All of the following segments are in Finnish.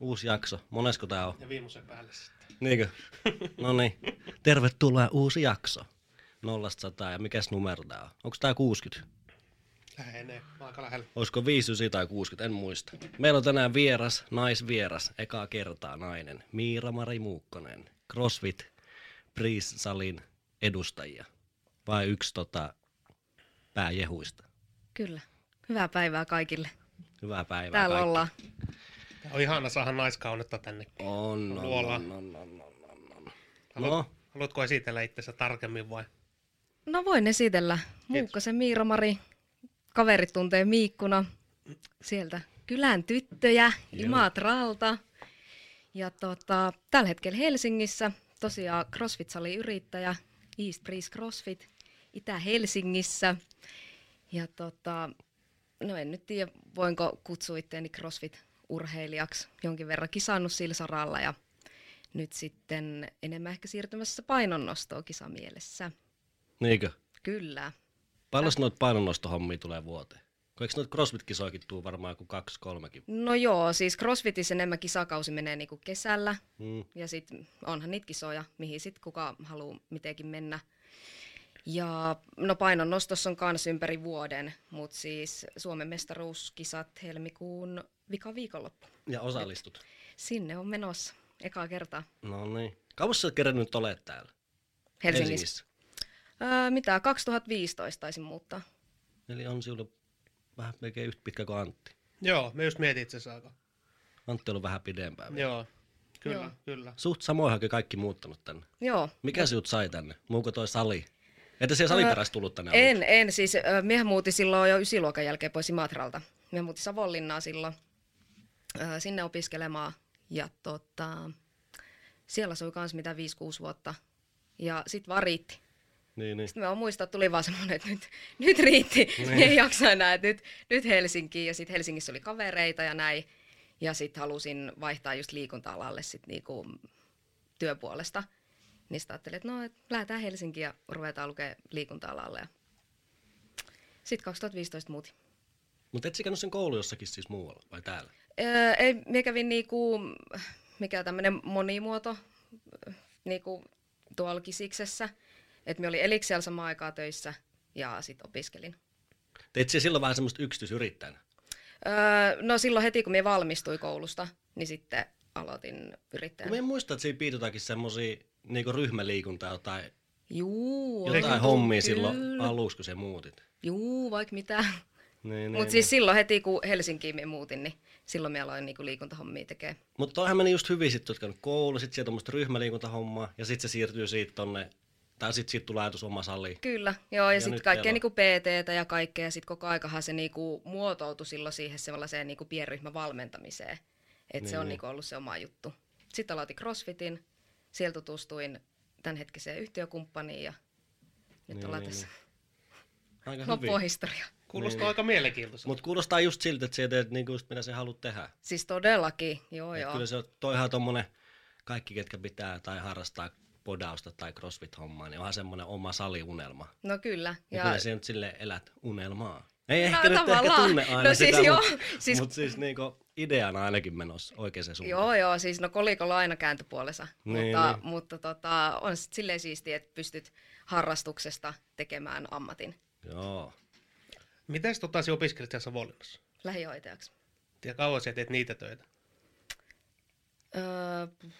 Uusi jakso. Monesko tää on? Ja viimeisen päälle sitten. Niinkö? No niin. Tervetuloa uusi jakso. Nollasta sataa. Ja mikäs numero tää on? Onko tää 60? Lähenee, mä aika lähellä. Olisiko 59 tai 60? En muista. Meillä on tänään vieras, naisvieras, ekaa kertaa nainen. Miira Mari Muukkonen. CrossFit Priis-salin edustajia. Vai yksi tota, pääjehuista. Kyllä. Hyvää päivää kaikille. Hyvää päivää Täällä kaikki. ollaan. Tää on ihana saada naiskaunetta tänne. On, on, Luola. on, on, on, on, on, on. Haluat, No. Haluatko esitellä itsensä tarkemmin vai? No voin esitellä. Muukkasen Miira-Mari, kaverit tuntee Miikkuna. Sieltä kylän tyttöjä, Imatralta. Ja tota, tällä hetkellä Helsingissä tosiaan CrossFit-sali yrittäjä, East Breeze CrossFit, Itä-Helsingissä. Ja tota, no en nyt tiedä, voinko kutsua itseäni CrossFit-urheilijaksi. Jonkin verran kisannut sillä saralla ja nyt sitten enemmän ehkä siirtymässä painonnostoon kisamielessä. Niinkö? Kyllä. Paljon noita painonnostohommia tulee vuoteen? Kun eikö noita crossfit-kisoikin tuu varmaan kuin kaksi, kolmekin? No joo, siis CrossFitissä enemmän kisakausi menee niinku kesällä Mm. ja sitten onhan niitä kisoja, mihin sitten kuka haluaa mitenkin mennä. Ja no painon nostossa on kans ympäri vuoden, mutta siis Suomen mestaruuskisat helmikuun vika viikonloppu. Ja osallistut. Sinne on menossa ekaa kertaa No niin. Kauan sä oot kerännyt nyt olet täällä? Helsingissä. Helsingissä. Öö, mitä, 2015 taisin muuttaa. Eli on sinulla vähän melkein yhtä pitkä kuin Antti. Joo, mä just mietin itse aika. Antti on ollut vähän pidempään. vielä. Joo, Niin. kyllä, Joo. kyllä. Suht samoinhan kaikki muuttanut tänne. Joo, No, Mikä sinut sai tänne? Muuko toi sali? Että siellä saliperäis tullut tänne En, en. Siis ö, miehän muutin silloin jo ysiluokan jälkeen pois Imatralta. Miehän muutin Savonlinnaan silloin ö, sinne opiskelemaan. Ja tota, siellä asui kans mitä 5-6 vuotta. Ja sit vaan riitti. Sitten Niin, niin. mä oon muistaa, että tuli vaan semmonen, että nyt, nyt riitti. Niin. Ei jaksa enää, että nyt, nyt Helsinkiin. Ja sit Helsingissä oli kavereita ja näin. Ja sit halusin vaihtaa just liikunta-alalle sit niinku työpuolesta. Niin sit ajattelin, että no, et lähdetään Helsinkiin ja ruvetaan lukea liikunta-alalle. Ja sitten 2015 muutin. Mutta et sä käynyt sen koulu jossakin siis muualla vai täällä? Öö, ei, minä kävin niinku, mikä tämmöinen monimuoto niinku tuolla kisiksessä. Että minä olin eliksellä samaan aikaan töissä ja sitten opiskelin. Teit siellä silloin vähän semmoista yksityisyrittäjänä? Öö, no silloin heti, kun minä valmistuin koulusta, niin sitten aloitin Kun mä yrittäjänä. en muista, että siinä piitotakin semmosia niinku ryhmäliikuntaa jotain, Juu, jotain on- hommia kyllä. silloin aluksi, kun sä muutit. Juu, vaikka mitä. Niin, Mutta niin, siis silloin heti, kun Helsinkiin minä muutin, niin silloin minä aloin niinku liikuntahommia tekemään. Mutta niin. toihan meni just hyvin sitten, jotka on koulu, sitten sieltä tuommoista ryhmäliikuntahommaa, ja sitten se siirtyy siitä tonne, tai sitten siitä tulee ajatus oma sali. Kyllä, joo, Ja ja, nyt sitten teillä kaikkea on- niinku PTtä ja kaikkea, ja sitten koko aikahan se niinku muotoutui silloin siihen sellaiseen niinku pienryhmän valmentamiseen, että se Niin. on niinku ollut se oma juttu. Sitten aloitin CrossFitin, sieltä tutustuin tämänhetkiseen yhtiökumppaniin, ja nyt Niin, niin, ollaan niin, niin, tässä Aika loppua hyvin. historia. Kuulostaa Niin. aika mielenkiintoiselta. Mutta kuulostaa just siltä, että sä teet niinku just mitä sä haluat tehdä. Siis todellakin, joo Et joo. kyllä se on toihan tommonen, kaikki ketkä pitää tai harrastaa podausta tai crossfit-hommaa, niin onhan semmoinen oma saliunelma. No kyllä. Ja, Ja, kyllä sä nyt sille elät unelmaa. Ei No, ehkä nyt ehkä tavallaan. tunne aina No siis sitä, joo, mutta siis, siis- mut siis niinku ideana ainakin menossa oikeaan suuntaan. joo joo, siis no kolikolla on aina kääntöpuolensa, Niin, niin, mutta, niin. niin. mutta tota, on sit silleen siistiä, että pystyt harrastuksesta tekemään ammatin joo. Miten tota sä opiskelit siellä Savonlinnassa? lähihoitajaksi. Ja kauan sä teet niitä töitä? Öö,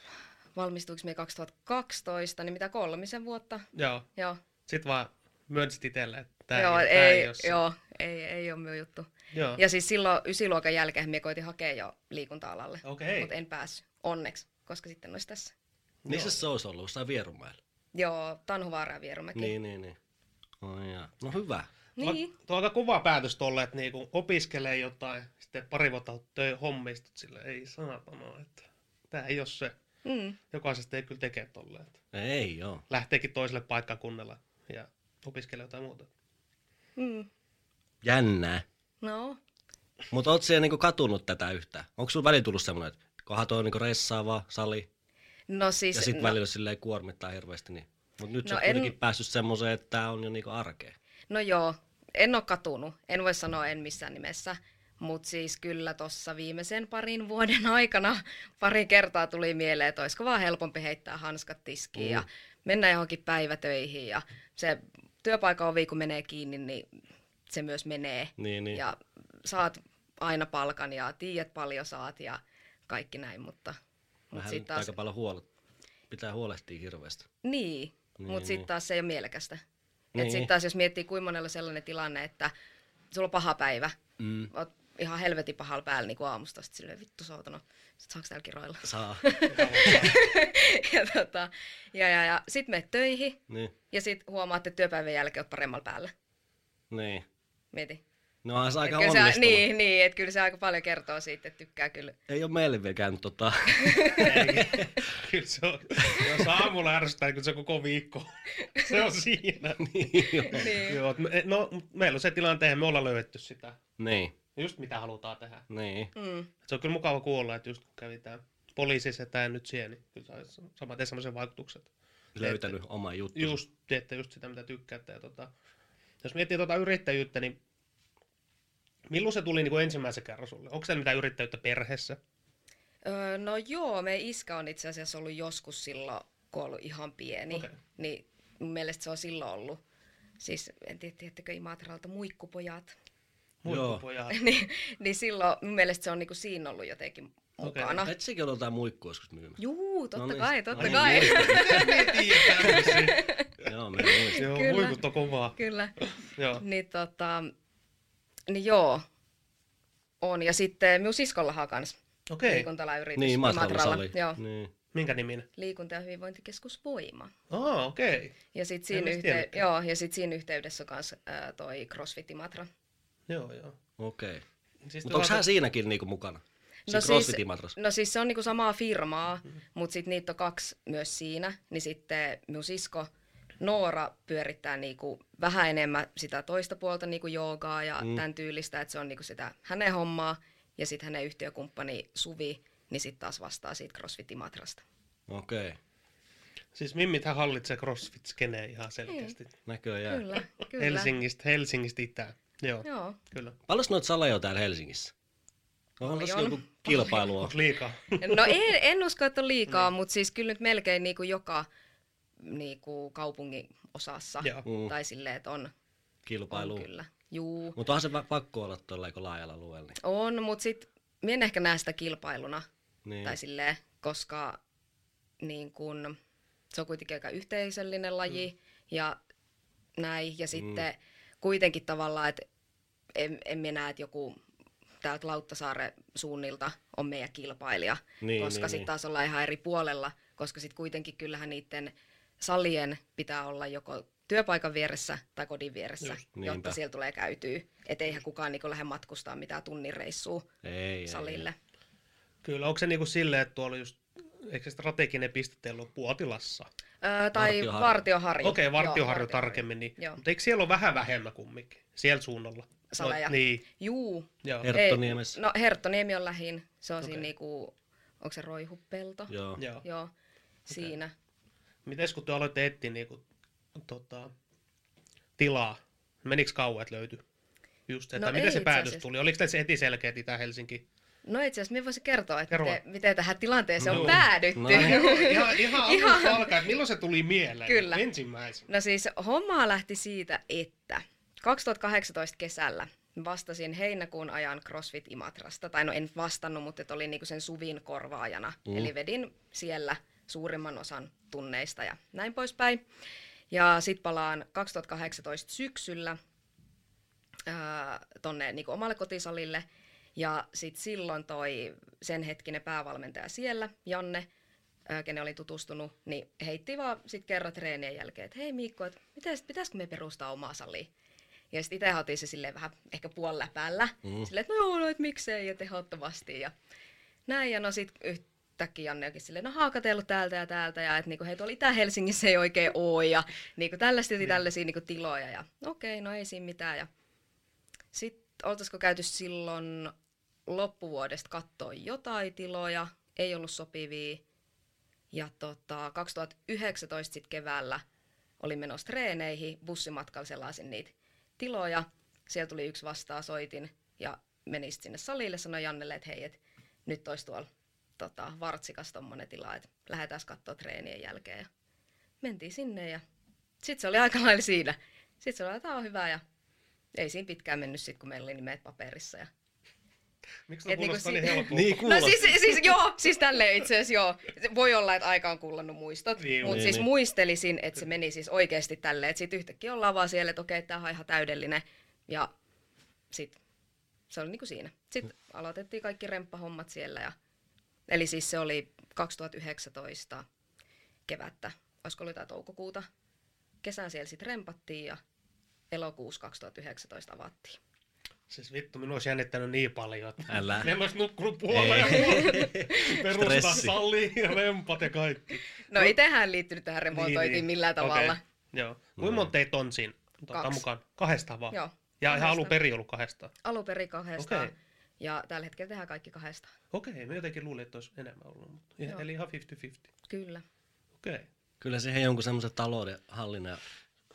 valmistuiko me 2012, niin mitä kolmisen vuotta? Joo. Joo, Sit vaan myönsit itselle, että tää, joo, ei, tää ei, ole se. joo ei, ei ole minun juttu. joo. Ja siis silloin ysiluokan jälkeen me koitin hakea jo liikunta-alalle, Okei. mutta en päässyt onneksi, koska sitten olisi tässä. Niin. Missä Niin se olisi ollut? Jossain Vierumäellä? Joo, Tanhuvaara ja Vierumäki. Niin, niin, niin. Oi jaa. No hyvä. niin. Tuo, tuo on aika kova päätös tolle, että niinku opiskelee jotain, sitten pari vuotta töi hommistut sille, ei sanatana, että tämä ei ole se. Mm. Jokaisesta ei kyllä tekee tolle, että Ei joo. lähteekin toiselle paikkakunnalle ja opiskelee jotain muuta. Mm. Jännää. No, Mutta oot siellä niinku katunut tätä yhtään? Onko sulla välillä tullut semmoinen, että kohan toi on niinku ressaava sali no siis... ja sit no, välillä silleen kuormittaa hirveästi niin. Mut nyt no sä No oot en- kuitenkin päässyt semmoiseen, että tää on jo niinku arkea. No joo, en ole katunut. En voi sanoa en missään nimessä, Mutta siis kyllä tuossa viimeisen parin vuoden aikana pari kertaa tuli mieleen, että olisiko vaan helpompi heittää hanskat tiskiin mm. ja mennä johonkin päivätöihin. Ja se työpaikan ovi kun menee kiinni, niin se myös menee. Niin, niin. Ja saat aina palkan ja tiedät paljon saat ja kaikki näin, mutta... mut Vähän sit nyt aika paljon huole... pitää huolehtia hirveästi. Niin, Niin, niin mutta sitten niin. taas se ei ole mielekästä. Niin. Niin. Että sitten taas jos miettii, kuinka monella sellainen tilanne, että sulla on paha päivä, Mm. oot ihan helvetin pahalla päällä niin kuin aamusta, sitten silleen vittu soutana, sit saaks täällä kiroilla. Saa. ja tota, ja, ja, ja sit menet töihin, niin, ja sit huomaat, että työpäivän jälkeen oot paremmalla päällä. niin. Mieti. No onhan se Et aika kyllä se, onnistunut. Niin. niin, niin, että kyllä se aika paljon kertoo siitä, että tykkää kyllä. Ei ole meille vielä käynyt tota. Ei. kyllä se on, jos aamulla ärsyttää, niin kyllä se koko viikko. Se on siinä. niin, joo. Niin. Joo, et me- no, mut meillä on se tilanne, me ollaan löydetty sitä. niin, Just mitä halutaan tehdä. niin. Mm. Et se on kyllä mukava kuulla, että just kun kävi tää poliisissa tämä nyt siellä, niin kyllä sai samaten semmoisen vaikutuksen. että Löytänyt oma juttu. Just, teette just sitä, mitä tykkäätte. Ja tota, jos miettii tuota yrittäjyyttä, niin milloin se tuli niin kuin ensimmäisen kerran sulle? Onko teillä mitään yrittäjyyttä perheessä? Öö, no joo, me iskä on itse asiassa ollut joskus silloin, kun ollut ihan pieni. Okei. Okay. Niin mun mielestä se on silloin ollut. Siis en tiedä, tiedättekö Imatralta muikkupojat. Joo. Muikkupojat. niin, niin silloin mun mielestä se on niinku siinä ollut jotenkin Okei. mukana. Et sekin on jotain muikkua joskus myymä. Juu, totta No niin. kai, No totta niin, kai. Joo, me ei muista. Joo, Kyllä. muikut on kovaa. Kyllä. Joo. Niin, tota, niin joo, on. Ja sitten minun siskollahan kans Okei, liikuntalayritys Niin, matkalla Imatralla. sali. Joo. Niin. minkä niminen? Liikunta- ja hyvinvointikeskus Voima. Aa, okei. Ja sitten En siinä, olisi yhtey- tiennytkään. joo, ja sit siinä yhteydessä on myös äh, toi CrossFit Imatra. Joo, joo. Okei. Okay. Siis Mutta onko tuota- hän siinäkin niinku mukana? Siinä no siis- CrossFit-imatras. No siis se on niinku samaa firmaa, mutta sitten niitä on kaksi myös siinä. Niin sitten minun sisko Noora pyörittää niinku vähän enemmän sitä toista puolta niinku joogaa ja Mm. mm. tämän tyylistä, että se on niinku sitä hänen hommaa. Ja sitten hänen yhtiökumppani Suvi, niin sitten taas vastaa siitä CrossFit Imatrasta. Okei. Okay. Siis Mimmithän hallitsee CrossFit-skeneen ihan selkeästi. Näköjään. Kyllä, Niin, kyllä. Helsingistä, Helsingistä itään. Joo, Joo. kyllä. Paljon noita saleja on täällä Helsingissä? Onhan tässä Paljon. joku kilpailu on. Onko liikaa? No en, en usko, että on liikaa, mutta siis kyllä nyt melkein niinku joka niinku kaupungin osassa. Joo. Mm, Tai silleen, että on, on kilpailu. kyllä. Juu. Mutta onhan se va- pakko olla tuolla kun laajalla alueella. Niin. On, mutta sitten minä en ehkä näe sitä kilpailuna, niin. niin. tai silleen, koska niin kun, se on kuitenkin aika yhteisöllinen laji mm. ja näin. Ja sitten kuitenkin tavallaan, että en, en minä näe, että joku täältä Lauttasaaren suunnilta on meidän kilpailija, Niin, niin, koska niin, niin, sitten niin. taas ollaan ihan eri puolella, koska sitten kuitenkin kyllähän niiden salien pitää olla joko työpaikan vieressä tai kodin vieressä, Just, niinpä. jotta siellä tulee käytyä. Että eihän kukaan niin lähde matkustaa mitään tunnin reissua ei, ei, salille. Kyllä, onko se niinku silleen, että tuolla just, eikö se strateginen pisteteillä ole Puotilassa? Öö, tai Vartioharju. Vartioharju. Okei, okay, Vartioharju Joo, tarkemmin, niin. Joo. mutta eikö siellä ole vähän vähemmän kumminkin? Siellä suunnalla. Saleja. No, niin, Juu. joo. Her- Her- Herttoniemessä. Ei, no Herttoniemi on lähin. Se on okay. Okei. siinä niinku, onko se roihupelto? Joo. joo. Joo, okay. siinä. Mites kun te aloitte etsiä niinku, tota, tilaa, menikö kauan, että löytyi? Just, että No no miten ei se itse päätös asiassa. tuli? Oliko teillä se heti selkeä Itä-Helsinki? No itse asiassa minä voisin kertoa, että Kerro. miten, miten tähän tilanteeseen on No. päädytty. No. ihan, ihan, Ihan. ihan. alkaa, että milloin se tuli mieleen? Kyllä. Ensimmäisenä. No siis hommaa lähti siitä, että 2018 kesällä vastasin heinäkuun ajan CrossFit Imatrasta. Tai no en vastannut, mutta et olin niinku sen suvin korvaajana. Mm. Mm. Eli vedin siellä suurimman osan tunneista ja näin poispäin. Ja sitten palaan 2018 syksyllä ää, tonne niinku omalle kotisalille. Ja sitten silloin toi sen hetkinen päävalmentaja siellä, Janne, ää, kenen olin tutustunut, niin heitti vaan sit kerran treenien jälkeen, että hei Miikko, et mitäs, pitäisikö me perustaa omaa salia? Ja sitten itse otin se silleen vähän ehkä puoliläpällä, Mm. mm. silleen, että no joo, no, et miksei, ja tehottomasti, ja näin, ja no sit yhtäkkiä Janne onkin silleen, no haakatellut täältä ja täältä, ja että niinku, hei tuolla Itä-Helsingissä ei oikein oo, ja niinku tällaisia, mm. tällaisia niinku tiloja, ja okei, okay, no ei siinä mitään, ja sitten oltaisiko käyty silloin loppuvuodesta katsoa jotain tiloja, ei ollut sopivia. Ja tota, 2019 sitten keväällä olin menossa treeneihin, bussimatkalla sellaisin niitä tiloja. Siellä tuli yksi vastaa soitin ja menisit sinne salille, sanoi Jannelle, että hei, et nyt olisi tuolla tota, vartsikas tommonen tila, että lähdetään katsoa treenien jälkeen. Ja mentiin sinne ja sitten se oli aika lailla siinä. Sitten se oli, että tämä on hyvä ja ei siinä pitkään mennyt sitten, kun meillä oli nimet paperissa. Ja Miksi tämä Et niinku kuulostaa niin si- helpolta? Niin No kuulosti. siis, siis joo, siis tälleen itse asiassa joo. Se Voi olla, että aika on kullannut muistot, Niin, niin, mutta niin, niin, siis niin. niin. muistelisin, että se meni siis oikeasti tälleen. Että sitten yhtäkkiä ollaan vaan siellä, että okei, tämä on ihan täydellinen. Ja sitten se oli niinku siinä. Sitten aloitettiin kaikki remppahommat siellä. Ja, eli siis se oli 2019 kevättä, olisiko ollut jotain toukokuuta. Kesän siellä sitten rempattiin ja elokuussa 2019 avattiin. Siis vittu, minua olisi jännittänyt niin paljon, että Älä. meillä olisi nukkunut puolella ja puolella. perustaa Stressi. salliin ja lempat ja kaikki. No ei tähän liittynyt tähän Niin, remontointiin millään tavalla. Niin, Okei, Joo. Kuinka Mm. monta teitä on siinä tuota, Kaksi. mukaan? Kahdesta vaan? Joo. Ja ihan Kahdesta. alun perin ollut kahdesta. alunperin kahdestaan. Okei. Okay. Ja tällä hetkellä tehdään kaikki kahdestaan. Okei, mä jotenkin luulin, että olisi enemmän ollut. Mutta ihan, Joo. eli ihan 50-50. Kyllä. Okei. Kyllä siihen jonkun semmoisen talouden hallinnan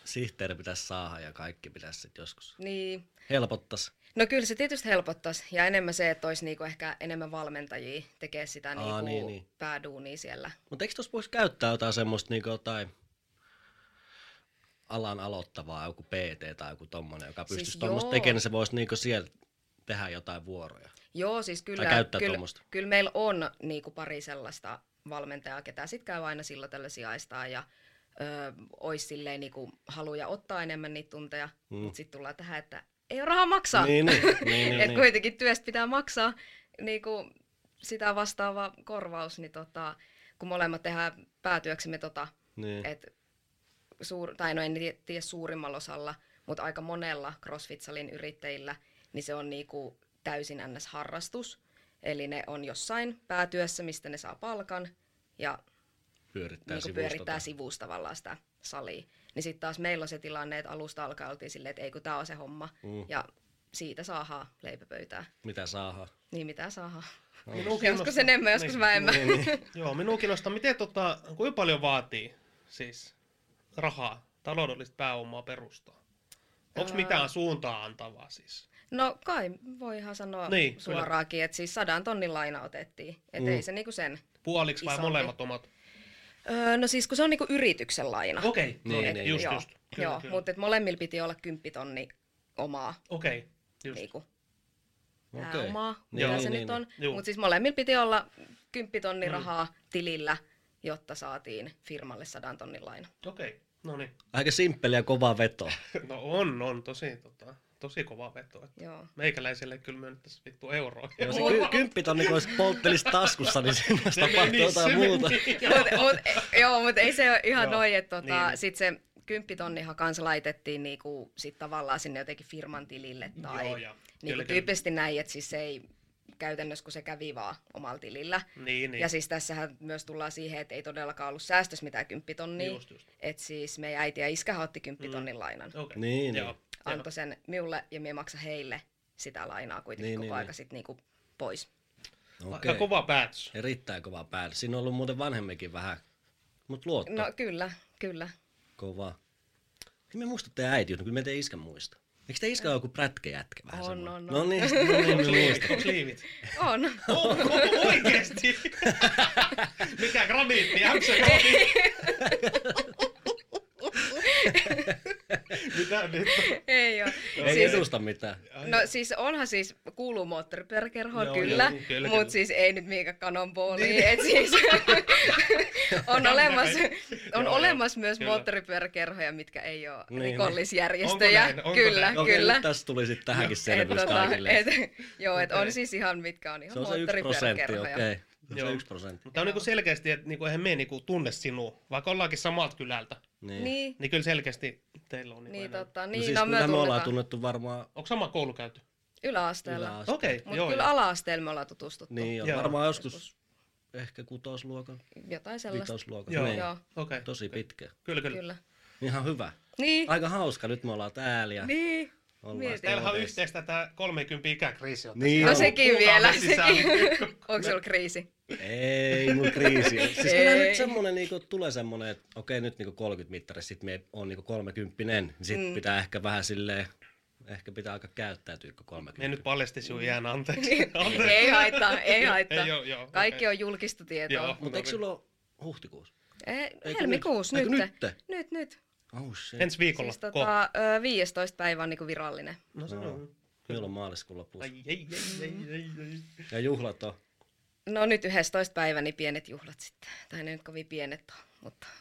sihteeri pitäisi saada ja kaikki pitäisi sit joskus. Niin. Helpottaisi. No kyllä se tietysti helpottaisi. Ja enemmän se, että olisi niinku ehkä enemmän valmentajia tekee sitä niinku niin, niin. pääduunia siellä. Mutta eikö tuossa voisi käyttää jotain semmoista niinku jotain alan aloittavaa, joku PT tai joku tommonen, joka pystyisi siis Siis tuommoista joo. tekemään, niin se voisi niinku siellä tehdä jotain vuoroja. Joo, siis kyllä, käyttää kyllä, tuommoista. kyllä meillä on niinku pari sellaista valmentajaa, ketä sitten käy aina silloin tällä sijaistaan ja öö, olisi silleen niinku haluja ottaa enemmän niitä tunteja, Mm. mm. mutta sitten tullaan tähän, että ei ole rahaa maksaa. Niin, niin, niin, niin, Et niin. kuitenkin työstä pitää maksaa niin kuin sitä vastaava korvaus, niin tota, kun molemmat tehdään päätyöksemme, tota, niin. että suur, tai no en tie- tiedä suurimmalla osalla, mutta aika monella CrossFit-salin yrittäjillä, niin se on niinku täysin NS-harrastus. Eli ne on jossain päätyössä, mistä ne saa palkan ja Pyörittää niinku niin pyörittää sivusta tavallaan sitä salia. Niin sitten taas meillä on se tilanne, että alusta alkaen oltiin silleen, että ei kun tämä on se homma. Mm. Mm. Ja siitä saahaa leipäpöytää. Mitä saadaan. Niin mitä saadaan. Minua Joskus enemmän, joskus vähemmän. Niin, niin. Joo, minua kiinnostaa, miten tota, kuinka paljon vaatii siis rahaa, taloudellista pääomaa perustaa? Onko Ää. mitään suuntaa antavaa siis? No kai voi ihan sanoa Niin, niin, kyllä. suoraakin, että siis sadan tonnin laina otettiin. Että Mm. ei se niinku sen. Puoliksi vai Isompi. molemmat omat? Öö, no siis kun se on niinku yrityksen laina. Okei, no, Niin, niin, just, joo, just. Kyllä, joo kyllä. mutta et molemmilla piti olla kymppitonni omaa Okei, just. niinku, Okei. pääomaa, okay. Niin, mitä niin, se niin, nyt niin. on. Juu. Mutta siis molemmilla piti olla kymppitonni Mm. mm. rahaa tilillä, jotta saatiin firmalle sadan tonnin laina. Okei, no niin. Aika simppeli ja kova veto. No on, on, tosi, tota, tosi kova veto. Että Joo. meikäläiselle kyllä myönnettäisiin vittu euroa. Jos se ky- kymppitonni, kun olisi polttelisi taskussa, niin siinä olisi tapahtunut jotain muuta. mut, mut, e- joo, mutta ei se ole ihan Joo, noin, että tota, niin. niin. sit se kymppitonnihan kanssa laitettiin niinku, sit tavallaan sinne jotenkin firman tilille tai Joo, joo, ja joo. kyllä, Niinku, kyllä. tyypillisesti näin, että siis se ei käytännössä kun se kävi vaan omalla tilillä. Niin, niin. Niin. Ja siis tässähän myös tullaan siihen, että ei todellakaan ollut säästössä mitään kymppitonnia. Just, just. Että siis meidän äiti ja iskä otti kymppitonnin mm. lainan. Okei. Niin, Joo. niin. Joo. Antoi sen minulle ja minä maksa heille sitä lainaa kuitenkin Niin, niin, niin, koko niin, aika niin. niin. sitten niinku pois. Okei. Aika kova päätös. Erittäin kova päälle. Siinä on ollut muuten vanhemmekin vähän, mutta luotto. No kyllä, kyllä. Kova. En mä muista teidän äiti, mutta kyllä mä teidän iskän muista. Eikö teidän iskä ole joku prätkäjätkä vähän On, semmoinen? on, Siis- on. No niin, sit- no niin, mä muistan. Onko liivit? On. Onko oikeesti? Mikä graniitti? Jämsä graniitti? Mitä nyt? ei ole. Ei Siis- edusta mitään. No siis onhan siis, kuuluu moottoripyöräkerhoon Joo, kyllä, joo, kyllä, kyllä. mutta siis ei nyt Miika Kanonbooliin, et siis on olemassa, on Joo, joo, olemassa myös kyllä. moottoripyöräkerhoja, mitkä ei ole Niin, niin, niin. rikollisjärjestöjä, Onko näin? Onko kyllä, näin? Okei, kyllä. nyt tässä tuli sitten tähänkin Et, selvyys tota, kaikille. et, joo, et Okei. on siis ihan mitkä on ihan Se on se yksi prosentti, moottoripyöräkerhoja. okei. Se Joo. on yksi prosentti. Mutta on niinku selkeästi, että niinku, eihän me niinku tunne sinua, vaikka ollaankin samalta kylältä. Niin. Niin, Niin kyllä selkeästi teillä on niinku niin, niin, enemmän. tota, No niin, no, siis me kyllähän me ollaan tunnetaan tunnettu varmaan Onko sama koulu käyty? yläasteella, yläaste- Okei, okay, mutta joo. kyllä joo. ala-asteella me ollaan tutustuttu, Niin, joo. Joo. varmaan joskus ehkä kutosluokan, jotain sellaista, vitosluokan. Joo. Niin. Joo. Okei. Tosi pitkä. Kyllä, kyllä. kyllä. Ihan hyvä. Niin, Aika hauska, nyt me ollaan täällä ja niin. ollaan mietin. sitten Teillähän on hotelissa. yhteistä tämä 30 ikäkriisi. joten- Niin No on. sekin Kuulkaa vielä, me sisään. sekin. Onko sulla kriisi? Ei mun kriisi. ole. Siis kyllä Ei. nyt semmonen niinku, tulee semmonen, että okei nyt niinku 30 mittari, sit me on niinku 30, niin sit mm. pitää ehkä vähän silleen Ehkä pitää aika käyttäytyä, kun 30. Me nyt paljasti sinun iän, anteeksi. anteeksi. Niin. ei haittaa, ei haittaa. Ei, joo, joo, okei. Kaikki on julkista tietoa. Joo. Mutta eikö sulla ole huhtikuussa? Eh, nyt? helmikuussa nyt. Eikö nytte? Nyt, nyt. Oh shit. Ensi viikolla. Siis Siis tota... tota, ö, 15 päivä on niinku virallinen. No se on. Meillä on maaliskuun lopussa. Ai, ei, ei, ei, ei, ei. Ja juhlat on. No nyt 11 päivä, niin pienet juhlat sitten. Tai ne nyt kovin pienet on, mutta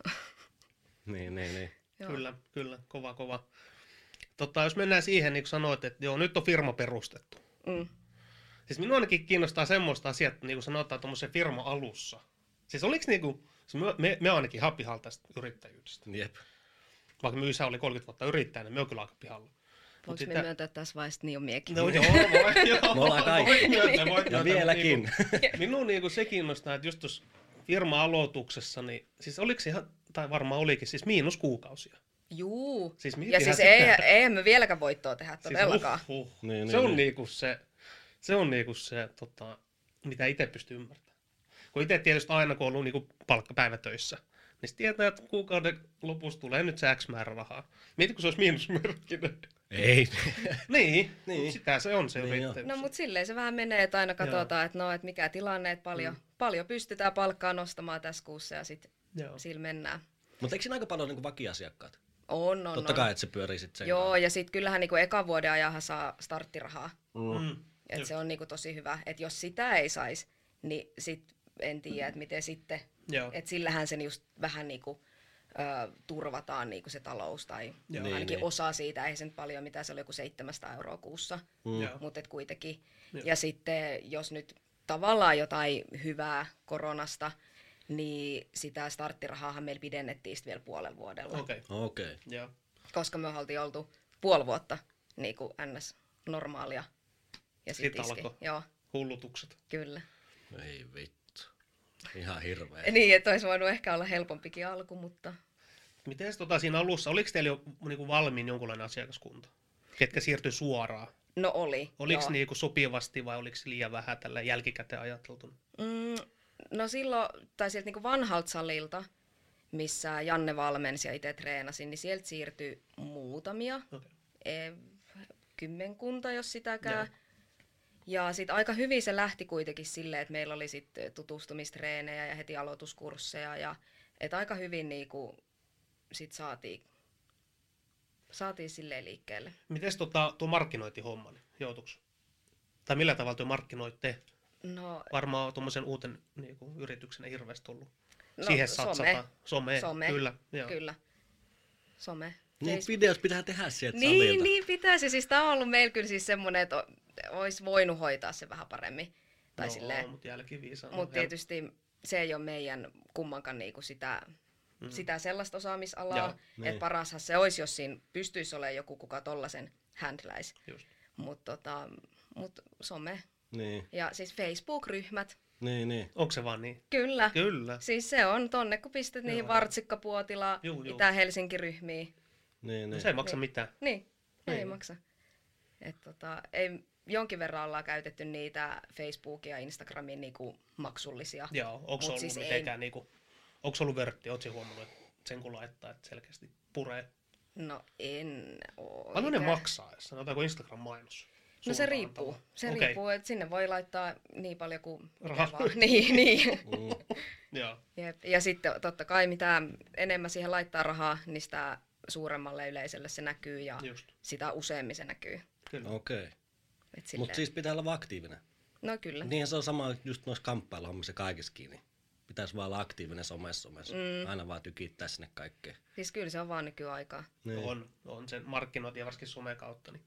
Niin, niin, niin. joo. Kyllä, kyllä, kova, kova. Tota, jos mennään siihen, niin kuin sanoit, että joo, nyt on firma perustettu. Mm. Siis minua ainakin kiinnostaa semmoista asiat, niin kuin sanotaan tuommoisen firma alussa. Siis oliko niinku, siis me, me, me ainakin ihan pihalla tästä yrittäjyydestä. Jep. Vaikka minun isä oli 30 vuotta yrittäjänä, niin me on kyllä aika pihalla. Mut Voinko me myöntää tässä vaiheessa, niin on miekin. No joo, voi, joo. Me ollaan kaikki. Voit myöntää, voit Ja myöntää, vieläkin. mut Niinku, minun niinku se kiinnostaa, että just tuossa firma-aloituksessa, niin siis oliko se ihan, tai varmaan olikin, siis miinus kuukausia. Juu. Siis ja miettihän siis sitä. ei, eihän me vieläkään voittoa tehdä todellakaan. Siis, uh, uh. Niin, niin, se on niin. niinku se, se, on niinku se tota, mitä itse pystyy ymmärtämään. Kun itse tietysti aina, kun on ollut niinku palkkapäivätöissä, niin sit tietää, että kuukauden lopussa tulee nyt se X määrä rahaa. Mieti, kun se olisi miinusmerkkinen. Ei. niin, Niin. niin, sitä se on se Niin niin No mut silleen se vähän menee, että aina katsotaan, että no, että mikä tilanne, että paljon, Mm. paljon pystytään palkkaa nostamaan tässä kuussa ja sitten Joo. sillä mennään. Mutta eikö siinä aika paljon niinku vakiasiakkaat? On, on, Totta on. kai, että se pyörii sitten sen Joo, ja sitten kyllähän niinku ekan vuoden ajahan saa starttirahaa. kanssa. Mm. Mm. Et se on niinku tosi hyvä. Et jos sitä ei saisi, niin sit en tiedä, että miten sitten. Joo. Et sillähän sen just vähän niinku, ö, turvataan niinku se talous tai Joo. ainakin Niin, niin. osa siitä. Ei sen paljon mitään, se oli joku 700 euroa kuussa, Mm. Joo. mutta et kuitenkin. Joo. Ja sitten jos nyt tavallaan jotain hyvää koronasta, niin sitä starttirahaahan meillä pidennettiin sit vielä puolen vuodella Okei, okay. Okei. joo. koska me oltiin oltu puoli vuotta niin kuin ns. normaalia. Ja sit Sit iski. alkoi. Joo, Hullutukset. kyllä. Ei vittu. Ihan hirveä. Niin, että olisi voinut ehkä olla helpompikin alku, mutta Miten tota siinä alussa, oliko teillä jo niinku valmiin jonkunlainen asiakaskunta? Ketkä siirtyi suoraan? no oli. Oliko joo. niinku sopivasti vai oliko liian vähän tällä jälkikäteen ajateltuna? Mm, no silloin, tai sieltä niin vanhalta salilta, missä Janne valmensi ja itse treenasin, niin sieltä siirtyi muutamia, Okay. e, kymmenkunta jos sitäkään. Joo. Ja sitten aika hyvin se lähti kuitenkin silleen, että meillä oli sitten tutustumistreenejä ja heti aloituskursseja. Ja, et aika hyvin niinku sit saatiin, saatiin silleen liikkeelle. Miten tota, tuo markkinointihomma, niin joutuks? Tai millä tavalla te markkinoitte? No, Varmaan on tuommoisen uuten niin kuin, yrityksen ei hirveästi tullut. no Siihen satsataan. Some. Some. Kyllä. Joo. Kyllä. Some. Niin Facebook. videot pitää tehdä sieltä Siis- Niin, salilta. niin pitäisi. Siis tämä on ollut meillä kyllä siis semmoinen, että olisi voinut hoitaa se vähän paremmin. Tai no, silleen. mutta jälkiviisaana. Mutta Mutta tietysti se ei ole meidän kummankaan niinku sitä, mm. sitä sellaista osaamisalaa. Joo, Että niin. parashan se olisi, jos siinä pystyisi olemaan joku, kuka tollasen händläisi. Just. Mutta tota, mut some Niin, ja siis Facebook-ryhmät, niin, niin. Onko se vaan niin? kyllä. Ky- Kyllä. siis se on tonne, kun pistät niihin Joo. vartsikkapuotila, Juu, juu. Itä-Helsinki-ryhmiin. niin, No, niin. se ei maksa mitään. Niin, ei, ei Niin. maksa. Et tota, ei, jonkin verran ollaan käytetty niitä Facebookin ja Instagramin niinku maksullisia. Joo, onko Mut se ollut siis siis ei. mitenkään niinku, onko se ollut vörtti, ootko huomannut, että sen kun laittaa, että selkeästi puree. No en oo. Paljon ne itse- maksaa, jos sanotaanko Instagram-mainos? No se Suoraan riippuu. tavallaan. Se Okei, okay. riippuu, että sinne voi laittaa niin paljon kuin mitä Rahaa. vaan. niin, niin. Mm. Joo. Jep. Ja sitten totta kai mitä enemmän siihen laittaa rahaa, niin sitä suuremmalle yleisölle se näkyy ja Just, sitä useammin se näkyy. kyllä. Okei. Et Mutta silleen- siis pitää olla aktiivinen. No kyllä. niin. Niinhän se on sama just noissa kamppailuhommissa kaikissa kiinni. Pitäisi vaan olla aktiivinen somessa, somessa. Mm. Aina vaan tykittää sinne kaikkeen. Siis kyllä se on vaan nykyaikaa. Niin. On, on sen markkinointi ja varsinkin somen kautta, niin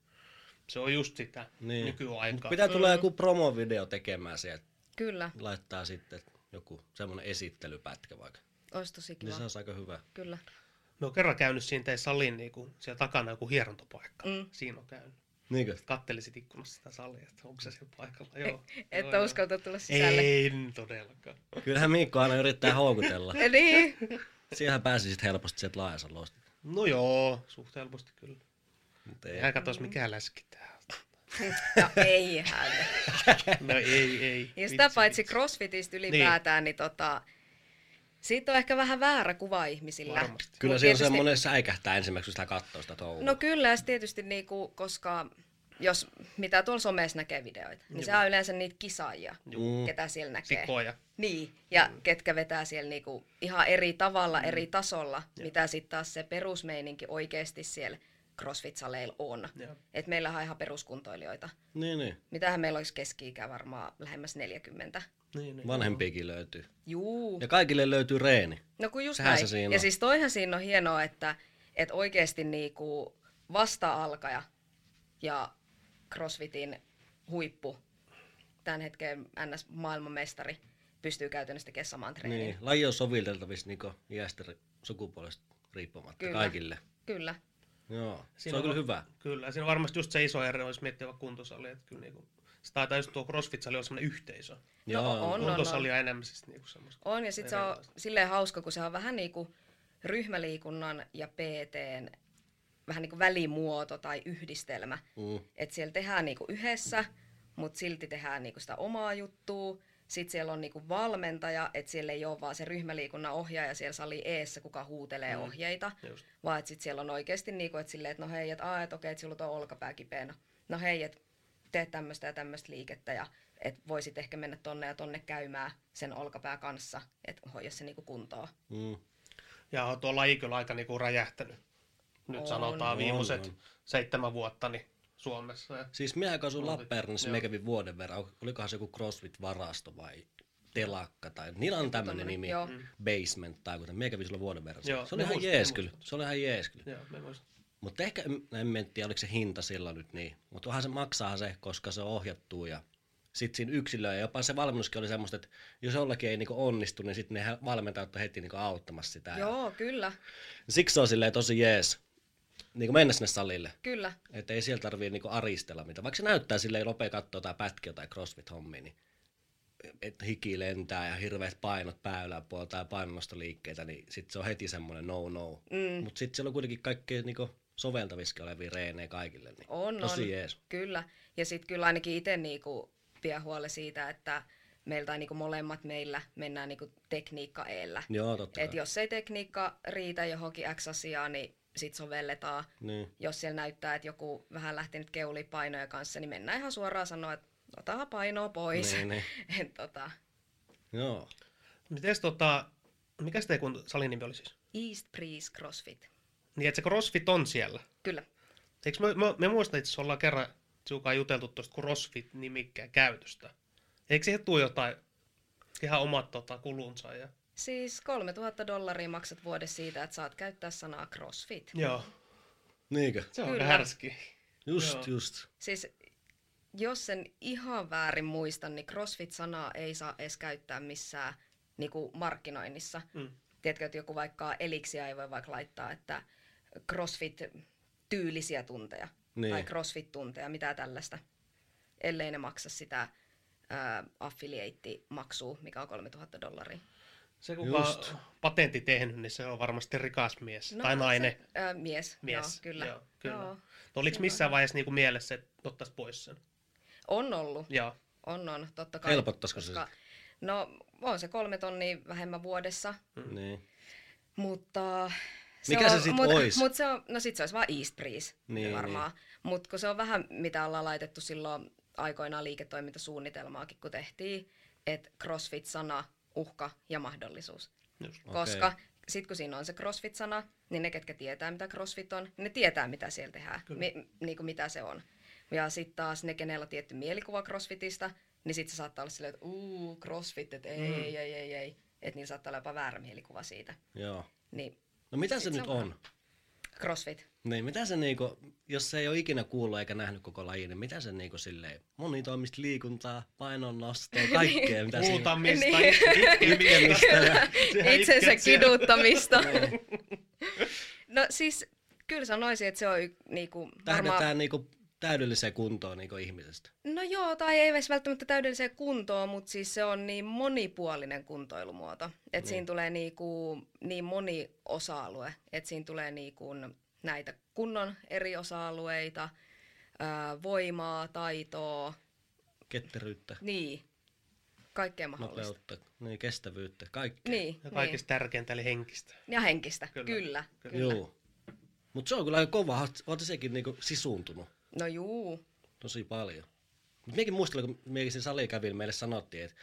se on just sitä Niin. niin. nykyaikaa. Pitää Mm. tulla joku promovideo tekemään sieltä. Kyllä, Laittaa sitten joku semmoinen esittelypätkä vaikka. olisi tosi kiva. Niin se olisi aika hyvä. Kyllä. Me on No, kerran käynyt siinä teidän salin, niin kuin, siellä takana joku hierontapaikka. Mm. Mm. Siinä on käynyt. Niinkö? Kattelisit ikkunassa sitä salia, että onko se siellä paikalla. Joo. Et joo, ole uskalta tulla joo. sisälle. Ei todellakaan. Kyllähän Miikko aina yrittää houkutella. Ja niin. Siihen pääsi sitten helposti sieltä laajasalosta. No joo, suht helposti kyllä. Mutta ei. Hän katsoisi mikä läski tää. on. No ei hän. No ei, ei. Ja Vitsi, sitä paitsi vitsi. crossfitistä ylipäätään, niin, tota, Siitä on ehkä vähän väärä kuva ihmisillä. Varmasti. Kyllä Mut se on No tietysti- semmoinen säikähtää ensimmäiseksi, kun sitä katsoo sitä touhua. No kyllä, ja sit tietysti niinku, koska jos mitä tuolla somessa näkee videoita, niin se on yleensä niitä kisaajia, Mm. ketä siellä näkee. Sikoja. Niin, ja ketkä vetää siellä niinku ihan eri tavalla, eri tasolla, mitä sitten taas se perusmeininki oikeasti siellä CrossFit-saleilla on. Joo. Et meillähän on ihan peruskuntoilijoita. Niin, niin. Mitähän meillä olisi keski-ikä varmaan lähemmäs 40. Niin, niin. Vanhempiakin löytyy. Juu. Ja kaikille löytyy reeni. No kun just Sehän näin. se siinä ja on. siis toihan siinä on hienoa, että, että oikeasti niinku vasta-alkaja ja CrossFitin huippu, tämän hetken NS-maailmanmestari, pystyy käytännössä tekemään saman treenin. Niin. Laji on sovelteltavissa niin iästä ri- sukupuolesta riippumatta Kyllä. kyllä. kaikille. Kyllä. Joo. Siinä se on kyllä on- hyvä. Kyllä, siinä varmasti just se iso ero, jos miettii vaikka kuntosali, että kyllä niinku, se taitaa just tuo CrossFit-sali on semmoinen yhteisö. No, on, on, on. Kuntosalia on. enemmän siis niinku semmoista. On, ja sitten se on Erilaista. silleen hauska, kun se on vähän niin kuin ryhmäliikunnan ja PTn vähän niin kuin välimuoto tai yhdistelmä. Mm. Et siellä tehdään niinku yhdessä, mutta silti tehdään niinku sitä omaa juttua. Sitten siellä on niinku valmentaja, että siellä ei ole vaan se ryhmäliikunnan ohjaaja siellä sali eessä, kuka huutelee Mm. mm. ohjeita. Just. Vaan että sitten siellä on oikeasti niinku, että silleen, että no hei, että et, okei, että sulla on olkapää kipeänä. No hei, että tee tämmöistä ja tämmöistä liikettä ja että voisit ehkä mennä tonne ja tonne käymään sen olkapää kanssa, että hoida se niinku kuntoon. Mm. Ja on tuo laji kyllä aika niinku räjähtänyt. Nyt On. on, sanotaan On, viimeiset on. seitsemän vuotta niin Suomessa. Ja Siis minä asuin Oli, Lappeenrannassa, joo. me kävin vuoden verran. Olikohan se joku CrossFit-varasto vai telakka tai niin, niillä on tämmöinen tommonen, nimi, joo. basement tai kuten. Minä kävin silloin vuoden verran. Joo, se oli mä ihan muistan, jees mä kyllä. muistan. Se oli ihan jees kyllä. Joo, me vois... Mutta ehkä, en- en en tiedä oliko se hinta sillä nyt niin, mutta vähän se maksaa se, koska se on ohjattu ja sitten siinä yksilöä ja jopa se valmennuskin oli semmoista, että jos jollakin ei niinku onnistu, niin sitten ne hä- valmentajat on heti niinku auttamassa sitä. ja Joo, kyllä, Siksi se on silleen tosi jees niinku mennä sinne salille, kyllä. että ei siellä tarvii niinku aristella mitään. Vaikka se näyttää silleen nopea katsoa tai pätkiä tai crossfit-hommia, niin että hiki lentää ja hirveät painot pää yläpuolella tai painonnostoliikkeitä, niin sitten se on heti semmoinen no-no. Mm. Mutta sitten siellä on kuitenkin kaikkea niinku soveltavissakin olevia reenejä kaikille. Niin On, tosi on. jees. Kyllä. Ja sitten kyllä ainakin itse niinku pidän huole siitä, että meiltä on niinku molemmat meillä mennään niinku tekniikka eellä. Joo, Niin, totta Et kai. jos ei tekniikka riitä johonkin X-asiaan, niin sit sovelletaan. Niin. Jos siellä näyttää, että joku vähän lähtenyt keuli painoja kanssa, niin mennään ihan suoraan sanoa, että otahan painoa pois. Niin, niin. Et tota, Joo. Mites tota, mikäs teidän kun salin nimi oli siis? East Breeze CrossFit. Niin, että se CrossFit on siellä. Kyllä. Eikö me, me, me muistan itse asiassa ollaan kerran Tsukaan juteltu tuosta CrossFit-nimikkeen käytöstä. Eikö siihen tule jotain ihan omat tota, kulunsa? Ja... Siis 3000 dollaria maksat vuodessa siitä, että saat käyttää sanaa CrossFit. Joo, Niinkö? se on Kyllä. Kyllä. härski. Just, Joo. just. Siis jos sen ihan väärin muistan, niin CrossFit-sanaa ei saa edes käyttää missään niin kuin markkinoinnissa. Mm. Tiedätkö, että joku vaikka eliksiä ei voi vaikka laittaa, että CrossFit-tyylisiä tunteja Niin. tai CrossFit-tunteja, mitä tällaista, ellei ne maksa sitä ää, affiliate-maksua, mikä on 3000 dollaria. Se kuka on Just. patentti tehnyt, niin se on varmasti rikas mies. No, No, tai se- nainen. Ää, mies, Mies. Joo, kyllä. Joo, kyllä. Joo. No, oliko missään vaiheessa niinku mielessä, että ottaisi pois sen? On ollut. Joo. On, on, totta kai. Helpottaisiko se koska- No, on se kolme tonnia vähemmän vuodessa, Mm. Niin. mutta... Mikä se sit mut, ois? Mut se on, no sit se olisi vaan East Breeze Niin, niin, varmaan. Niin. Mutta kun se on vähän, mitä ollaan laitettu silloin aikoinaan liiketoimintasuunnitelmaakin, kun tehtiin, että CrossFit-sana, uhka ja mahdollisuus. Just. Okei. Koska sitten kun siinä on se CrossFit-sana, niin ne, ketkä tietää, mitä CrossFit on, niin ne tietää, mitä siellä tehdään, Kyllä. mi- niin kuin mitä se on. Ja sitten taas ne, kenellä on tietty mielikuva CrossFitista, niin sitten se saattaa olla silleen, että uu, CrossFit, että ei, Mm. mm. ei, ei, ei, ei. Että niillä saattaa olla jopa väärä mielikuva siitä. Joo. Niin No mitä se Sit se nyt on on? CrossFit. Niin, mitä se niinku, jos se ei ole ikinä kuullut eikä nähnyt koko lajia, niin mitä se niinku silleen, monitoimista liikuntaa, painonnostoa, kaikkea, mitä siinä Muutamista, Niin. itkemistä. Sehän Itsensä itket siellä. kiduttamista. Niin. no siis, kyllä sanoisin, että se on y- niinku, varmaan tähdetään niinku täydelliseen kuntoon niinku ihmisestä. No joo, tai ei edes välttämättä täydelliseen kuntoon, mutta siis se on niin monipuolinen kuntoilumuoto. Että siinä tulee niinku, niin moni osa-alue. Että siinä tulee niinku näitä kunnon eri osa-alueita, ää, voimaa, taitoa, Ketteryyttä. niin. kaikkea mahdollista. nopeutta, niin kestävyyttä, kaikkea. Niin, Ja niin. kaikista tärkeintä eli henkistä. Ja henkistä, Kyllä, kyllä. kyllä. kyllä. Joo. Mutta se on kyllä aika kova, oot- oot sekin niinku sisuuntunut No juu, tosi paljon. Mut minäkin muistelen, kun minäkin siinä salilla kävin, meille sanottiin, että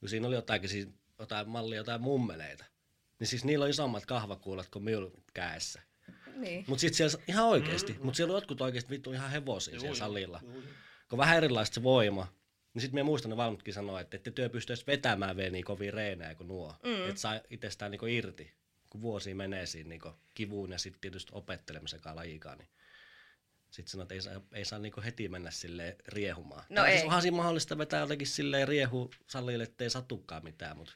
kun siinä oli jotakin, siis jotain mallia, jotain mummeleita, niin siis niillä on isommat kahvakuulat kuin minulla kädessä. niin. Mutta sitten siellä ihan oikeasti, mutta siellä on jotkut oikeasti vittu ihan hevosia Joo, siellä joo, salilla. joo, joo. Kun on vähän erilaista se voima, niin sitten me muistan ne valmutkin sanoa, että ette työ pystyisi vetämään vielä niin kovia reenejä kuin nuo. Mm. Että saa itsestään niin irti, kun vuosi menee siinä niin kivuun ja sitten tietysti opettelemiseen lajikaan. Niin sitten sanoit, että ei saa, ei saa niinku heti mennä sille riehumaan. No No ei. Siis ei. onhan siinä mahdollista vetää jotenkin silleen riehu salille, ettei satukaan mitään, mutta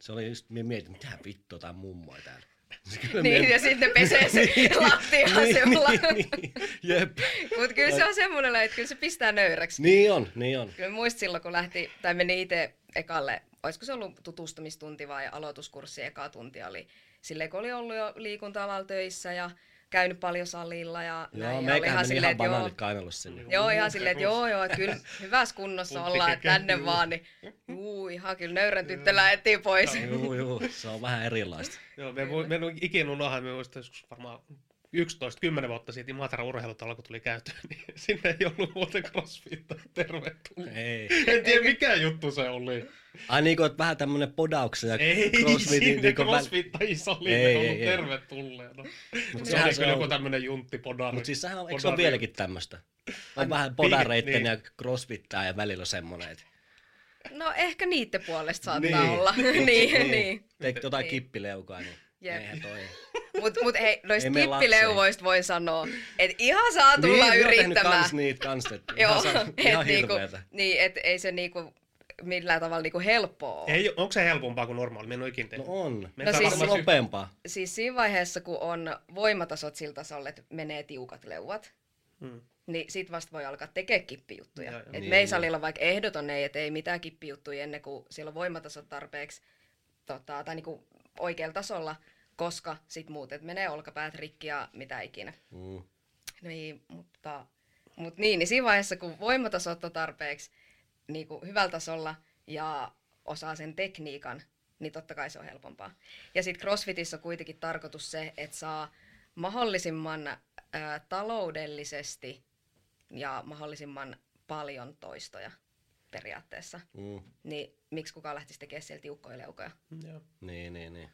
se oli just, minä mietin, mitä vittua tää mummoi täällä. No, Kyllä Niin, mie- ja sitten pesee se Niin, lattiaasella. niin, niin, jep. Mutta kyllä se on semmoinen, laji, että kyllä se pistää nöyräksi. Niin on, niin on. Kyllä muistin silloin, kun lähti, tai meni itse ekalle, olisiko se ollut tutustumistunti vai aloituskurssi eka tunti oli. Silleen, kun oli ollut jo liikunta-alalla töissä ja käynyt paljon salilla ja Joo, näin. ja oli meikähän meni ihan että joo, banaalit kainalla sinne. Joo, ihan silleen, että joo, joo, että kyllä hyvässä kunnossa Pumpi ollaan, että tekee, tänne juu. vaan, niin juu, ihan kyllä nöyrän tyttö lähettiin pois. Joo, joo, se on vähän erilaista. Joo, me, voi, me en ole ikinä unohda, me muistan joskus varmaan 11-10 vuotta siitä Imatran urheilutalo, kun tuli käytyä, niin sinne ei ollut muuten crossfitta. Tervetuloa. Ei. En tiedä mikä juttu se oli. Ai niinku, että vähän tämmönen podauksen ja Ei, crossfitin sinne niinku väl- crossfittajiin salille Ei, ei, ei, ollut ei. tervetulleena. Mut se sehän oli se kyllä on. joku tämmönen junttipodari. Mut siis sehän on, eikö se Podari- ole vieläkin tämmöstä? On vähän niin, podareitten niin. ja crossfittaa ja välillä semmonen, et No ehkä niiden puolesta saattaa Niin. olla. niin, niin. teet jotain Niin. kippileukaa, niin Jep. eihän toi. Mutta mut hei, noista Ei mene kippileuvoista voin sanoa, että ihan saa niin, tulla Niin, yrittämään. kans niitä kans, et Joo, ihan, sa- ihan et niinku, hirveetä. niin, et ei se niinku millään tavalla niinku helppoa ole. Ei, onko se helpompaa kuin normaali? Me en ole ikinä No tehnyt. on. Me Se saa No on siis- varmaan varmaan sy- nopeampaa. Siis siinä vaiheessa, kun on voimatasot sillä tasolla, että menee tiukat leuat, Mm. niin sit vasta voi alkaa tekemään kippijuttuja. Joo, joo. Et Niin, niin, meidän joo. salilla vaikka ehdoton ei, että ei mitään kippijuttuja ennen kuin siellä on voimatasot tarpeeksi tota, tai niinku oikealla tasolla, koska sit muut, et menee olkapäät rikki ja mitä ikinä. Mm. Niin, mutta mut niin, niin siinä vaiheessa, kun voimatasot on tarpeeksi niin kuin hyvällä tasolla ja osaa sen tekniikan, niin totta kai se on helpompaa. Ja sitten CrossFitissa on kuitenkin tarkoitus se, että saa mahdollisimman ö, taloudellisesti ja mahdollisimman paljon toistoja periaatteessa. Mm. Niin miksi kukaan lähtisi tekemään siellä tiukkoja leukoja? Joo. Niin, niin, niin.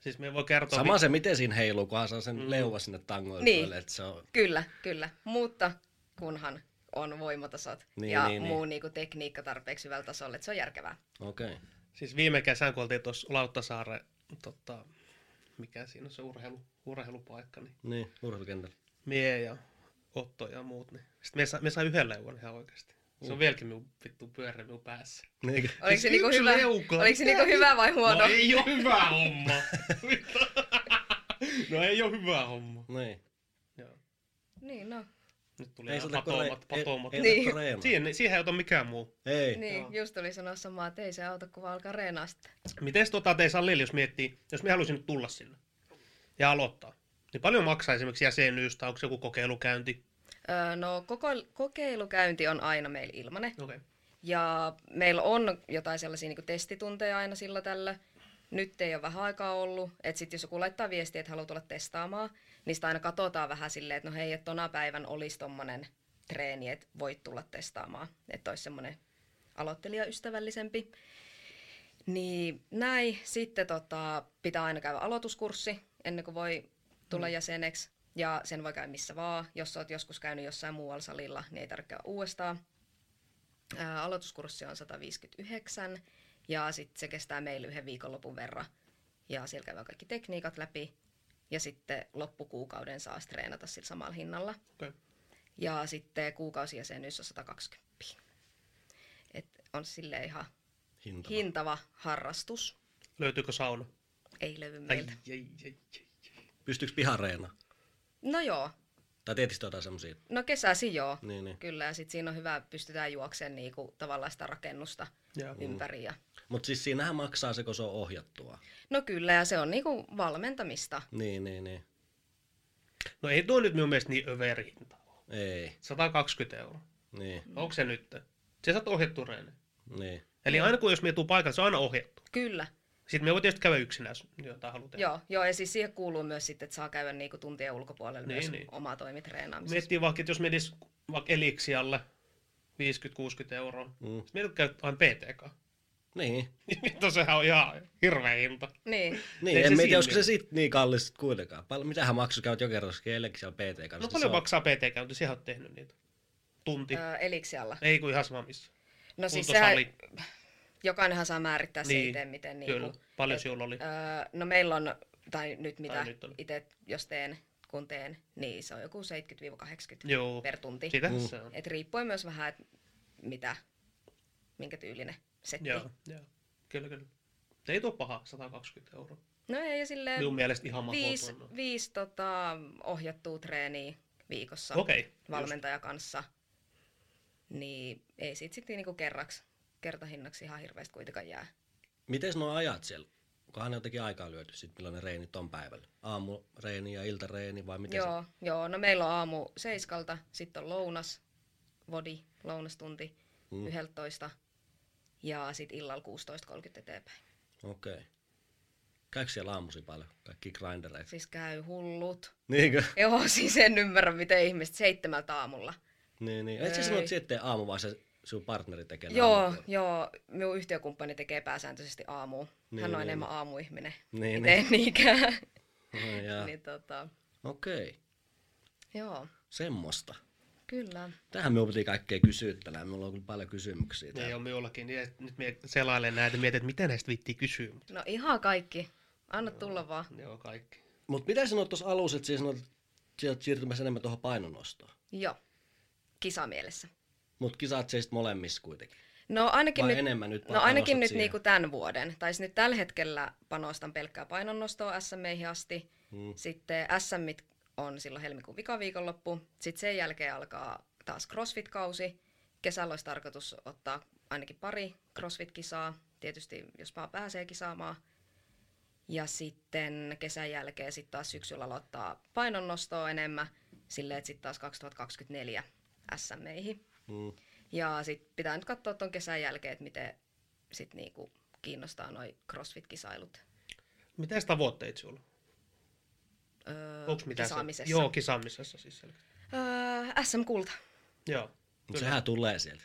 Siis me voi kertoa... Sama se, miten siinä heiluu, kunhan saa sen leuva sinne tangoille. Niin. Niin. Että se on Kyllä, kyllä. Mutta kunhan on voimatasot Niin, niin, niin, ja niin, niin. muu niin. kuin tekniikka tarpeeksi hyvällä tasolla, että se on järkevää. Okei. Okay. Siis viime kesän, kun oltiin tuossa Lauttasaaren, tota, mikä siinä on se urheilu, urheilupaikka, niin Niin, urheilukentällä. mie ja Otto ja muut, niin sitten me, sa, me sai yhden leuan ihan oikeasti. Se on vieläkin minun vittu pyörä minun päässä. Niin. Oliko se, Siis niinku yksi hyvä, leuka. oliko Mitä se niinku hyvä vai huono? No ei ole hyvä homma. no ei ole hyvä homma. Niin. Joo. Niin, no. Nyt tuli Ei ihan sota patomat, patomat. Ei, Niin. ei niin. Siin. Siihen, siihen ei ota mikään muu. Ei. Niin. Niin, Joo. just tuli sanoa samaa, että ei se auta, kun vaan alkaa reenaa sitten. Miten tota tein salille, jos miettii, jos me haluaisin nyt tulla sinne ja aloittaa, niin paljon maksaa esimerkiksi jäsenyys tai onko se joku kokeilukäynti? Öö, no, koko, kokeilukäynti on aina meillä ilmanen. Okei. Okay. Ja meillä on jotain sellaisia niin testitunteja aina sillä tällä. Nyt ei ole vähän aikaa ollut. Että sitten jos joku laittaa viestiä, että haluaa tulla testaamaan, niin sitä aina katsotaan vähän silleen, että no hei, että tona päivän olisi tommonen treeni, että voit tulla testaamaan. Että olisi semmoinen aloittelijaystävällisempi. Niin näin. Sitten tota, pitää aina käydä aloituskurssi ennen kuin voi tulla mm. jäseneksi. Ja sen voi käydä missä vaan. Jos olet joskus käynyt jossain muualla salilla, niin ei tarvitse käydä uudestaan. Ää, aloituskurssi on 159 ja sitten se kestää meillä yhden viikonlopun verran. Ja siellä käydään kaikki tekniikat läpi ja sitten loppukuukauden saa sit treenata sillä samalla hinnalla. Okay. Ja sitten kuukausijäsenyys on 120. Et on sille ihan Hinta. hintava harrastus. Löytyykö sauna? Ei löydy Ai, meiltä. ai, ai, ai. Pystyykö pihareena? No joo, Tai tietysti jotain semmosia. no kesäsi joo. Niin, niin. Kyllä, ja sitten siinä on hyvä, pystytään juokseen niinku tavallaan sitä rakennusta Joo. ympäri. Ja... Mut siis siinähän maksaa se, kun se on ohjattua. No kyllä, ja se on niinku valmentamista. Niin, niin, niin. No ei tuo nyt minun mielestä niin överihinta ole. Ei. 120 euroa. Niin, Mm. Onko se nyt? Se saat ohjattu reeni. niin. Eli aina kun jos me tuu paikalle, se on aina ohjattu. Kyllä. Sitten me voi tietysti käydä yksinään, jos jotain haluaa tehdä. Joo, joo, ja siis siihen kuuluu myös sitten, että saa käydä niinku tuntien ulkopuolella Niin, niin, myös niin. niin. omaa toimitreenaamisessa. Miettii vaikka, että jos menisi vaikka Elixialle 50-60 euroa, mm. Mm. sitten mietit käydä aina PTK. Niin. Vittu, sehän on ihan hirveä hinta. No Niin. Niin, Ei en se mä siinä tiedä, olisiko se ole. sit niin kallis sit kuitenkaan. Pal- mitähän maksu käyt jokeroskin, eilenkin siellä PT kanssa. No Se paljon on- maksaa PT-käynti, sehän on tehnyt niitä. Tunti. Öö, eliksialla. Ei kun ihan sama missä. No siis sehän, Kuntosali. jokainenhan saa määrittää niin, Niin, se itse, miten niinku, Kyllä, paljon sinulla oli. Öö, no meillä on, tai nyt mitä nyt on. itse, jos teen, kun teen, niin se on joku 70-80 Joo, per tunti. sitä Mm. se on. Et riippuen myös vähän, että mitä, minkä tyylinen setti. Joo, joo. Kyllä, kyllä. Se ei tuo paha, 120 euroa. No ei, ja silleen Minun mielestä ihan viisi, mahdoton. viisi tota, ohjattua treeniä viikossa Okei. just. valmentaja kanssa. Niin ei siitä sitten niinku kerraksi, kertahinnaksi ihan hirveästi kuitenkaan jää. Mites nuo ajat siellä? Onkohan ne jotenkin aikaa lyöty sit, milloin ne reenit on päivällä? Aamureeni ja iltareeni vai miten se? Joo, joo, no meillä on aamu seiskalta, sitten on lounas, vodi, lounastunti, Mm. mm. 11 ja sitten illalla 16.30 eteenpäin. Okei. Okay. Käykö siellä aamuisin paljon? Kaikki grindereita. Siis käy hullut. Niinkö? Joo, siis en ymmärrä, miten ihmiset seitsemältä aamulla. Niin, niin. Et sä Ei. sanonut sitten aamu, vaan se sun partneri tekee ne joo, aamutyöt? joo, minun yhtiökumppani tekee pääsääntöisesti aamuun. Niin, Hän on niin. enemmän aamuihminen. Niin, Itse en niinkään. niin. Ja, niin, tota, Okei. Okay. joo, Semmosta. kyllä. Tähän me opittiin kaikkea kysyttelää. Mulla on kyllä paljon kysymyksiä. Ne ei täällä. ole minullakin. niin et- Nyt mie selailen näitä ja mietin, että mitä näistä vittiin kysyy. mut No ihan kaikki. Anna tulla vaan. Ne on kaikki. Mut mitä sanoit tuossa alussa, että siis sanoit, että sä oot siirtymässä enemmän tuohon painonnostoon? Joo, kisamielessä. Mut kisat seistä molemmissa kuitenkin. No ainakin Vai nyt, enemmän nyt no ainakin panostat nyt siihen? niinku tämän vuoden. Tai siis nyt tällä hetkellä panostan pelkkää painonnostoa SMEihin asti. Mm. Sitten SMit on silloin helmikuun vikaviikonloppu. Sitten sen jälkeen alkaa taas CrossFit-kausi. Kesällä olisi tarkoitus ottaa ainakin pari CrossFit-kisaa, tietysti jos vaan pääsee kisaamaan. Ja sitten kesän jälkeen sitten taas syksyllä aloittaa painonnostoa enemmän, silleen, että sitten taas 2024 SMEihin. Mm. Ja sitten pitää nyt katsoa tuon kesän jälkeen, että miten sit niinku kiinnostaa noi CrossFit-kisailut Mitäs tavoitteet sinulla? öö, Onko mitään? se- kisaamisessa. Joo, kisaamisessa siis selkeästi. Öö, SM-kulta. Joo. Mut Kyllä. sehän tulee sieltä.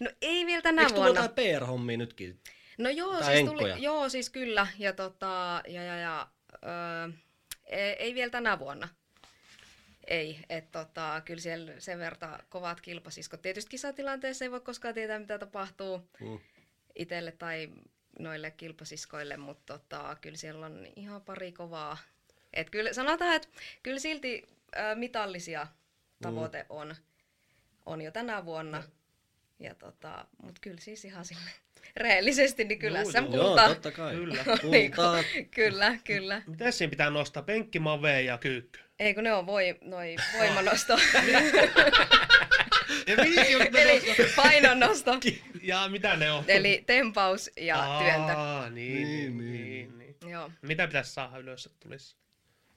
No ei vielä tänä Eikö tullut vuonna. jotain PR-hommia nytkin? No joo, tai siis, enkkoja? tuli, joo, siis kyllä. Ja, tota, ja, ja, ja öö, ei, ei vielä tänä vuonna. Ei, että tota, kyllä siellä sen verta kovat kilpasiskot. Tietysti kisatilanteessa ei voi koskaan tietää, mitä tapahtuu Mm. itselle tai noille kilpasiskoille, mutta tota, kyllä siellä on ihan pari kovaa. Et kyllä, sanotaan, että kyllä silti ö, mitallisia Mm. tavoite on, on jo tänä vuonna. Ja tota, mutta kyllä siis ihan sille rehellisesti, niin kyllä Joo, SM joo. Joo, kultaa. totta kai. Kyllä. Niinku, Kultaa. kyllä, kyllä. Mitäs siinä pitää nostaa? Penkki, mavee ja kyykky. Ei kun ne on voi, noi voimanosto, Niin, Ja, viisi, jos me eli nostaa- painonnosto, ja mitä ne on? eli tempaus ja työntö. Aa, niin, Niin, niin, niin, niin, niin. Joo. Mitä pitäisi saada ylös, että tulisi?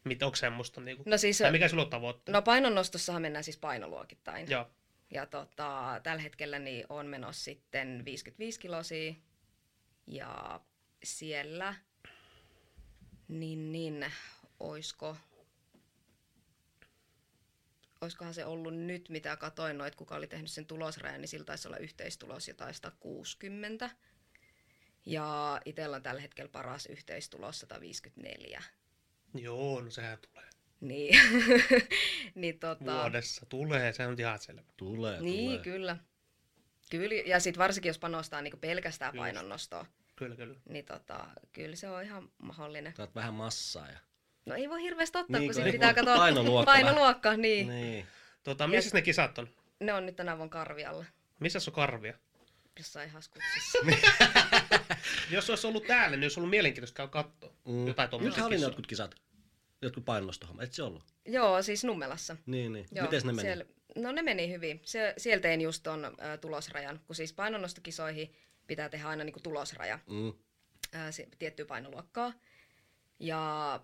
Mit, onko semmoista? Niinku? No siis, tai mikä sulla on tavoitteena? no painonnostossahan mennään siis painoluokittain. Joo. Ja tota, tällä hetkellä niin on menossa sitten 55 kilosia ja siellä niin, niin oisko, oiskohan se ollut nyt, mitä katoin noit, kuka oli tehnyt sen tulosrajan, niin sillä taisi olla yhteistulos jotain 160. Ja itsellä on tällä hetkellä paras yhteistulos 154. Joo, no sehän tulee. Niin, niin tota, Vuodessa tulee, se on ihan selvä. Tulee, Niin, tulee. kyllä. Kyllä, ja sitten varsinkin jos panostaa niinku pelkästään Just. painonnostoon, Kyllä, kyllä. niin tota, kyllä se on ihan mahdollinen. Saat vähän massaa ja... No ei voi hirveästi ottaa, Niin, niin, kun kun sit ei pitää voi. katsoa Painoluokka vähän. painoluokkaa, niin. niin. Niin. Tota, missä ne kisat on? Ne on nyt tänä vuonna karvialla, Missä on karvia? jossain haskuksissa. Niin. Jos olisi ollut täällä, niin olisi ollut mielenkiintoista käydä katsoa mm. jotain tuommoista Nythän oli ne jotkut kisat. Jotkut painonnostohommat, et se ollut? Joo, siis Nummelassa. Niin, niin. Joo, Mites ne meni? siellä- no ne meni hyvin. Se, sieltä tein just ton ö, tulosrajan, kun siis painonnostokisoihin pitää tehdä aina niinku tulosraja. Mm. ää, äh, si- tiettyä painoluokkaa. Ja,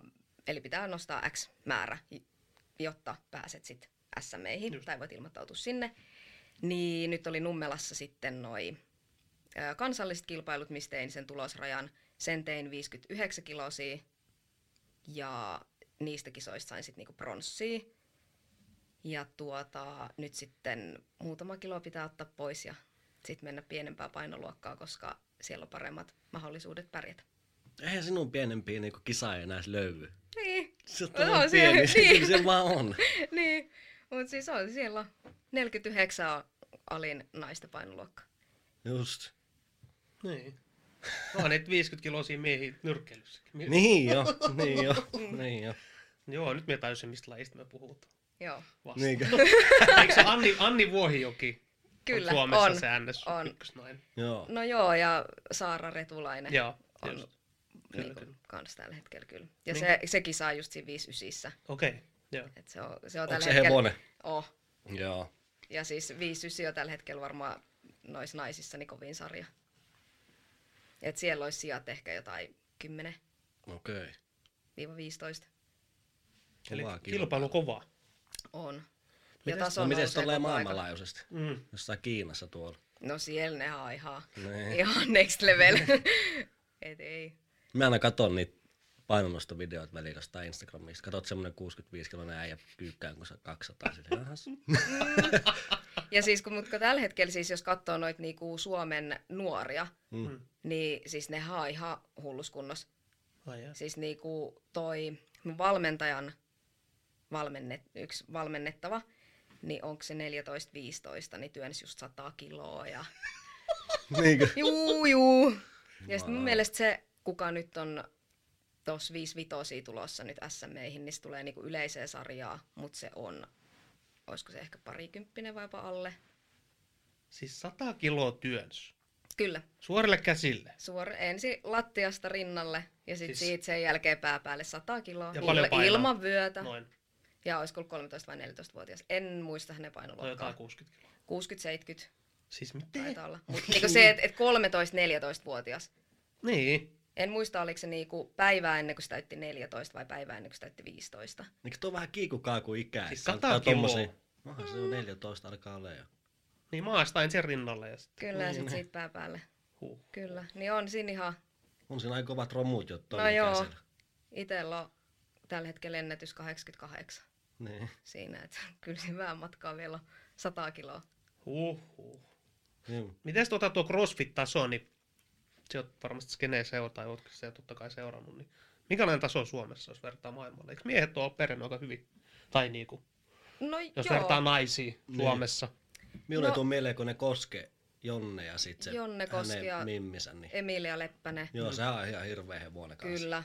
eli pitää nostaa X määrä, j- jotta pääset sitten SMEihin Just. tai voit ilmoittautua sinne. Niin nyt oli Nummelassa sitten noi ö, kansalliset kilpailut, mistä tein sen tulosrajan. Sen tein 59 kilosia ja niistä kisoista sain sitten niinku pronssia. Ja tuota, nyt sitten muutama kilo pitää ottaa pois ja sitten mennä pienempää painoluokkaa, koska siellä on paremmat mahdollisuudet pärjätä. Eihän sinun pienempiä niin kisaa enää edes löydy. Niin, Se on No, no, se- pieni, niin. niin. se vaan on. niin. Mutta siis on siellä 49 on alin naisten painoluokka. Just. Niin. Onhan niitä 50 kiloisia miehiä nyrkkeilyssäkin. Mi- Niin jo, niin jo, niin jo. Joo, nyt me tajusin, mistä lajista me puhutaan. Joo, Vasta. Niinkö? Eikö se Anni, Anni Vuohijoki kyllä on Suomessa on. se NS on. ykkösnainen? Joo. No joo, ja Saara Retulainen Joo, on just. kyllä, niinku kyllä. kans tällä hetkellä kyllä. Ja Niin. se, sekin saa just siinä 59. Okei, okay. joo. Et se on, se on Onko tällä se hetkellä... hevonen? Oh. Joo. Ja siis 59 on tällä hetkellä varmaan noissa naisissa niin kovin sarja. Et siellä olisi sijat ehkä jotain 10-15. Okei. Okay. Eli kilpailu kova. On. Ja Mites, taso no, mites nousee tolleen koko aika. maailmanlaajuisesti? Mm. Jossain Kiinassa tuolla. No siellä ne on ihan, Niin. ihan next level. Et ei. Mä aina katon niitä painonnostovideoita välillä jostain Instagramista. Katot semmonen 65 kilonen äijä kyykkään, kun sä 200. Sitten, ahas. Ja siis kun, mutta tällä hetkellä siis jos katsoo noita niinku Suomen nuoria, Mm. niin siis ne on ihan hullus kunnossa. Ai jaa. Siis niinku toi mun valmentajan valmennet, yksi valmennettava, niin onko se 14-15, niin työnsi just 100 kiloa ja Niinkö? juu juu. Ja sitten Wow. mun mielestä se, kuka nyt on tos 5-5 tulossa nyt SMEihin, niin se tulee niinku yleiseen sarjaa, mutta se on, olisiko se ehkä parikymppinen vai jopa alle. Siis 100 kiloa työns. Kyllä, Suorille käsille. suor, ensi lattiasta rinnalle ja sitten Siis- siis... siitä sen jälkeen pää päälle 100 kiloa Ja paljon painaa. ilman vyötä. Noin. Ja olisiko ollut 13 vai 14-vuotias. En muista hänen Tai jotain painoluokkaa. 60 kiloa. 60-70 Siis miten? taitaa olla. Mutta niinku se, että et 13-14-vuotias. Niin. En muista, oliko se niinku päivää ennen kuin se täytti 14 vai päivää ennen kuin se täytti 15. Eikö tuo vähän kiikukaa kuin ikää? Siis että 100 alkaa kiloa. tommosia- Onhan se on 14 alkaa olla jo. Niin maastaen sen rinnalle ja sitten. Kyllä, ja Niin, sitten niin. siitä pää päälle. Huh. Kyllä. Niin on siinä ihan, On siinä aika kovat romut jo tuon No joo. itellä on tällä hetkellä ennätys 88 Niin. siinä, että kyllä siinä vähän matkaa vielä on 100 kiloa. Huh, huh. Juu. Mites tuota tuo CrossFit-taso, niin se oot varmasti skeneen seuraa, ja ootko se totta kai seurannut, niin minkälainen taso Suomessa, jos vertaa maailmalle? Eikö miehet ole perinnyt aika hyvin? Tai niinku, No jos joo, vertaa naisiin Niin. Suomessa. Minulle No- no. tuli mieleen, kun ne koske Jonne ja sit se Jonne Koski ja- hänen mimmisä. Niin. Emilia Leppänen, Joo, se on ihan hirveä hevonen kanssa. kyllä.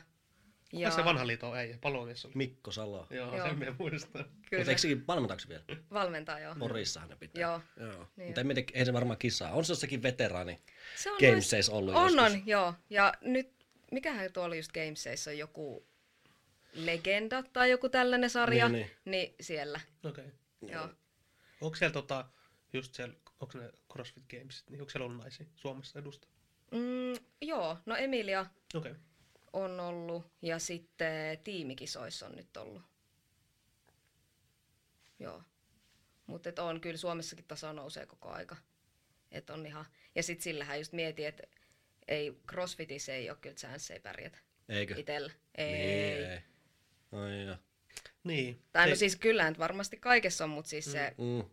Ja. Se vanha liiton äijä, palomies oli. Mikko Salo. Joo, Joo. sen me muistan. Mutta kyllä. eikö sekin valmentaako se vielä? Valmentaa joo. Porissahan ne pitää. Joo. Joo. Niin Mutta en mietin, ei se varmaan kisaa. On se jossakin veteraani Se on nois- Gameseis ollut On, joskus. on, joo. Ja nyt, mikähän tuo oli just Gameseissä, on joku legenda tai joku tällainen sarja, Niin, niin, niin. niin. niin siellä. Okei. Okay. Joo. Onko siellä tota, just siellä, onko ne CrossFit Games, niin onko siellä ollut naisia Suomessa edusta? Mm, joo, no Emilia Okei. Okay. on ollut ja sitten tiimikisoissa on nyt ollut. Joo. Mutta on kyllä Suomessakin taso nousee koko aika. Et on ihan... Ja sitten sillähän just mietin, että ei, crossfitissä ei ole kyllä chance ei pärjätä Eikö? itsellä. Niin, Ei. ei. Ai joo. Niin. Tai no Ei- siis kyllä nyt varmasti kaikessa on, mutta siis se Mm.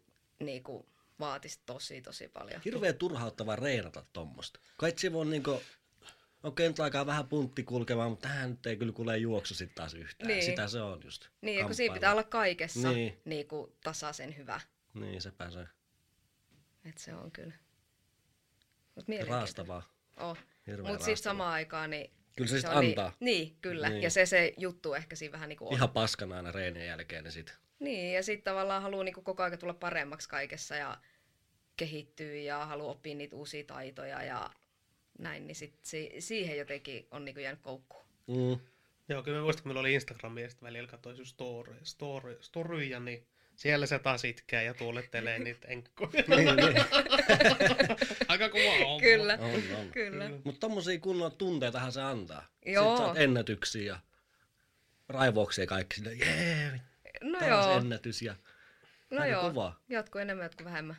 niinku, vaatisi tosi tosi paljon. Hirveä turhauttavaa reenata tommosta. Kai se voi niinku, okei nyt alkaa vähän puntti kulkemaan, mutta tähän nyt ei kyllä kuule juoksu sit taas yhtään. Niin. Niin. Sitä se on just. Niin, kun siinä Kamppailu. pitää olla kaikessa Niin. niin. niinku, tasaisen hyvä. Niin, sepä se. Et se on kyllä. Mut Raastavaa. Oh. Hirveä Mutta siis raastavaa. samaan aikaan niin... Kyllä se sit on antaa. Niin, niin kyllä. Niin. Niin. Ja se se juttu ehkä siinä vähän niinku on. Ihan paskana aina reenien jälkeen, niin sit. Niin, ja sitten tavallaan haluaa niinku koko ajan tulla paremmaksi kaikessa ja kehittyy ja haluaa oppia niitä uusia taitoja ja näin, niin sit si- siihen jotenkin on niinku jäänyt koukkuun. Mm. Joo, kyllä mä muistan, kun meillä oli Instagramia, ja sitten välillä katsoin sun story, story, storyja, niin siellä se taas itkää ja tuulettelee niitä enkkoja. niin, niin. Aika kova homma. Kyllä, On, on. kyllä. Mutta tommosia kunnon tunteitahan se antaa. Sitten Joo. saat ennätyksiä ja raivouksia ja kaikki sille, jee, No taas joo. ennätys ja No Aika joo, kovaa. jotkut enemmän, jotkut vähemmän,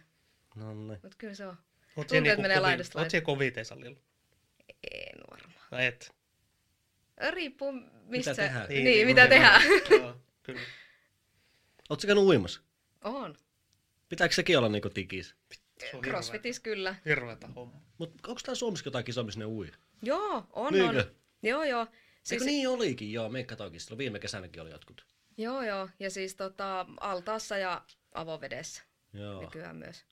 no niin. mutta kyllä se on. Oot Tunteet menee laidasta niinku Oot siellä koviteesallilla? En varmaan. Tai et? e-, Riippuu missä. tehdään. Niin, mitä no, tehdään. joo, Kyllä. Ootko käynyt uimassa? On. Pitääkö sekin olla niinku tikis? Se on Crossfitis kyllä. Hirveetä hommaa. Mut onko tää Suomessa jotain kisaa, missä ne ui? Joo, on, Niinkö? on. Joo, joo. Siis... Eikö niin olikin, joo, me katoinkin silloin. Viime kesänäkin oli jotkut. Joo, joo. Ja siis tota, altaassa ja avovedessä Joo. nykyään myös.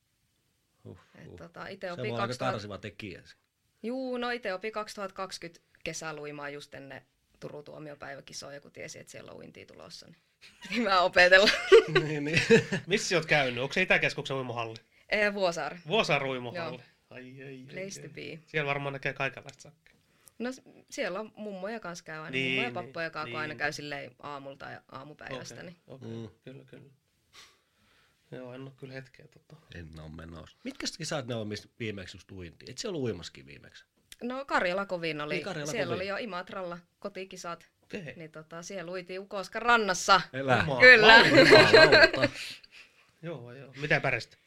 Huh, Et, huh. tota, ite Se voi opin olla aika 2000... karsiva tekijä. Juu, no ite opin 2020 kesäluimaa just ennen Turun tuomiopäiväkisoja, kun tiesi, että siellä on uintia tulossa. Niin piti mä opetella. niin, niin. Missä sä oot käynyt? Onko se Itäkeskuksen uimahalli? Eh, Vuosaari. Vuosaar uimahalli. Joo. Ai, ai, ai, Place to ai. be. Siellä varmaan näkee kaikenlaista sakkia. No s- siellä on mummoja kanssa käy aina. Niin, Niin, mummoja niin, ja pappoja kanssa, kun aina niin. käy silleen aamulta ja aamupäivästä. Okei, Niin. Mm. okei, Kyllä, kyllä. Joo, en oo kyllä hetkeä tota. En oo menossa. Mitkä kisat ne on, missä viimeksi just uintiin? Et se ollut uimassakin viimeksi. No Karjala kovin oli. Niin, Karjala siellä kovin. oli jo Imatralla kotikisat. Okei. Niin tota, siellä uitiin Ukoskan rannassa. Elä. Omaa Kyllä. Jumalauta. Joo, joo. Mitä pärjäsit?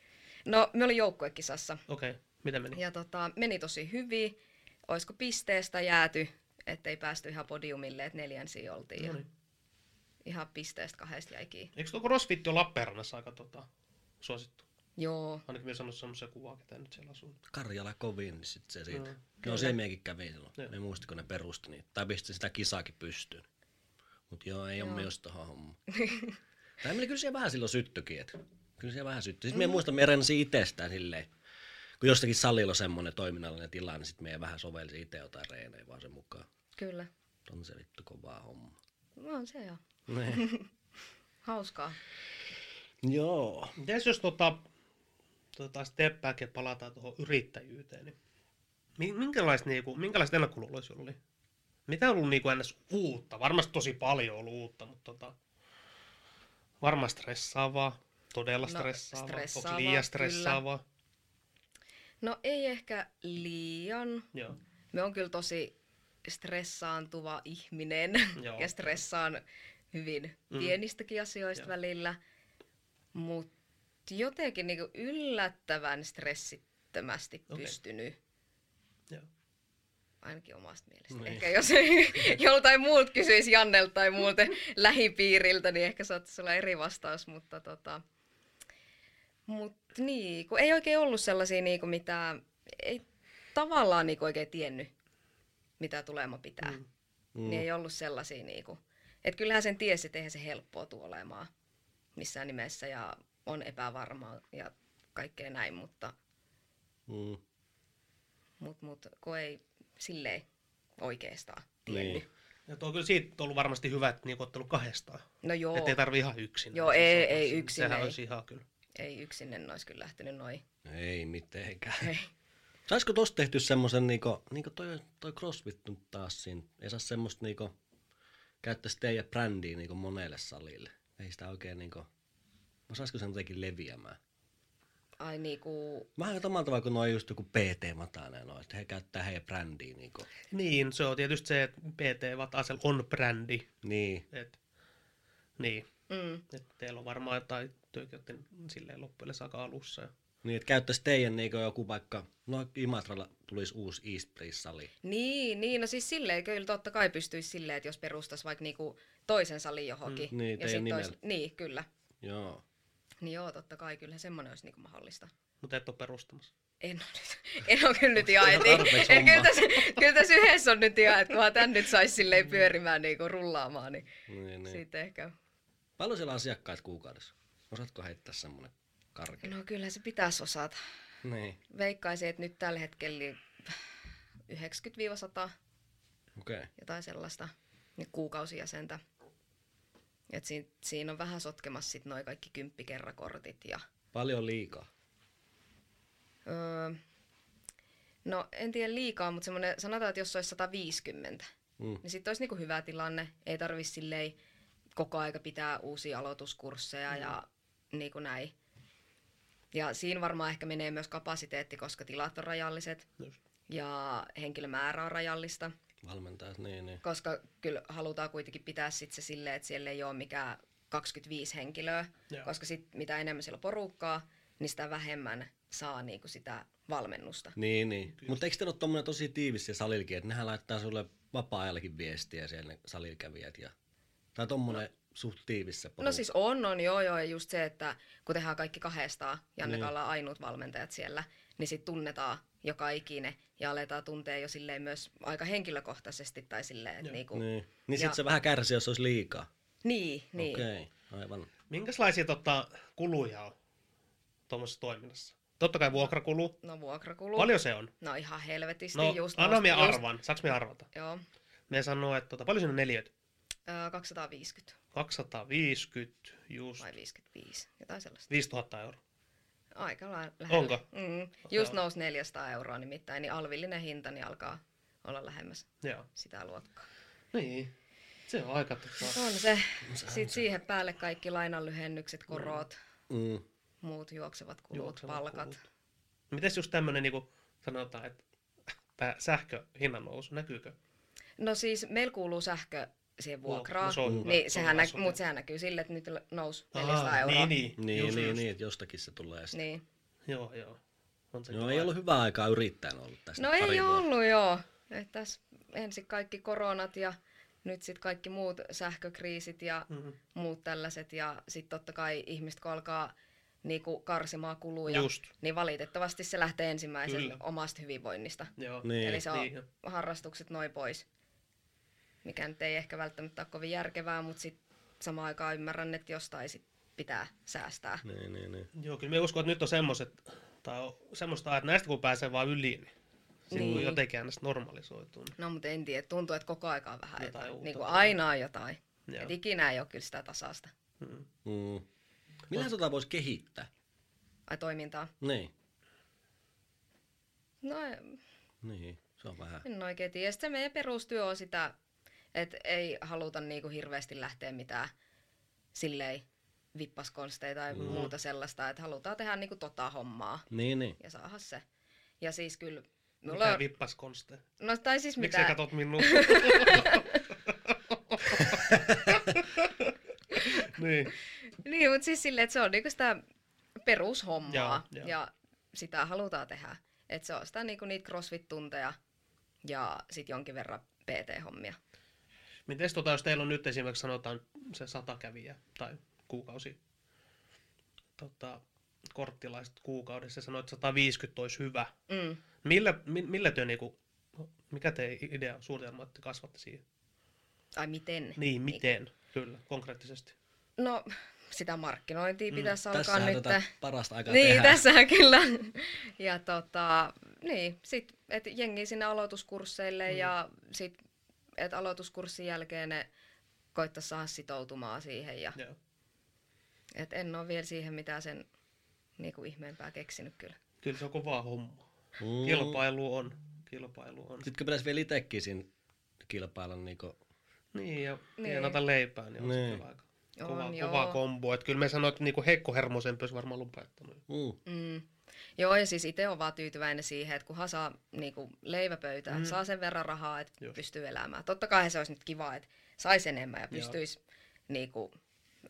No me oli joukkuekisassa Okei. Okay. Mitä meni? ja tota, meni tosi hyvin. Oisko pisteestä jääty, ettei päästy ihan podiumille, että neljänsiä oltiin. No Ja niin. ihan pisteestä kahdesta jäikin. Eikö tuo crossfit ole Lappeenrannassa aika tota, suosittu? Joo, Ainakin minä sanon semmoisia kuvaa, ketä nyt siellä asuu. Karjala kovin, niin sit se siitä. Joo. No, no se meikin kävi silloin. Joo. Ne muisti, kun ne perusti niitä. Tai pisti sitä kisaakin pystyyn. Mut joo, ei oo Joo. myös tohon homma. tai meni kyllä siellä vähän silloin syttykin, et. Kyllä siellä vähän syttyi. Sitten mm. me muistan, me reenasin itsestään silleen. Kun jostakin salilla on semmonen toiminnallinen tilanne, niin sit me vähän sovelsi itse jotain reenejä vaan sen mukaan. kyllä. On se vittu kovaa homma. No on se jo. Ne. Niin. Hauskaa. joo. Mites jos tota, tota step back ja palataan tuohon yrittäjyyteen, niin mi- minkälaiset, niinku, minkälaiset ennakkoluuloja sulla oli? Mitä on ollut niinku ns. uutta? Varmasti tosi paljon ollut uutta, mutta tota, varmaan stressaavaa, todella No, stressaavaa, onko stressaavaa, liian kyllä. stressaavaa? No ei ehkä liian. Joo. Me on kyllä tosi stressaantuva ihminen Joo. ja stressaan hyvin Mm. pienistäkin asioista Joo. välillä, mutta jotenkin niinku yllättävän stressittömästi Okei. pystynyt, Joo. ainakin omasta mielestä. Niin. Ehkä jos joltain muut kysyisi Jannelta tai muuten lähipiiriltä, niin ehkä saattaisi olla eri vastaus, mutta tota, mut niin, kun ei oikein ollut sellaisia, niinku, mitä ei tavallaan niinku oikein tiennyt, mitä tulema pitää. Mm. Mm. Mm. Niin ei ollut sellaisia niinku. Et kyllähän sen tiesi, että eihän se helppoa tule olemaan missään nimessä ja on epävarmaa ja kaikkea näin, mutta Mm. mut, mut, kun ei silleen oikeastaan tiennyt. Niin. Niin. Ja tuo on kyllä siitä ollut varmasti hyvä, että niinku ottelu kahdestaan. No joo, Ettei tarvi ihan yksin. Joo, näissä ei- asioissa. ei yksin, Sehän ei. olisi ihan kyllä. ei yksin en olisi kyllä lähtenyt noin. Ei mitenkään. Saisiko tosta tehty semmosen niinku, niinku toi, toi crossfit nyt taas siinä, ei saa semmoista niinku, käyttäisi teidän brändiä niinku monelle salille. Ei sitä oikein niinku, no saisiko sen jotenkin leviämään? Ai niinku, Vähän samalla tavalla kuin noin just joku PT Matanen noin, että he käyttää heidän brändiä niinku. Niin, se on tietysti se, että PT Vatasel on brändi. Niin, Et, niin. mm, Et teillä on varmaan jotain työkielten silleen loppujen saakka alussa. Ja... niin että käyttäisi teidän niinku joku vaikka, no Imatralla tulisi uusi East Breeze sali. niin, niin, no siis silleen kyllä totta kai pystyisi silleen, että jos perustaisi vaikka niinku toisen salin johonkin. Mm, niin, ja teidän sit olisi, nimellä. niin, kyllä. Joo. Niin joo, totta kai, kyllä semmoinen olisi niinku mahdollista. Mutta et ole perustamassa. En ole nyt, en ole kyllä nyt ihan, et, Ihan tarpeeksi et, kyllä, hommaa. tässä, kyllä tässä yhdessä on nyt ihan, että kunhan tän nyt saisi silleen pyörimään niinku rullaamaan, niin, Niin, niin. niin. siitä ehkä. Paljon siellä on asiakkaita kuukaudessa? Osaatko heittää semmonen karkea? No kyllä se pitäisi osata. Niin, Veikkaisin, että nyt tällä hetkellä niin 90-100 okei. Okay. jotain sellaista niin kuukausijäsentä. Et siinä, siinä on vähän sotkemassa sit noi kaikki kymppikerrakortit ja Paljon liikaa. öö, No en tiedä liikaa, mutta semmonen, sanotaan, että jos se olisi 150, Mm. niin sitten olisi niinku hyvä tilanne. Ei tarvi silleen koko aika pitää uusia aloituskursseja mm. ja niinku näin. Ja siinä varmaan ehkä menee myös kapasiteetti, koska tilat on rajalliset Just. ja henkilömäärä on rajallista. Valmentajat, niin, niin. koska kyllä halutaan kuitenkin pitää sit se silleen, että siellä ei ole mikään 25 henkilöä, Joo. Joo. koska sit mitä enemmän siellä on porukkaa, niin sitä vähemmän saa niinku sitä valmennusta. Niin, niin. Mutta eikö teillä ole tommonen tosi tiivis se salilkin, että nehän laittaa sulle vapaa-ajallakin viestiä siellä ne salilkävijät ja... Tai tommonen no. suht tiivis se No siis on, on, joo, joo. Ja just se, että kun tehdään kaikki kahdestaan, Janneka Niin. ollaan ainut valmentajat siellä, niin sit tunnetaan joka ikinen ja aletaan tuntea jo silleen myös aika henkilökohtaisesti tai silleen, että Joo. niinku, niin, Niin, niin sit Ja- se vähän kärsii, jos olisi liikaa. niin, niin. Okay. Okei, okay. aivan. Minkälaisia tota, kuluja on tuommoisessa toiminnassa? Totta kai vuokrakulu. No vuokrakulu. Paljon se on? No ihan helvetisti No, just. anna nost- minä just- arvan. Saanko minä arvata? Joo, Me sanoo, että tota, paljon siinä on neljöt? ö, 250 250, just vai 55, jotain sellaista. 5000 euroa. Aika la- lähellä. Onko? Mm, just Joo. nousi 400 euroa nimittäin, niin alvillinen hinta niin alkaa olla lähemmäs Joo. sitä luokkaa. Niin. Se on aika tota... On se. Sitten siihen päälle kaikki lainanlyhennykset, korot, Mm. muut juoksevat kulut, Juoksevat palkat. kulut. Mites just tämmönen niinku sanotaan, että tää sähköhinnan nousu, näkyykö? No siis meillä kuuluu sähkö siihen vuokraan. No, se on hyvä. niin, Se on sehän hyvä nä- asunto. mut sehän näkyy sille, että nyt l- nousi 400 Aa, euroa. Niin, niin. Niin, Just, niin, just. niin, että jostakin se tulee sitten. niin. Joo, joo. On se Joo, kova. ei ollut hyvää aikaa yrittäjän ollut tästä No pari ei vuotta. ollut joo. Et tässä ensin kaikki koronat ja nyt sitten kaikki muut sähkökriisit ja Mhm. muut tällaiset. Ja sitten totta kai ihmiset, kun alkaa niinku karsimaan kuluja, Just. niin valitettavasti se lähtee ensimmäisen Kyllä. omasta hyvinvoinnista. Joo. Niin. Eli se on Niin. harrastukset noin pois, mikä nyt ei ehkä välttämättä ole kovin järkevää, mutta sitten samaan aikaan ymmärrän, että jostain sit pitää säästää. Mm. Niin, niin, niin. Joo, kyllä me uskon, että nyt on semmoiset, tai on semmoista, että näistä kun pääsee vaan yli, niin sitten kun Niin. jotenkin aina sit normalisoituu. Niin. No mutta en tiedä, tuntuu, että koko aika on vähän Jotain jotain. uutta niin kuin tulee. aina on jotain. Joo. Et ikinä ei ole kyllä sitä tasasta. Mm. Mm. Millä tota voisi kehittää? Ai toimintaa. Niin, No niin. Se on vähän. en oikein tiedä. Sitten meidän perustyö on sitä, että ei haluta niinku hirveästi lähteä mitään silleen vippaskonsteja tai Mm. muuta sellaista, että halutaan tehdä niinku tota hommaa Niin, niin. ja saada se. Ja siis kyllä, mulla Mitä on, vippas konste? no tai siis Miksi sä mitä, katot minua? niin. niin mutta siis silleen, että se on niinku sitä perushommaa Joo, ja, joo. ja. ja sitä halutaan tehdä. Että se on sitä niinku niitä crossfit-tunteja ja sit jonkin verran PT-hommia. Mites tota, jos teillä on nyt esimerkiksi sanotaan se sata kävijää tai kuukausi tota, korttilaiset kuukaudessa ja sanoit, että 150 olisi hyvä. Mm. Millä, mi, millä työ niinku, mikä te idea on suunnitelma, että kasvatte siihen? Ai miten? Niin, miten? Kyllä, konkreettisesti. No, sitä markkinointia pitäisi mm, alkaa Tässähän nyt. tätä parasta aikaa Niin, tehdään. tässähän kyllä. Ja tota, niin, sit, et jengi sinne aloituskursseille mm. ja sit, et aloituskurssin jälkeen ne koittaisi saada sitoutumaan siihen. Ja, Joo. et en ole vielä siihen mitään sen niinku ihmeempää keksinyt kyllä. Kyllä se on kova homma. Mm. Kilpailu on. Kilpailu on. Sitten pitäisi vielä itsekin siinä kilpailla niinku... Niin, ja Niin. tienata leipää, niin on se Niin. kyllä aika On, kova, joo. kova kombo. Et kyllä me sanoin, että niinku Heikko Hermosempi olisi varmaan lopettanut. Mm. Mm. Joo, ja siis itse on vaan tyytyväinen siihen, että kunhan saa niinku, leiväpöytään, Mm. mm. saa sen verran rahaa, että Just. pystyy elämään. Totta kai se olisi nyt kiva, että saisi enemmän ja Joo. pystyisi niinku,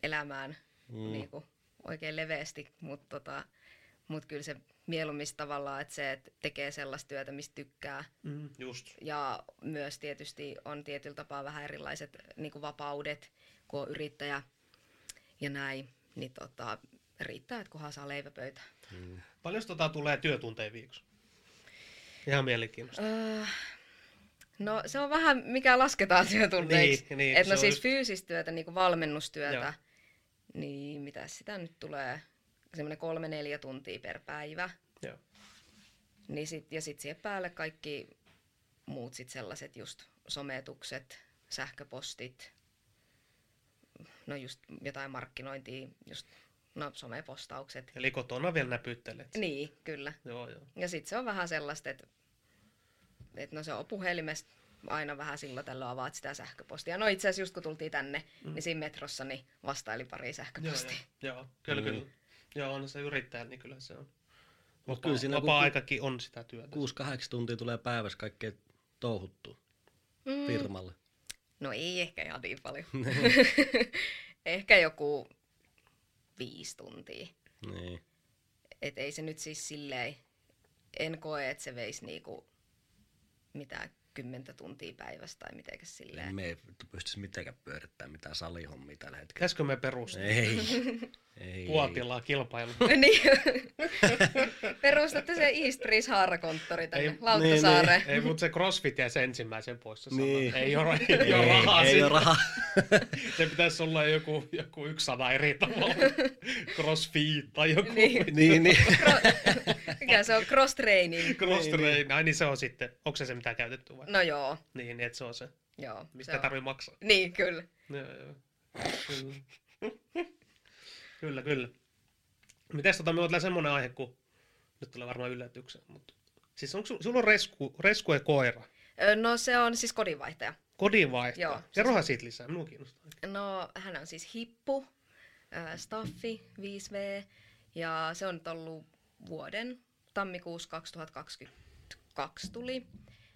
elämään Mm. mm. niinku, oikein leveästi, mutta tota, mut kyllä se mieluummin tavallaan, että se että tekee sellaista työtä, mistä tykkää. Mm, just. Ja myös tietysti on tietyllä tapaa vähän erilaiset niinku, vapaudet, kun on yrittäjä ja näin, niin tota, riittää, että kunhan saa leiväpöytään. Mm. Paljon tota tulee työtunteja viikossa? Ihan mielenkiintoista. Öö, No se on vähän mikä lasketaan työtunneiksi. Niin, niin, Et se no on siis just- fyysistä työtä, niinku valmennustyötä, Joo. niin mitä sitä nyt tulee? Semmoinen kolme neljä tuntia per päivä. Joo. Niin sit, ja sitten siihen päälle kaikki muut sit sellaiset just sometukset, sähköpostit, no just jotain markkinointia, just no somepostaukset. Eli kotona vielä näpyttelet. Niin, kyllä. Joo, joo. Ja sitten se on vähän sellaista, että et no se on puhelimesta aina vähän silloin tällöin avaat sitä sähköpostia. No itse asiassa just kun tultiin tänne, mm. niin siinä metrossa niin vastaili pari Joo, sähköpostia. joo. joo. Kyllä, Mm. kyllä. Joo, on se yrittäjä, niin kyllä se on. Mut Vapaa, kyllä siinä kun- vapaa-aikakin on sitä työtä. 6-8 tuntia tulee päivässä kaikkea touhuttua Mm. firmalle. No ei ehkä ihan niin paljon. ehkä joku viisi tuntia. Niin. Et ei se nyt siis silleen en koe, että se veisi niinku mitään kymmentä tuntia päivässä tai mitenkäs silleen. Me ei pystyisi mitenkään pyörittämään mitään salihommia tällä hetkellä. Käskö me perustaa? Ei. niin. ei. Puotilla kilpailu. niin. Perustatte se East Breeze haarakonttori tänne Ei- ei, Lauttasaareen. Ei, mutta se crossfit jäi se ensimmäisen pois. Se Niin. niin. ei ole, ei Ei, ole rahaa ei, sille. ole rahaa. Se pitäisi olla joku, joku yksi sana eri tavalla. crossfit tai joku. Niin. niin, niin. niin. Kro- Mikä se on? Cross training. Cross Niin, train. Ai niin se on sitten. Onko se se mitä käytetty vai? No joo, Niin, että se on se. joo. Mistä se on. tarvii maksaa. Niin, kyllä. Joo, joo. Kyllä. kyllä, kyllä. Mites tota, minulla on semmonen aihe, kun nyt tulee varmaan yllätyksen, mutta siis onko sulla on resku, resku ja koira? Ö, No se on siis kodinvaihtaja. Kodin vaihtaa. Joo, Joo, siis- Kerrohan siitä lisää, minua kiinnostaa. No hän on siis hippu, ö, Äh, staffi, 5V ja se on nyt ollut vuoden, tammikuussa 2022 tuli.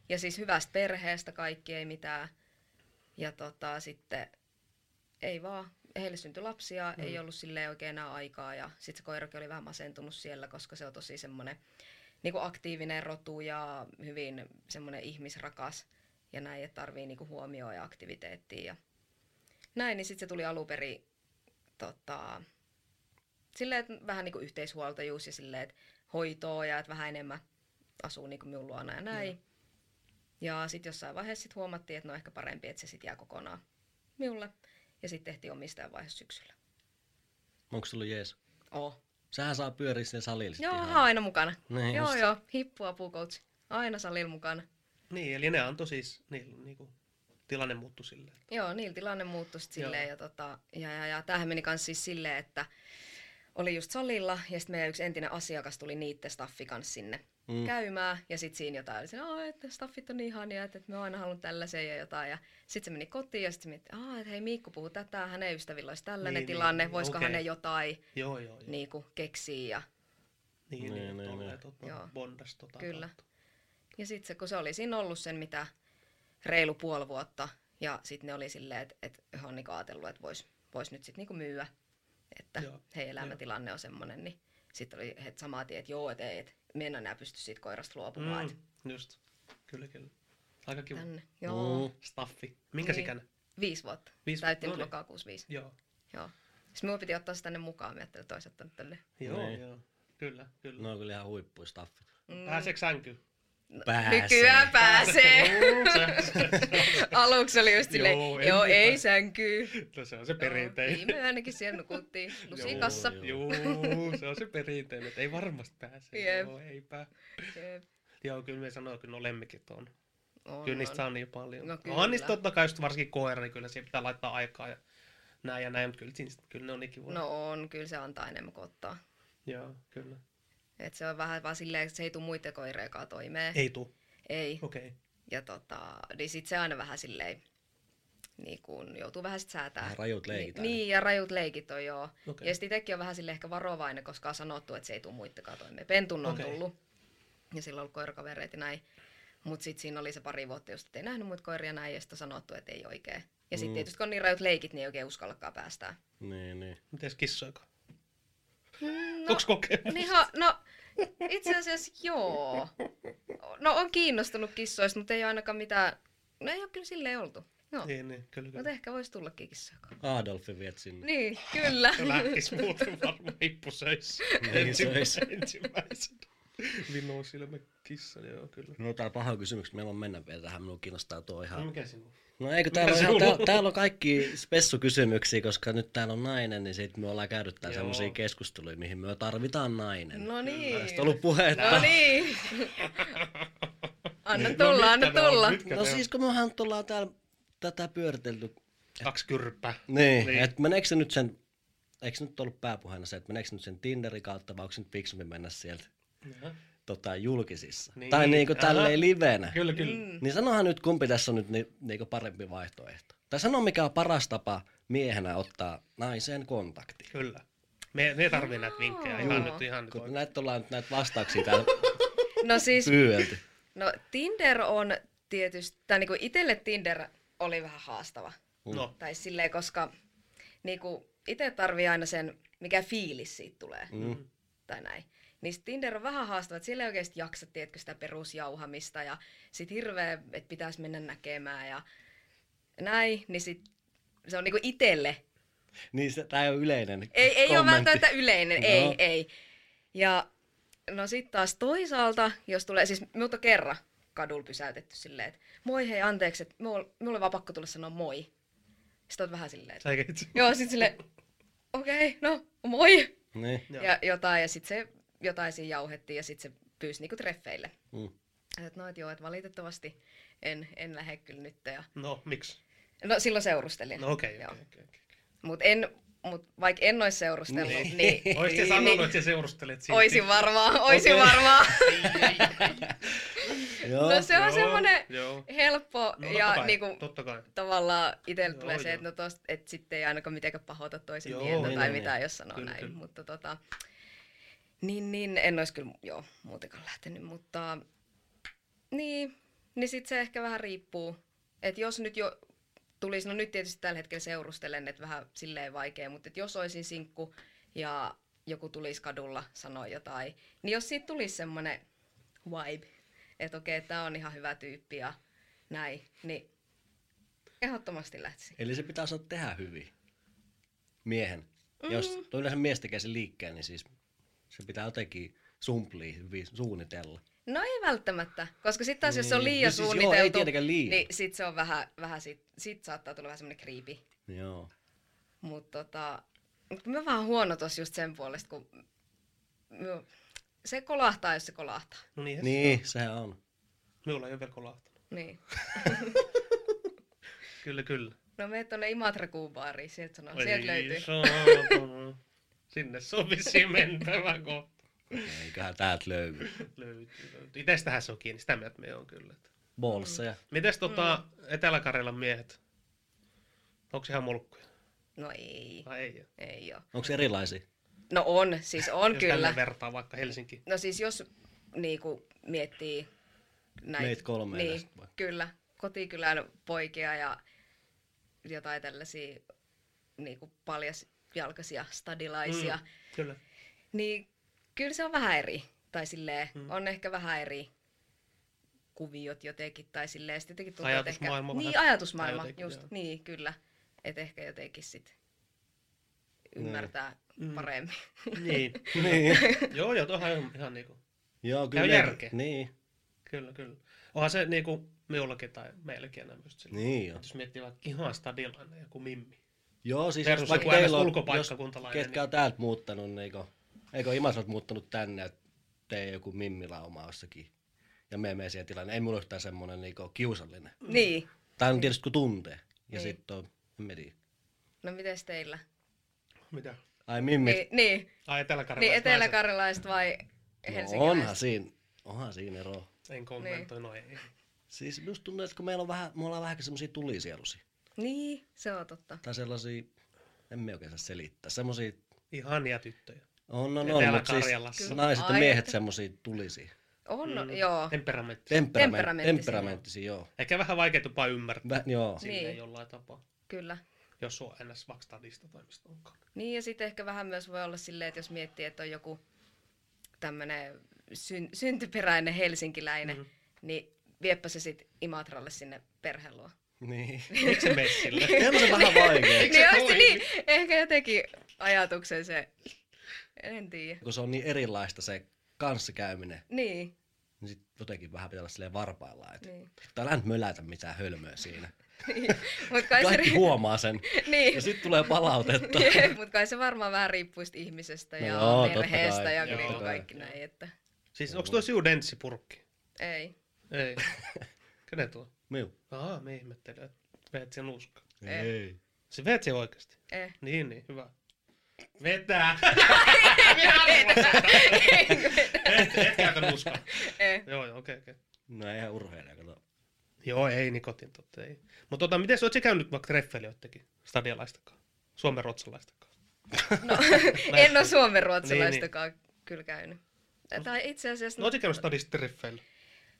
Ja siis hyvästä perheestä kaikki ei mitään. Ja tota, sitten ei vaan, heille syntyi lapsia, mm. ei ollut sille oikein enää aikaa ja sitten se koirakin oli vähän masentunut siellä, koska se on tosi semmoinen niin aktiivinen rotu ja hyvin semmoinen ihmisrakas ja näin, että tarvii niin huomioon ja aktiviteettia ja näin, niin sitten se tuli alun perin tota, silleen, että vähän niin kuin yhteishuoltajuus ja silleen, että hoitoa ja että vähän enemmän asuu niin kuin minun luona ja näin. Mm. Ja sitten jossain vaiheessa sit huomattiin, että no ehkä parempi, että se sitten jää kokonaan minulle. Ja sitten tehtiin omistajan vaiheessa syksyllä. Onko sulla jees? Oh. Sähän saa pyöriä sinne salille sit Joo, ihan. ihan aina mukana. Niin joo, just. joo, hippu apukoutsi. Aina salilla mukana. Niin, eli ne antoi siis, niin, niinku, tilanne muuttui silleen. Joo, niillä tilanne muuttui sit silleen. Joo. Ja, tota, ja, ja, ja tämähän meni kanssa siis silleen, että oli just salilla ja sitten meidän yksi entinen asiakas tuli niitte staffi kanssa sinne Mm. mm. käymään. Ja sitten siinä jotain oli siinä, että staffit on niin ihania, että, että me oon aina halunnut tällaisen ja jotain. Ja sitten se meni kotiin ja sitten mietti, "Aa, että hei Miikku puhuu tätä, hänen ystävillä olisi tällainen Niin, niin, niin, tilanne, niin, niin, voisikohan okei. ne jotain Joo, joo, joo. Niin, niin kuin, keksiä. Ja, niin, Niin, niin, niin, niin. niin, tota, Joo. bondas tota Kyllä. kautta. ja sitten se, kun se oli siinä ollut sen mitä reilu puoli vuotta, ja sitten ne oli silleen, että et he on niinku ajatellut, että voisi vois nyt sitten niinku myyä, että Joo, hei elämäntilanne on semmoinen, niin sitten oli heti samaa tie, että joo, et ei, et me en enää pysty siitä koirasta luopumaan, mm. Mm, just. Kyllä, kyllä. Aika kiva. tänne. Joo, Mm. Staffi. Minkä Niin. ikäinen? viisi vuotta. Viisi Viisi vuotta, Täytti no nyt niin. lokakuussa viisi. Joo. Joo. Sitten minua piti ottaa se tänne mukaan, mä ajattelin, että olisi ottanut tänne. Joo, Niin. joo. Kyllä, kyllä. No on kyllä ihan huippuja staffit. Mm. Pääseekö sänkyyn? Pääsee. No, Nykyään pääsee. Joo, se, se, Aluksi oli just silleen, Joo, joo, en joo mitään. ei sänkyy. se, No, se on se Joo, perinteinen. Viime ainakin siellä nukuttiin lusikassa. Joo, Joo, se on se perinteinen, että ei varmasti pääse. Jep. Joo, eipä. Jep. Joo, kyllä me sanoo, kyllä no lemmikit on. On, Kyllä niistä on. saa niin paljon. No No, kyllä. On niistä totta kai, just varsinkin koira, niin kyllä siihen pitää laittaa aikaa ja näin ja näin, mutta kyllä, siinä, kyllä ne on niin kivoja. No on, kyllä se antaa enemmän kuin ottaa. Joo, kyllä. Et se on vähän vaan silleen, että se ei tule muiden koireikaan toimeen. Ei tuu. ei. Okei. Okay. Ja tota, niin sit se aina vähän silleen, niin kun joutuu vähän sit säätää. Vähän rajut leikit Ni- aina. Niin, ja rajut leikit on joo. Okei. Okay. Ja sit itekin on vähän sille ehkä varovainen, koska on sanottu, että se ei tule muittenkaan toimeen. Pentun on Okei. okay. tullut. Ja sillä on ollut koirakavereita ja näin. Mut sit siinä oli se pari vuotta just, että ei nähnyt muita koiria näin, ja sit on sanottu, että ei oikein. Ja sit Mm. mm. tietysti kun on niin rajut leikit, niin ei oikein uskallakaan päästää. Niin, niin. Mites kissoika? No. Mm, No. Onks kokemus? Niin ha, no itse asiassa joo. No on kiinnostunut kissoista, mutta ei ole ainakaan mitään... No ei ole kyllä silleen oltu. Joo. Niin. Niin, niin, kyllä, Mutta kyllä. ehkä voisi tullakin kissoja. Adolfi viet sinne. Niin, kyllä. Se lähtis muuten varmaan hippu söis. Niin söis. Ensimmäisenä. Vino silmä kissa, joo, kyllä. No tää on paha kysymys, meillä on mennä vielä tähän, minua kiinnostaa tuo No, ihan. mikä sinun? No eikö täällä, Mikä se on, on? täällä, täällä on kaikki spessukysymyksiä, koska nyt täällä on nainen, niin sit me ollaan käynyt täällä Joo. semmosia keskusteluja, mihin me tarvitaan nainen. No niin. Tästä on ollut puhetta. No niin. Anna tulla, nyt anna tänään no on, tulla. nyt No siis kun mehän nyt ollaan täällä tätä pyöritelty. Kaksi kyrppää. Niin, Niin. niin. että meneekö se nyt sen, eikö nyt ollut pääpuheena se, että meneekö se nyt sen Tinderin kautta vai onko se nyt fiksumpi mennä sieltä Jaha. tota, julkisissa? Niin. Niin. Tai niinku Aha. tälleen livenä. Kyllä, Mm. kyllä. Niin sanohan nyt kumpi tässä on nyt ni, niinku parempi vaihtoehto. Tai sano mikä on paras tapa miehenä ottaa naiseen kontakti. Kyllä. Me, me tarvii näitä vinkkejä ihan Joo. nyt, ihan nyt. Kun näitä ollaan nyt näitä vastauksia täällä No siis, pyydelty. no Tinder on tietysti... Tai niinku itelle Tinder oli vähän haastava. No, Tai silleen, koska niinku itse tarvii aina sen, mikä fiilis siitä tulee. Mm. tai näin. Niin sit Tinder on vähän haastava, että siellä ei oikeasti jaksa, tiedätkö, sitä perusjauhamista ja sit hirveä, että pitäisi mennä näkemään ja näin, niin sit se on niinku itelle. Niin se, tää ei ole yleinen Ei, ei ole kommentti. välttämättä yleinen, no. Joo. ei, ei. Ja no sit taas toisaalta, jos tulee, siis minut on kerran kadulla pysäytetty silleen, että moi hei, anteeksi, että mulla, mulla on vaan pakko tulla sanoa moi. Sitten on vähän silleen, että Sä keksit. joo, sit silleen, okei, okay, no, moi. Niin. Joo. ja jotain, ja sitten se jotain siinä jauhettiin, ja sitten se pyysi niinku treffeille. Mm. Et no, et joo, et valitettavasti en, en lähde kyllä nyt. Ja... No, miksi? No silloin seurustelin. No okei, Joo. okei, okei. okei. Mut en, mut vaikka en ois seurustellut, Niin. niin, Oisit sä niin- sanonut, niin että sä seurustelet silti? oisin varmaan, oisin Okei. varmaan. Joo. No se on Joo, semmonen Joo. helppo No, ja totta kai, niinku Totta kai. tavallaan itsellä Joo, tulee se, joo. että no tosta, et sitten ei ainakaan mitenkään pahota toisen Joo, mieltä niin, tai niin, mitään, jos sanoo Kyllä, näin. kyllä. Mutta tota, niin, niin, en olisi kyllä joo, muutenkaan lähtenyt, mutta niin, niin sitten se ehkä vähän riippuu. Että jos nyt jo tulisi, no nyt tietysti tällä hetkellä seurustelen, että vähän silleen vaikea, mutta et jos olisin sinkku ja joku tulisi kadulla sanoa jotain, niin jos siitä tulisi semmoinen vibe, että okei, tämä on ihan hyvä tyyppi ja näin, niin ehdottomasti lähtisi. Eli se pitää osata tehdä hyvin. Miehen. Mm. Jos tuo yleensä mies tekee sen liikkeen, niin siis se pitää jotenkin sumplia hyvin suunnitella. No ei välttämättä, koska sitten taas jos se on Niin. liian No siis joo, ei suunniteltu, tietenkään liian. niin sit se on vähän, vähän sit, sit saattaa tulla vähän semmoinen kriipi. Joo. Mutta tota, mut mä vähän huono tos just sen puolesta, kun mä- se kolahtaa, jos se kolahtaa. No niin, niin. Niin, sehän on. Minulla ei ole vielä kolahtanut. Niin. Kyllä, kyllä. No me tuonne Imatra Kuubaariin, sieltä sanoo, Oi sieltä löytyy. saatana. Sinne sovisi mentävä kohta. Eiköhän täältä löydy. Löytyy, löytyy. Itestähän se on kiinni, sitä mieltä me on kyllä. Bolseja. Mm. Mites tota Etelä-Karjalan miehet? Onks ihan mulkkuja? No ei, Vai ei? oo? ei oo. Onko erilaisia? No on, siis on Jos tällä kyllä. vertaa vaikka Helsinki. No siis jos niinku miettii näitä. Meitä kolmea Niin, tästä vai? kyllä. Kotikylän poikia ja jotain tällaisia niinku paljasjalkaisia stadilaisia. Mm. Kyllä. Niin kyllä se on vähän eri. Tai silleen, Mm. mm. on ehkä vähän eri kuviot jotenkin. Tai silleen, sit jotenkin tuntuu, että Ajatusmaailma ehkä... vähän. Niin, ajatusmaailma, Tai jotenkin, just. joo. Niin, kyllä. Että ehkä jotenkin sit Niin. ymmärtää Mm. paremmin. Niin. Niin. joo, joo, tuohan ihan, ihan niinku. Joo, Käy kyllä. järkeä. Niin. Kyllä, kyllä. Onhan se niinku minullakin tai meilläkin enää just sillä. Niin jo. Jos miettii vaikka ihan stadilainen joku mimmi. Joo, siis Versus jos vaikka joku NS teillä on, jos ulkopaikkakuntalainen, ketkä on täältä muuttanut, niin eikö, eikö Imatrat muuttanut tänne, että teidän joku mimmilauma jossakin ja me menee siihen tilanne. Ei mulla yhtään semmoinen niin kiusallinen. Hmm. niin. Tai on tietysti kun tuntee. Ja Niin. sitten on, en mä tiedä. No mites teillä? Mitä? Ai mimmit. Niin, niin. Ai Etelä-Karjalaiset Niin naiset. eteläkarjalaiset vai no onhan helsinkiläiset? siinä, onhan siinä ero. En Niin. kommentoi, no ei. Siis just tuntuu, että kun meillä on vähän, me ollaan vähän semmosia tulisielusia. Niin, se on totta. Tai sellaisia, en me oikein saa selittää. Semmosia, Ihania tyttöjä. on, on, on, mutta Etelä-Karjalassa. siis naiset ja Ai, miehet että- semmosia tulisia. On, Hmm. mm. joo. Temperamentti. Temperament, Temperamenttisia. temperamenttisia, joo. Ehkä vähän vaikea tupaa ymmärtää Vä, joo. niin. Niin. jollain tapaa. Kyllä. Jos on ns. vaikka stadista tai mistä onkaan. Niin ja sitten ehkä vähän myös voi olla silleen, että jos miettii, että on joku tämmöinen syn, syntyperäinen helsinkiläinen, Mhm. mm. niin vieppä se sitten Imatralle sinne perheen luo. Niin. Miksi messille? On se vähän vaikea. Eikö se niin olisi toimi? niin, ehkä jotenkin ajatuksen se, en tiedä. Kun se on niin erilaista se kanssakäyminen, Niin, niin sit jotenkin vähän pitää olla silleen varpailla. Että niin. täällä nyt mölätä mitään hölmöä siinä. Mutta kai, se, Kaikki ri- huomaa sen. niin. Ja sitten tulee palautetta. Mut kai se varmaan vähän riippuu sit ihmisestä ja No joo, totta perheestä kai, joo, ja niinku totta kai. kaikki näin, että Siis onko tuo siu denssipurkki? ei. Ei. Kenen tuo? Miu. Aa, me ihmettelin, että veet sen uska. Ei. Se veet sen oikeasti. Eh. Niin, niin, hyvä. Vetää! Minä arvasin. Et, et käytä uskaa. Eh. Joo, joo, okei, okei. No eihän urheilija, kato. Joo, ei nikotin totta, ei. Mutta tota, miten sä oot sä käynyt vaikka treffeillä joittakin? Stadialaistakaan. Suomen ruotsalaistakaan. en ole suomen ruotsalaistakaan niin, niin. kyllä käynyt. Tai itse asiassa... No oot sä käynyt stadista treffeillä?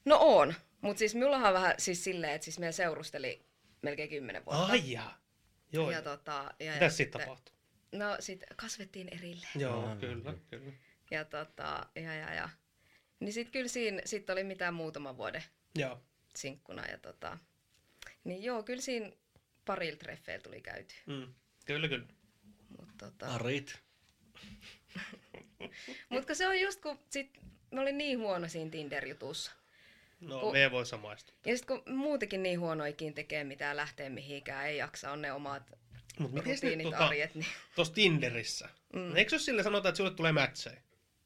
no on, mutta siis minullahan on vähän siis silleen, että siis meidän seurusteli melkein kymmenen vuotta. Ai jaa. Joo, ja joo. tota, ja, ja Mitäs siitä sitten- tapahtui? No sitten kasvettiin erilleen. Joo, Aa, kyllä, joo. kyllä. Ja, tota, ja, ja, ja. Niin sitten kyllä siinä sit oli mitään muutaman vuoden Joo. sinkkuna. Ja tota, niin joo, kyllä siinä parilla treffeillä tuli käyty. Mm. Kyllä, kyllä. Mutta tota, Parit. mut kun se on just kun sit, mä olin niin huono siinä Tinder-jutussa. No, Ku- me ei voi samaistua. Ja sitten kun muutenkin niin huonoikin tekee mitään, lähtee mihinkään, ei jaksa, on ne omat Mut miten nyt rutiinit, tota, arjet, niin tuossa Tinderissä? Mm. Mm. Eikö jos sille sanotaan, että sulle tulee matcheja?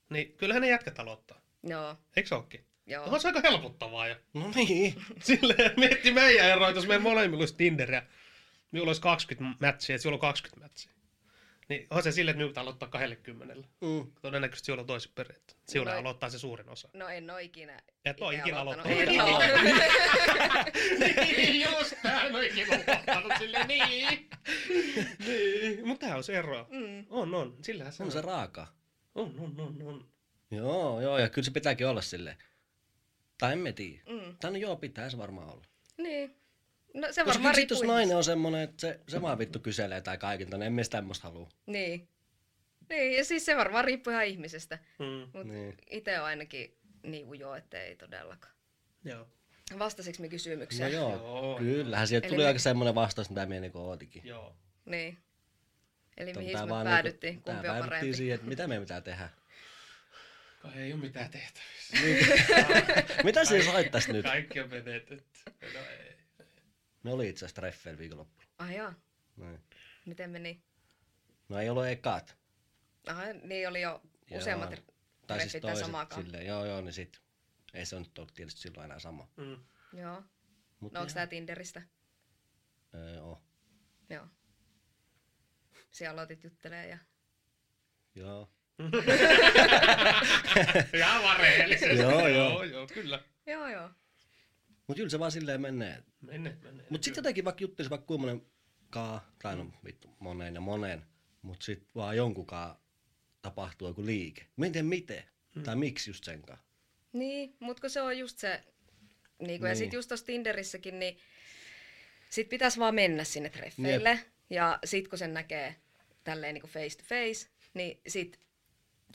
Niin kyllähän ne jätkät aloittaa. joo, Eikö se ookin? No, joo. Onhan se aika helpottavaa. Ja No niin. silleen mietti meidän eroa, että jos meidän molemmilla olisi Tinderiä. Minulla olisi 20 matchia ja sulla on 20 matchia. Niin onhan se silleen, että minun pitää aloittaa 20. Mm. Todennäköisesti sinulla on toisin periaatteet. Sinulla Vai- aloittaa se suurin osa. No en oo ikinä. Et oo ite ikinä En aloittanut. oo. Just tää, no ikinä lopahtanut silleen, niin. niin. Mut tää on se eroa. Mm. On, on. Sillähän se On se raaka. On, on, on, on. Joo, joo, ja kyllä se pitääkin olla sille. Tai en mä tiedä. Mm. Tai no joo, pitäisi varmaan olla. Niin. No se Koska varmaan sit, jos riippuu. nainen ihmisestä. on semmonen, että se, se vaan vittu kyselee tai kaikilta, niin en mä sitä tämmöstä halua. Niin. Niin, ja siis se varmaan riippuu ihan ihmisestä. Mm. Mut Niin. niin. itse on ainakin niin ujo, että ei todellakaan. Joo. Vastasiksi me No kysymykseen? joo, Joo. kyllähän sieltä Eli tuli me- aika semmonen vastaus, mitä mä niinku ootinkin. Joo. Niin. Eli Mutta mihin tää me vaan päädyttiin, niinku- kumpi tää on päädyttiin parempi. siihen, että mitä meidän pitää tehdä. Kai ei oo mitään tehtävissä. Niin. Mitä siis laittaisi nyt? Kaikki on menetetty. No ei. Ne oli itse asiassa treffeillä viikonloppu. Ai Ah, jaa, Noin. miten meni? No ei ollut ekat. Aha, niin oli jo Joo. useammat r- Tai siis treffit tai toiset. samaakaan. Silleen, joo joo, niin sit. Ei se nyt ole tietysti silloin enää sama. Mm. Joo. Mut No onks joo. tää Tinderistä? Öö, joo. Joo. Siellä aloitit juttelee ja... Joo. Ja vaan rehellisesti. Joo, joo. joo, joo, kyllä. Joo joo. Mut kyllä se vaan silleen menee. Menne, menne. Mut sit jotenkin vaikka juttelisi vaikka kuinka monen kaa, tai no vittu moneen ja moneen, mut sit vaan jonkun kaa tapahtuu joku liike. Mä en tiedä miten, tai miksi just sen kaa. Niin, mutta kun se on just se, niinku, niin. ja Niin. sitten just tuossa Tinderissäkin, niin sit pitäisi vaan mennä sinne treffeille. Ja sit kun sen näkee tälleen niinku face to face, niin sit,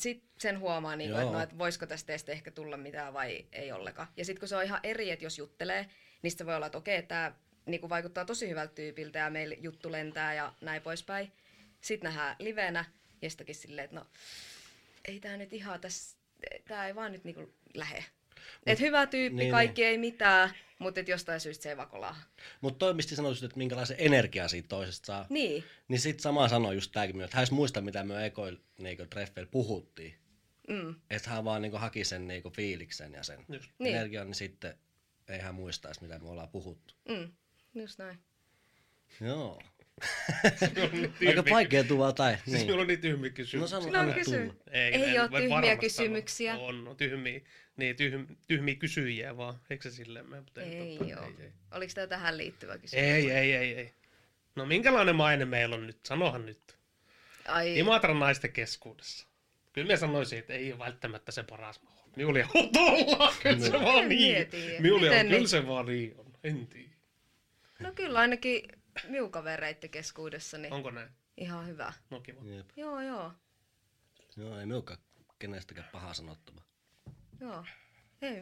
sit sen huomaa, niinku, Joo. että no, et voisiko tästä teistä ehkä tulla mitään vai ei ollenkaan. Ja sit kun se on ihan eri, että jos juttelee, niin sit se voi olla, että okei, tämä niinku, vaikuttaa tosi hyvältä tyypiltä ja meillä juttu lentää ja näin poispäin. Sitten nähdään livenä ja sitäkin silleen, että no ei tämä nyt ihan tässä, tämä ei vaan nyt niinku lähe. Et hyvä tyyppi, niin, niin, kaikki ei mitään, mutta et jostain syystä se ei vakolaa. Mutta toi, mistä sanoit, että minkälaisen energiaa siitä toisesta saa, niin, Niin, niin sit sama sanoo just tääkin, että hän ei muista, mitä me ekoil niinku treffeillä puhuttiin. mm, Että hän vaan niinku haki sen niinku fiiliksen ja sen Just. Niin. energian, niin sitten ei hän muistaisi, mitä me ollaan puhuttu. mm, just näin. Joo. Minulla on niin Aika tyhmiä- vaikea tuva tai Siis niin. minulla on niin tyhmiä kysymyksiä. No sano, Silloin anna kysy. tulla. Ei, Ei en- oo en tyhmiä varmasti kysymyksiä. sano. On, on tyhmiä, niin tyhmiä, tyhmiä kysyjiä vaan. Eikö se silleen mene? Mutta Ei totta, joo. ei, Oliko tämä tähän liittyvä kysymys? ei, ei, ei, ei. No minkälainen maine meillä on nyt? Sanohan nyt. Ai, Imatran naisten keskuudessa. Kyllä mä sanoisin, että ei ole välttämättä se paras mahdollinen. Miuli on tuolla, kyllä se Niin. vaan En niin. mieti. Miuli on, Miten kyllä niin? se vaan niin on. En tiedä. no kyllä ainakin minun kavereitten keskuudessa, niin Onko näin? ihan hyvä. No kiva. Jep. Joo, joo, Joo, ei meukka kenestäkään pahaa sanottava. joo. Ei,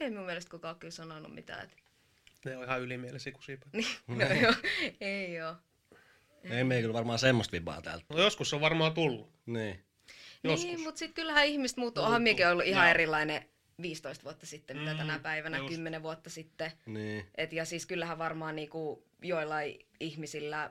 ei mun mielestä kukaan kyllä sanonut mitään. Et, Ne on ihan ylimielisiä kusipäitä. niin, no joo, ei joo. Ei me kyllä varmaan semmoista vibaa täältä. No joskus se on varmaan tullut. Niin. Joskus. Niin, mutta sitten kyllähän ihmiset muuttuu. Muuttuu. Onhan minäkin ollut ihan Joo. erilainen 15 vuotta sitten, mitä Mm, tänä päivänä, just. 10 vuotta sitten. Niin. Et, ja siis kyllähän varmaan niinku joillain ihmisillä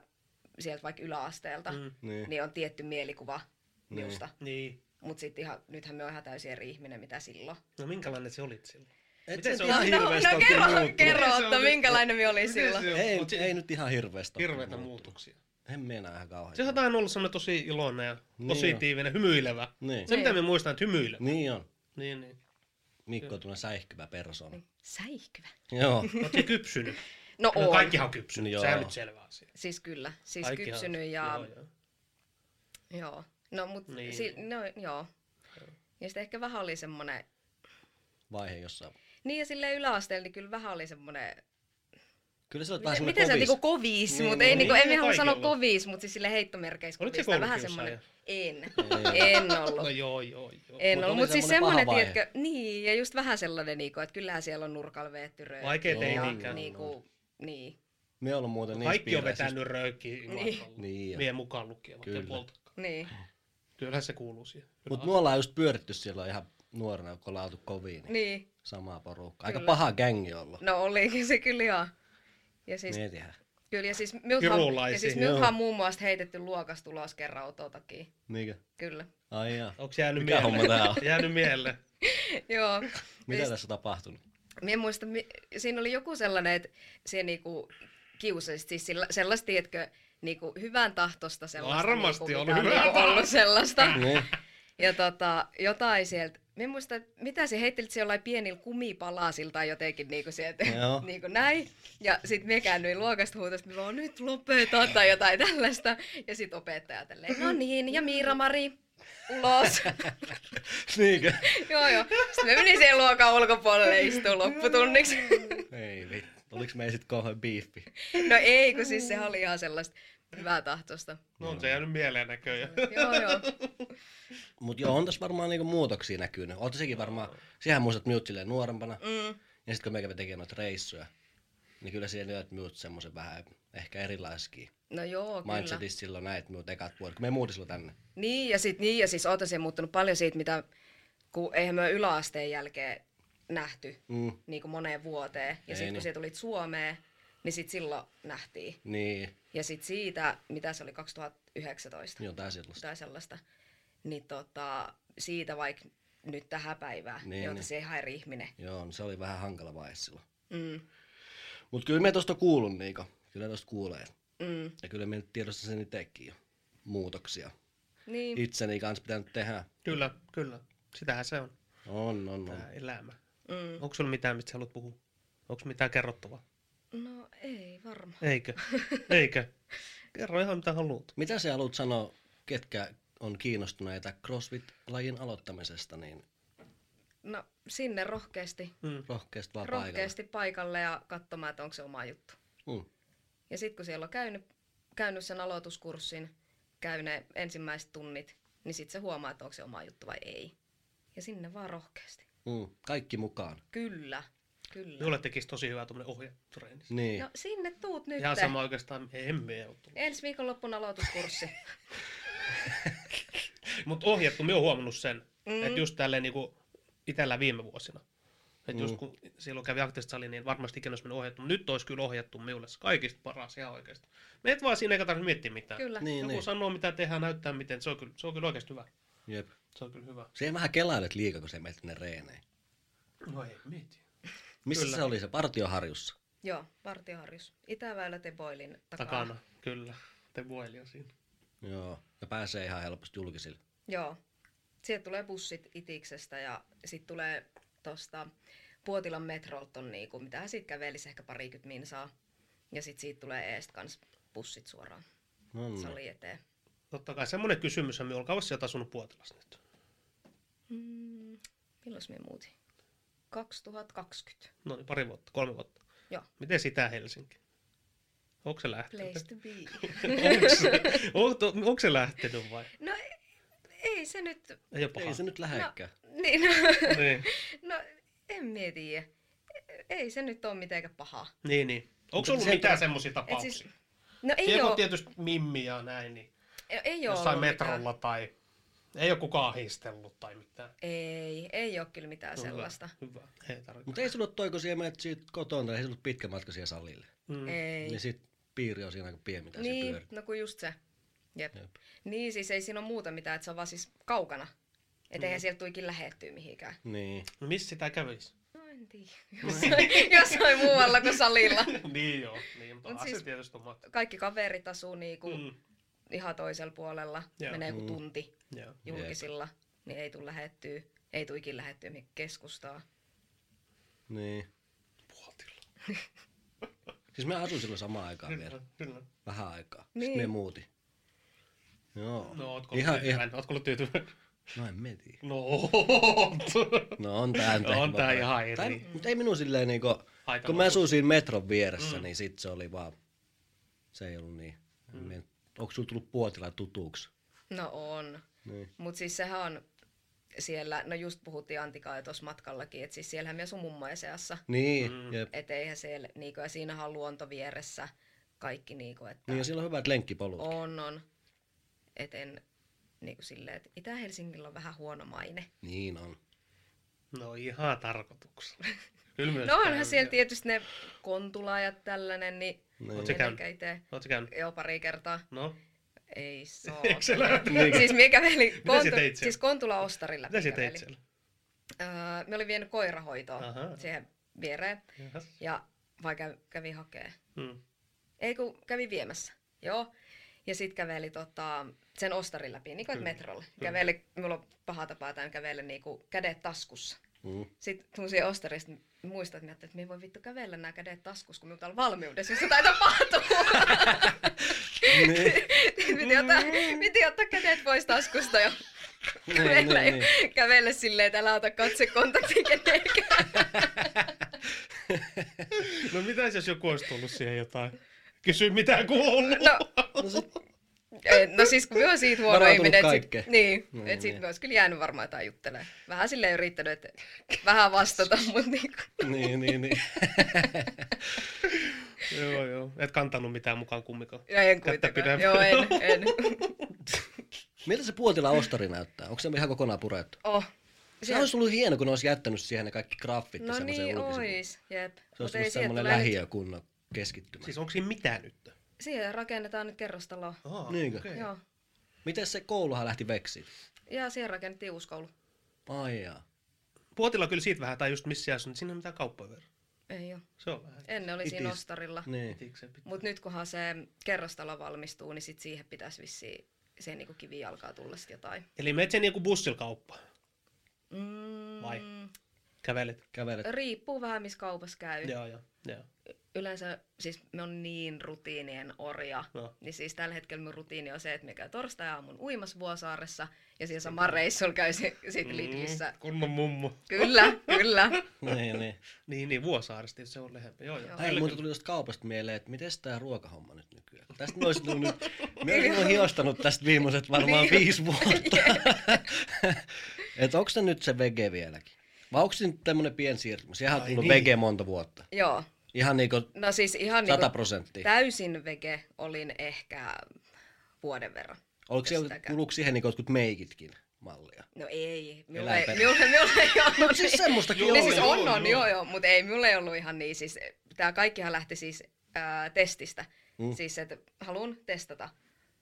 sieltä vaikka yläasteelta, Mm. mm. Niin. niin on tietty mielikuva Niin. minusta. Niin. Mutta sitten ihan, nythän me on ihan täysin eri ihminen, mitä silloin. No minkälainen se olit silloin? Et se Miten se ihan on? No, hirveästi no on kyllä kerro, muuttunut. Miten kerro, Niin, se että on- minkälainen me oli Miten silloin. se on? Ei, Mut si- ei nyt ihan hirveästi. ole Hirveitä kyllä muutoksia. En mene enää ihan kauhean. Se on aina ollut semmoinen tosi iloinen ja Niin positiivinen, hymyilevä. Niin. Se mitä Niin. me muistan, että hymyilevä. Niin on. Niin, niin. Mikko on tämmönen säihkyvä Niin. persoona. Säihkyvä. Joo. Oot se kypsynyt. No No, on. kaikkihan on kypsynyt, Joo. sehän on nyt selvä asia. Siis kyllä, siis Kaikkihan on- kypsynyt ja... Joo, joo. Joo, no mut Niin. niin. si- no, joo. Ja sitten ehkä vähän oli semmonen, Vaihe jossain. niin ja silleen yläasteella, niin kyllä vähän oli semmonen Kyllä se on vähän Miten, semmoinen miten se on kovis. niinku kovis, Niin, mutta niin, ei, niinku, niin, en minä halua kaikilla. sanoa kovis, mutta siis sille heittomerkeissä Oliko se kovis. Vähän koulukiusaaja? semmoinen, en, Ei. en ollut. No joo, joo, joo. En Mut ollut, oli mutta semmonen siis semmoinen, paha vaihe. tiedätkö, niin, ja just vähän sellainen, niinku, että kyllähän siellä on nurkalla veetty röö. Vaikea Joo. teiniinkään. Niinku, niin. Me ollaan muuten niissä Kaikki on piireissä just- vetänyt röökkiä Niin. matkalla. No, Niin jo. Meidän mukaan lukien, vaikka ei Kyllä. poltakaan. Niin. Kyllähän se kuuluu siihen. Mut me ollaan just pyöritty silloin ihan nuorena, kun ollaan oltu koviin. Niin. niin. Samaa porukkaa. Aika Kyllä. paha gängi ollut. No olikin se kyllä ihan. Ja siis, niin. Mietihän. kyllä, ja siis minuthan, ja Pirulaisia, siis joo. minuthan on muun muassa heitetty luokasta ulos kerran oton takia. Niinkö? Kyllä. Ai jaa. Onko jäänyt Mikä mieleen? homma tää on? Jäänyt mieleen. Joo. Mitä Mist- tässä on tapahtunut? Mie muista, mi- siinä oli joku sellainen, että se niinku kiusasi, siis sillä- sellaista, tiedätkö, niinku hyvän tahtosta sellaista. Varmasti niinku, oli mitä on hyvän niinku ollut sellaista. Niin. Ja tota, jotain sieltä. Mie muista, että mitä se heittelit se jollain pienillä kumipalasilta tai jotenkin niinku sieltä, Joo. niinku näin. Ja sit mie käännyin luokasta huutosta, mä vaan nyt lopeta tai jotain tällaista. Ja sit opettaja tälleen, no niin, ja Miira-Mari, ulos. Niinkö? joo joo. Sitten mä menin siihen luokan ulkopuolelle istuun lopputunniksi. Ei vittu. Oliks me sit kauhean biifi? No ei, kun siis se oli ihan sellaista hyvää tahtosta. No on se jäänyt mieleen näköjään. Joo, joo. Mut joo, on tässä varmaan niinku muutoksia näkynyt. Oot sekin varmaan, sehän muistat minut silleen nuorempana. Mm, Ja sitten kun me kävi tekemään noita reissuja, niin kyllä siellä näet minut semmoisen vähän ehkä erilaiskin. no joo, kyllä. Mindsetissa silloin näet minut ekat vuodet, kun me muutin silloin tänne. Niin, ja sit, niin, ja siis oota se muuttunut paljon siitä, mitä, kun eihän me yläasteen jälkeen nähty Mm. niin kuin moneen vuoteen. Ei Ja sitten niin. kun sä tulit Suomeen, niin sit silloin nähtiin. Niin, Ja sit siitä, mitä se oli 2019 niin on tää silloin. tai sellaista, niin tota, siitä vaikka nyt tähän päivään, Niin, niin, jota niin. niin. se ihan eri ihminen. Joo, no se oli vähän hankala vaihe silloin. Mm, Mut kyllä me tosta kuulun, Niiko. Kyllä tosta kuulee. mm. Ja kyllä me nyt tiedostan sen itsekin jo. Muutoksia. Niin. Itseni kanssa pitää nyt tehdä. Kyllä, kyllä. Sitähän se on, On, on, on. tämä elämä. mm. Onko sulla mitään, mistä sä haluat puhua? Onko mitään kerrottavaa? No ei varmaan. Eikö? Eikö? Kerro ihan mitä haluat. Mitä sä haluat sanoa, ketkä on kiinnostuneita CrossFit-lajin aloittamisesta, niin No sinne rohkeasti, Mm. rohkeasti vaan paikalle. rohkeasti paikalle ja katsomaan, että onko se oma juttu. Mm. Ja sitten kun siellä on käynyt, käynyt sen aloituskurssin, käy ne ensimmäiset tunnit, niin sitten se huomaa, että onko se oma juttu vai ei. Ja sinne vaan rohkeasti. Mm. Kaikki mukaan. Kyllä, kyllä. Minulle tekisi tosi hyvä tuommoinen ohjatreeni. Niin. No sinne tuut nyt. Ihan sama oikeastaan, emme ole tullut. Ensi viikonloppuna aloituskurssi. Mutta ohjattu, minä olen huomannut sen, mm. Mm. että just tälleen niinku itellä viime vuosina. Että mm. Mm. just kun silloin kävi aktiivisesti sali, niin varmasti ikinä olisi mennyt ohjattu. Mut Nyt olisi kyllä ohjattu minulle se kaikista paras ihan oikeasti. Me et vaan siinä eikä tarvitse miettiä mitään. Mm, kyllä. Niin, Joku niin. sanoo mitä tehdään, näyttää miten. Se on kyllä, se on kyllä oikeasti hyvä. Jep. Se on kyllä hyvä. Siihen vähän kelailet liikaa, kun sä menet sinne reeneihin. No ei, mieti. Missä Kyllä. se oli se partioharjussa? Joo, partioharjus. Itäväylä Teboilin takana. Takana, kyllä. Te vuolia siinä. Joo. Ja pääsee ihan helposti julkisille. Joo. Sieltä tulee bussit Itiksestä ja sitten tulee tuosta Puotilan metrolta on niinku, mitä siitä kävelisi ehkä parikymmentä minsaa. Ja sitten siitä tulee eest kans bussit suoraan No, Mm. no. sali eteen. Totta kai semmoinen kysymys, että olkaa sieltä asunut Puotilassa nyt. Mm, milloin me muutin? 2020. No niin, pari vuotta, kolme vuotta. Joo. Miten sitä Helsinki? Onko se lähtenyt? Place to be. Onko se, on, onko se lähtenyt vai? No ei se nyt... Ei ole paha. Ei se nyt lähekkää. Niin, no, niin. no en mieti. Ei se nyt ole mitenkään pahaa. niin, niin. Onko Mutta ollut se- mitään semmoisia Et tapauksia? siis, Siis, no ei Siellä on ole, tietysti mimmi ja näin, niin ei ole jossain ollut mitään. metrolla tai ei ole kukaan histellut tai mitään. Ei, ei ole kyllä mitään No, sellaista. Hyvä. hyvä. Ei tarvitse. Mutta ei sulla ole toi, kun siellä menet siitä kotoon, tai ei sulla ole pitkä matka siellä salille. Mm. Ei. Niin sit piiri on siinä aika pieni, mitä niin. se Niin, pyörii. no kun just se. Jep. Jep. Niin, siis ei siinä ole muuta mitään, että se on vaan siis kaukana. Että Mm. eihän sieltä tuikin lähettyä mihinkään. Niin. No missä sitä kävisi? No en tiedä. Mm. Jossain, jossain muualla kuin salilla. niin joo, niin, mutta Mut Mut siis... siis- tietysti on matka. Kaikki kaverit asuu niinku mm. Mm. ihan toisella puolella. Joo. Joo. Menee Mm. joku tunti Joo. julkisilla. Niin ei tule lähettyä. Ei tule ikinä lähettyä mihinkään keskustaa. Niin. Puotilla. Siis me asuin silloin samaan aikaan vielä. Kyllä, kyllä. Vähän aikaa. Sitten Niin. me muutin. Joo. No, ootko ollut ihan, ihan, tyytyväinen? Ootko ollut tyytyväinen? no en mä tiedä. No, oot. No on tää nyt No on ehkä tää vapaa. ihan eri. Tää- Mut ei minun silleen niinku haitannut. Kun mä asuin siinä metron vieressä, Mm. mm. niin sit se oli vaan, se ei ollut niin. Mm. Onko sulla tullut puotila tutuksi? No on. Niin. Mutta siis sehän on siellä, no just puhuttiin Antikaa jo tuossa matkallakin, että siis siellähän me sun mummojen seassa, Niin, Mm. mm. jep. et eihän siellä, niinku, ja siinähän on luonto vieressä kaikki, niinku, että Niin ja siellä on hyvät lenkkipolut. on, on. Et en, niinku silleen, että Itä-Helsingillä on vähän huono maine. Niin on. No ihan tarkoituksella. Kyllä myös No käy. onhan siellä tietysti ne kontula ja tällainen, niin Niin. Oot sä käynyt? mitenkään ite. Oot sä käynyt? Joo, pari kertaa. No, Ei se eikö se lähtenyt? Siis me käveli Mitä sä Kontu, teit siellä? siis Kontula Ostarilla. Mitä me sä teit käveli. siellä? Öö, me olin vienyt koirahoitoon Ahaa. siihen viereen Jahas. ja vai kävi, kävi hakee. Mm. Ei kun kävi viemässä. Joo. Ja sitten käveli tota, sen ostarin läpi, niin kuin Kyllä. metrolla. Käveli, mulla on paha tapa tämän kävellä niin kuin kädet taskussa. Mm. Sitten tuun siihen ostarista, muistan, että mä ajattelin, että me ei voi vittu kävellä nämä kädet taskussa, kun me on valmiudessa, jos jotain tapahtuu. niin, piti, ottaa, piti ottaa kädet pois taskusta jo. niin, Kävellä, niin, niin. kävellä silleen, että älä ota katsekontaktin kenenkään. No mitäs jos joku olisi tullut siihen jotain? Kysy mitä kuuluu. No, No sit, Ei, No siis kun minä oon siitä huono Varautunut ihminen, että kaikkeen. sit, niin, Niin, niin, et sit niin. niin. olisi kyllä jäänyt varmaan jotain juttelemaan. Vähän silleen yrittänyt, että vähän vastata, mutta niin niin, niin, niin. joo, joo. Et kantanut mitään mukaan kummikaan. en Kättä kuitenkaan. pidemmän. Joo, en, en. Miltä se puotila ostari näyttää? Onko se ihan kokonaan purettu? Oh. Se olisi ollut hieno, kun ne olisi jättänyt siihen ne kaikki graffit ja no semmoisen niin, julkisen. ois. Jep. Se olisi Mut ei ollut siihen semmoinen tule nyt- lähiö kunnon keskittymä. Siis... Siis onko siinä mitään nyt? Siihen rakennetaan nyt kerrostaloa. Aa, Niinkö? okei. Joo. Miten se kouluhan lähti veksiin? Ja siihen rakennettiin uusi koulu. Ai jaa. Puotilla kyllä siitä vähän, tai just missä siellä on, niin siinä ei ole mitään kauppoja vielä. Ei oo. Se on vähän. Ennen oli It siinä is. ostarilla. Niin. Itikseen pitää. Mutta nyt kunhan se kerrostalo valmistuu, niin sit siihen pitäisi vissiin, siihen niinku kivi alkaa tulla sit jotain. Eli menet sen joku bussilkauppa. Mm, Vai? Kävelet. Kävelet. Riippuu vähän, missä kaupassa käy. Joo, joo, joo. yleensä, siis me on niin rutiinien orja, No. niin siis tällä hetkellä mun rutiini on se, että me käy torstai-aamun uimassa Vuosaaressa ja siinä saman reissulla käy se, sit Mm. Lidlissä. kunnon mummo. Kyllä, kyllä. niin, niin. Niin, niin, Vuosaaresti, se on lehempi. Joo, joo. Joo. Hei, Kyllä, muuta kyllä. tuli tuosta kaupasta mieleen, että miten tämä ruokahomma nyt nykyään? Tästä me olisi tullut nyt, me olisimme hiostanut tästä viimeiset varmaan Niin. viisi vuotta. että onko se nyt se vege vieläkin? Vai onko se nyt tämmöinen pieni siirtymä? Sehän on Ai tullut niin. vege monta vuotta. Joo. Ihan niinku No siis ihan sata niinku prosenttia. täysin vege olin ehkä vuoden verran. Oliko siellä, sitäkään. kuuluuko siihen niinku jotkut meikitkin mallia? No ei, minulla ei, Eläinperä. minulla, minulla ei ollut. No siis semmoistakin Joo, Joo, oli. ne siis joo, on, on, joo. joo, joo, mutta ei mulla ei ollut ihan niin. Siis, tämä kaikkihan lähti siis ää, testistä. Mm. Mm. Siis, että haluan testata,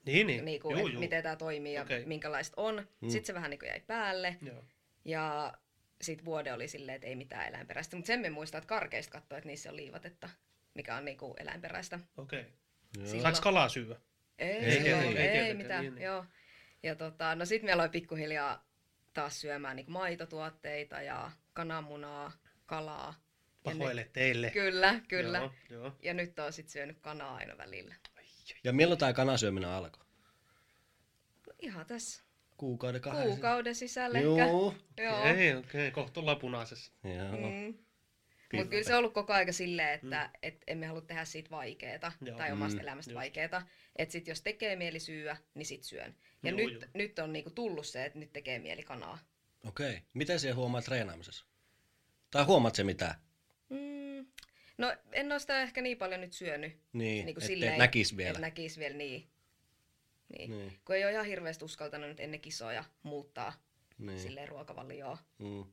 Niin, niin. niin kuin, Joo, joo, joo. miten tämä toimii ja Okei. okay. minkälaista on. Mm. Mm. Sitten se vähän niin kuin jäi päälle Joo. ja sitten vuode oli silleen, että ei mitään eläinperäistä. Mutta sen me muistan, että karkeista katsoa, että niissä on liivatetta, mikä on niin kuin eläinperäistä. Okei. Okay. Joo. Silloin- Saaks kalaa syödä? Ei, Ei ei, tietenkään, ei ei, ei tietenkään, mitään. niin, niin. Joo. Ja tota, no sitten me aloin pikkuhiljaa taas syömään niin maitotuotteita ja kananmunaa, kalaa. Ja nyt- Pahoille teille. Kyllä, kyllä. Joo, joo. Ja nyt on sitten syönyt kanaa aina välillä. Ja milloin tämä kanasyöminen alkoi? No Ihan tässä Kuukauden kahden. kuukauden sisällä ehkä. Joo. Joo. Okei, okei. Kohta ollaan punaisessa. Joo. Mm. Mutta kyllä se on ollut koko aika silleen, että mm. et emme halua tehdä siitä vaikeeta Joo. tai omasta Mm. mm. elämästä Just. vaikeeta. Että sit jos tekee mieli syyä, niin sit syön. Ja Joo, nyt, joo. nyt on niinku tullut se, että nyt tekee mieli kanaa. Okei. Miten siellä huomaat treenaamisessa? Tai huomaat se mitään? Mm. No en ole sitä ehkä niin paljon nyt syönyt. Niin, Niinku ettei silleen, näkis vielä. Et näkis vielä niin. niin. niin. Niin, Kun ei ole ihan hirveästi uskaltanut nyt ennen kisoja muuttaa niin. niin. silleen ruokavalioon. Mm.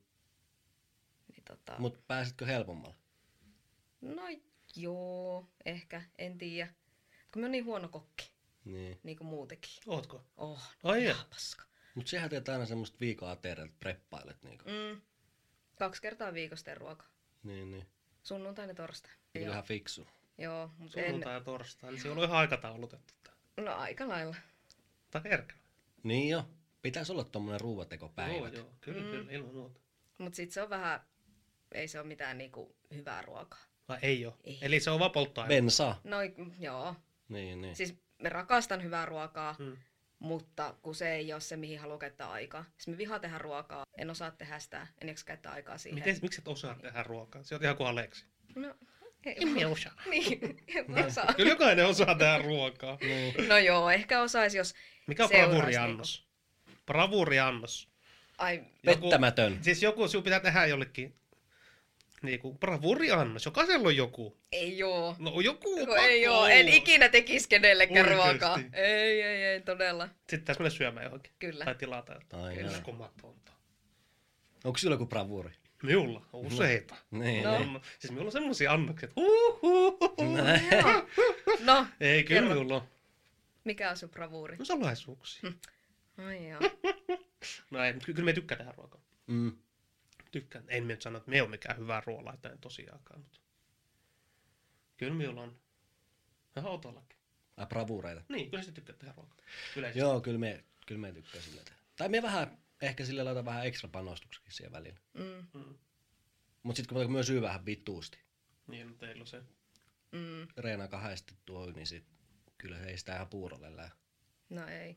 Niin tota... Mutta pääsitkö helpommalla? No joo, ehkä, en tiedä. Kun mä oon niin huono kokki, Niin. niin kuin muutenkin. Ootko? Oh, Ai jaa. ihan paska. Mut sehän teet aina semmoista viikon ateriaa, että preppailet niinku. Mm. Kaksi kertaa viikossa teen ruokaa. Niin, niin. Sunnuntaina ja torstai. Kyllä Joo, ihan fiksu. joo mutta en... Sunnuntai ja torstai. Niin se on ollut ihan aikataulutettu. tää. No aika lailla. Tai herkkänä. Niin jo. Pitäis olla tommonen Joo, ruuvatekopäivä. joo. Kyllä, Mm. kyllä. Ilman muuta. Mutta sit se on vähän, ei se ole mitään niinku hyvää ruokaa. Vai ei oo? Ei. Eli se on vaan polttoaine. Bensa. No i- mm, joo, Niin, niin. siis me rakastan hyvää ruokaa, Mm. mutta kun se ei ole se, mihin haluaa käyttää aikaa. Siis me vihaan tehdä ruokaa, en osaa tehdä sitä, en jaksa käyttää aikaa siihen. Miten, miksi et osaa tehdä ruokaa? Se on ihan kuin Aleksi. No, ei En varmaan. minä osaa. Niin, en osaa. Kyllä jokainen osaa tehdä ruokaa. Niin. No joo, ehkä osaisi, jos... Mikä on Seuraus bravuriannos? Bravuriannos. Ai, Pettämätön. Siis joku, sinun pitää tehdä jollekin niinku bravuriannos. Jokaisella on joku. ei joo. No joku Kun pakko ei olla. oo, en ikinä tekis kenellekään Oikeesti. ruokaa. Ei, ei, ei, todella. Sitten pitäisi mennä syömään johonkin. Kyllä. Tai tilata jotain. Aina. Uskomatonta. Onko sulla joku bravuuri? Minulla on useita. Niin, No. niin. No. Siis minulla on semmosia annoksia, että huh, huh, huh, huh. Joo. No, Ei, kyllä Kerro. minulla on. mikä on sun bravuuri? No salaisuuksia. Mm. Ai joo. No ei, mut ky- kyllä me tykkään tehdä ruokaa. Mm. Tykkään. En minä nyt sano, että me ole mikään hyvä ruoanlaitaja tosiaankaan, mutta kyllä minulla on. Ihan otollakin. Ai, bravuureita. Niin, kyllä sä tykkäät tehdä ruokaa. Yleisesti. Ah, Joo, kyllä me, kyllä me tykkäsin näitä. Tai me vähän, ehkä sille laitan vähän ekstra panostuksia siihen väliin. Mm, Mm. Mut sit kun mä- kun myös syö vähän vituusti, Niin, no teillä on se. mm. reena kahdesti tuo, niin sit kyllä se ei sitä ihan puurolle lähe. No ei.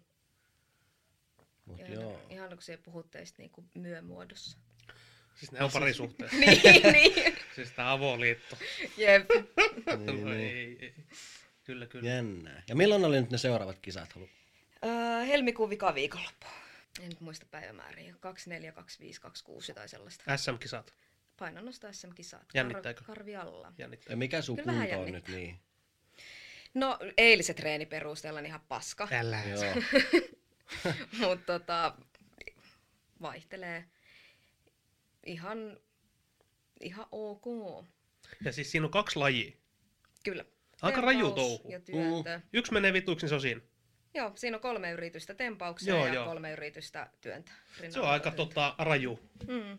Mut Ihan, joo. ihan kun siellä puhutte niinku myömuodossa. Siis ne on parisuhteessa. niin, niin. siis tää avoliitto. Jep. Niin, ei, niin. ei, ei. Kyllä, kyllä. Jännää. Ja milloin oli nyt ne seuraavat kisat ollut? Öö, helmikuun vika viikonloppu. En nyt muista päivämääriä. 24, 25, 26 jotain sellaista. SM-kisat. Painonnosta SM-kisat. Jännittääkö? Kar- karvi alla. Jännittää. Ja mikä sun Kyllä vähän kunto on nyt jännittää. niin? No eiliset treeni perusteella niin ihan paska. Älä. Joo. Mutta tota, vaihtelee ihan, ihan ok. Ja siis siinä on kaksi lajia. Kyllä. Aika Tempaus raju touhu. Ja työntö. Mm. Yksi menee vituiksi, niin se on siinä. Joo, siinä on kolme yritystä tempauksia Joo, ja joo. kolme yritystä työntää. Se on no, aika tota, raju. Mm.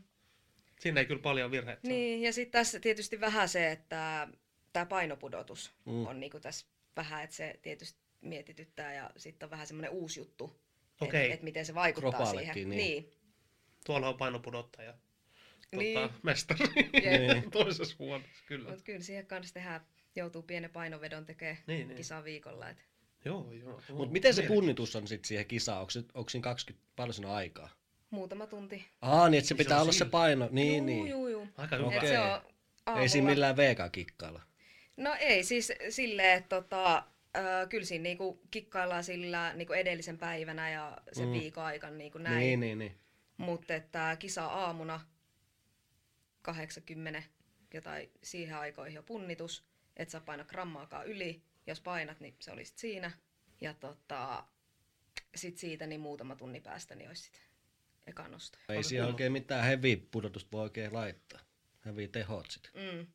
Siinä ei kyllä paljon virheitä. saa. Niin, ja sitten tässä tietysti vähän se, että tämä painopudotus Mm. mm. on niinku tässä vähän, että se tietysti mietityttää ja sitten on vähän semmoinen uusi juttu, Okei. että et miten se vaikuttaa Kropaallekin, siihen. niin. Niin. Tuolla on painopudottaja. Tota, Niin. Mestari. Jep. Toisessa huoneessa, kyllä. Mutta kyllä siihen kanssa tehdään, joutuu pienen painovedon tekemään Niin, niin. kisaa viikolla. Et Joo, joo. Mut miten se punnitus on sit siihen kisaan? Onko, onko siinä 20, paljon siinä aikaa? muutama tunti. Aa, niin että se Niin se pitää on olla se siinä. paino. Niin, juu, niin. Juu, juu. Aika Okei. hyvä. Et se on aamulla. Ei siinä millään veekaan kikkailla. No ei, siis silleen, että tota, ö, kyllä siinä niinku kikkaillaan sillä niinku edellisen päivänä ja sen Mm. mm. viikon aikana niinku näin. Niin, niin, niin. Mutta että kisa aamuna 80 jotain siihen aikoihin jo punnitus, et saa paina grammaakaan yli. Jos painat, niin se olisit siinä. Ja tota, sit siitä niin muutama tunni päästä niin olisit eka nostoja. Ei Aika siinä kuuma. oikein mitään heavy pudotusta voi oikein laittaa. Heavy tehot sit. Mm.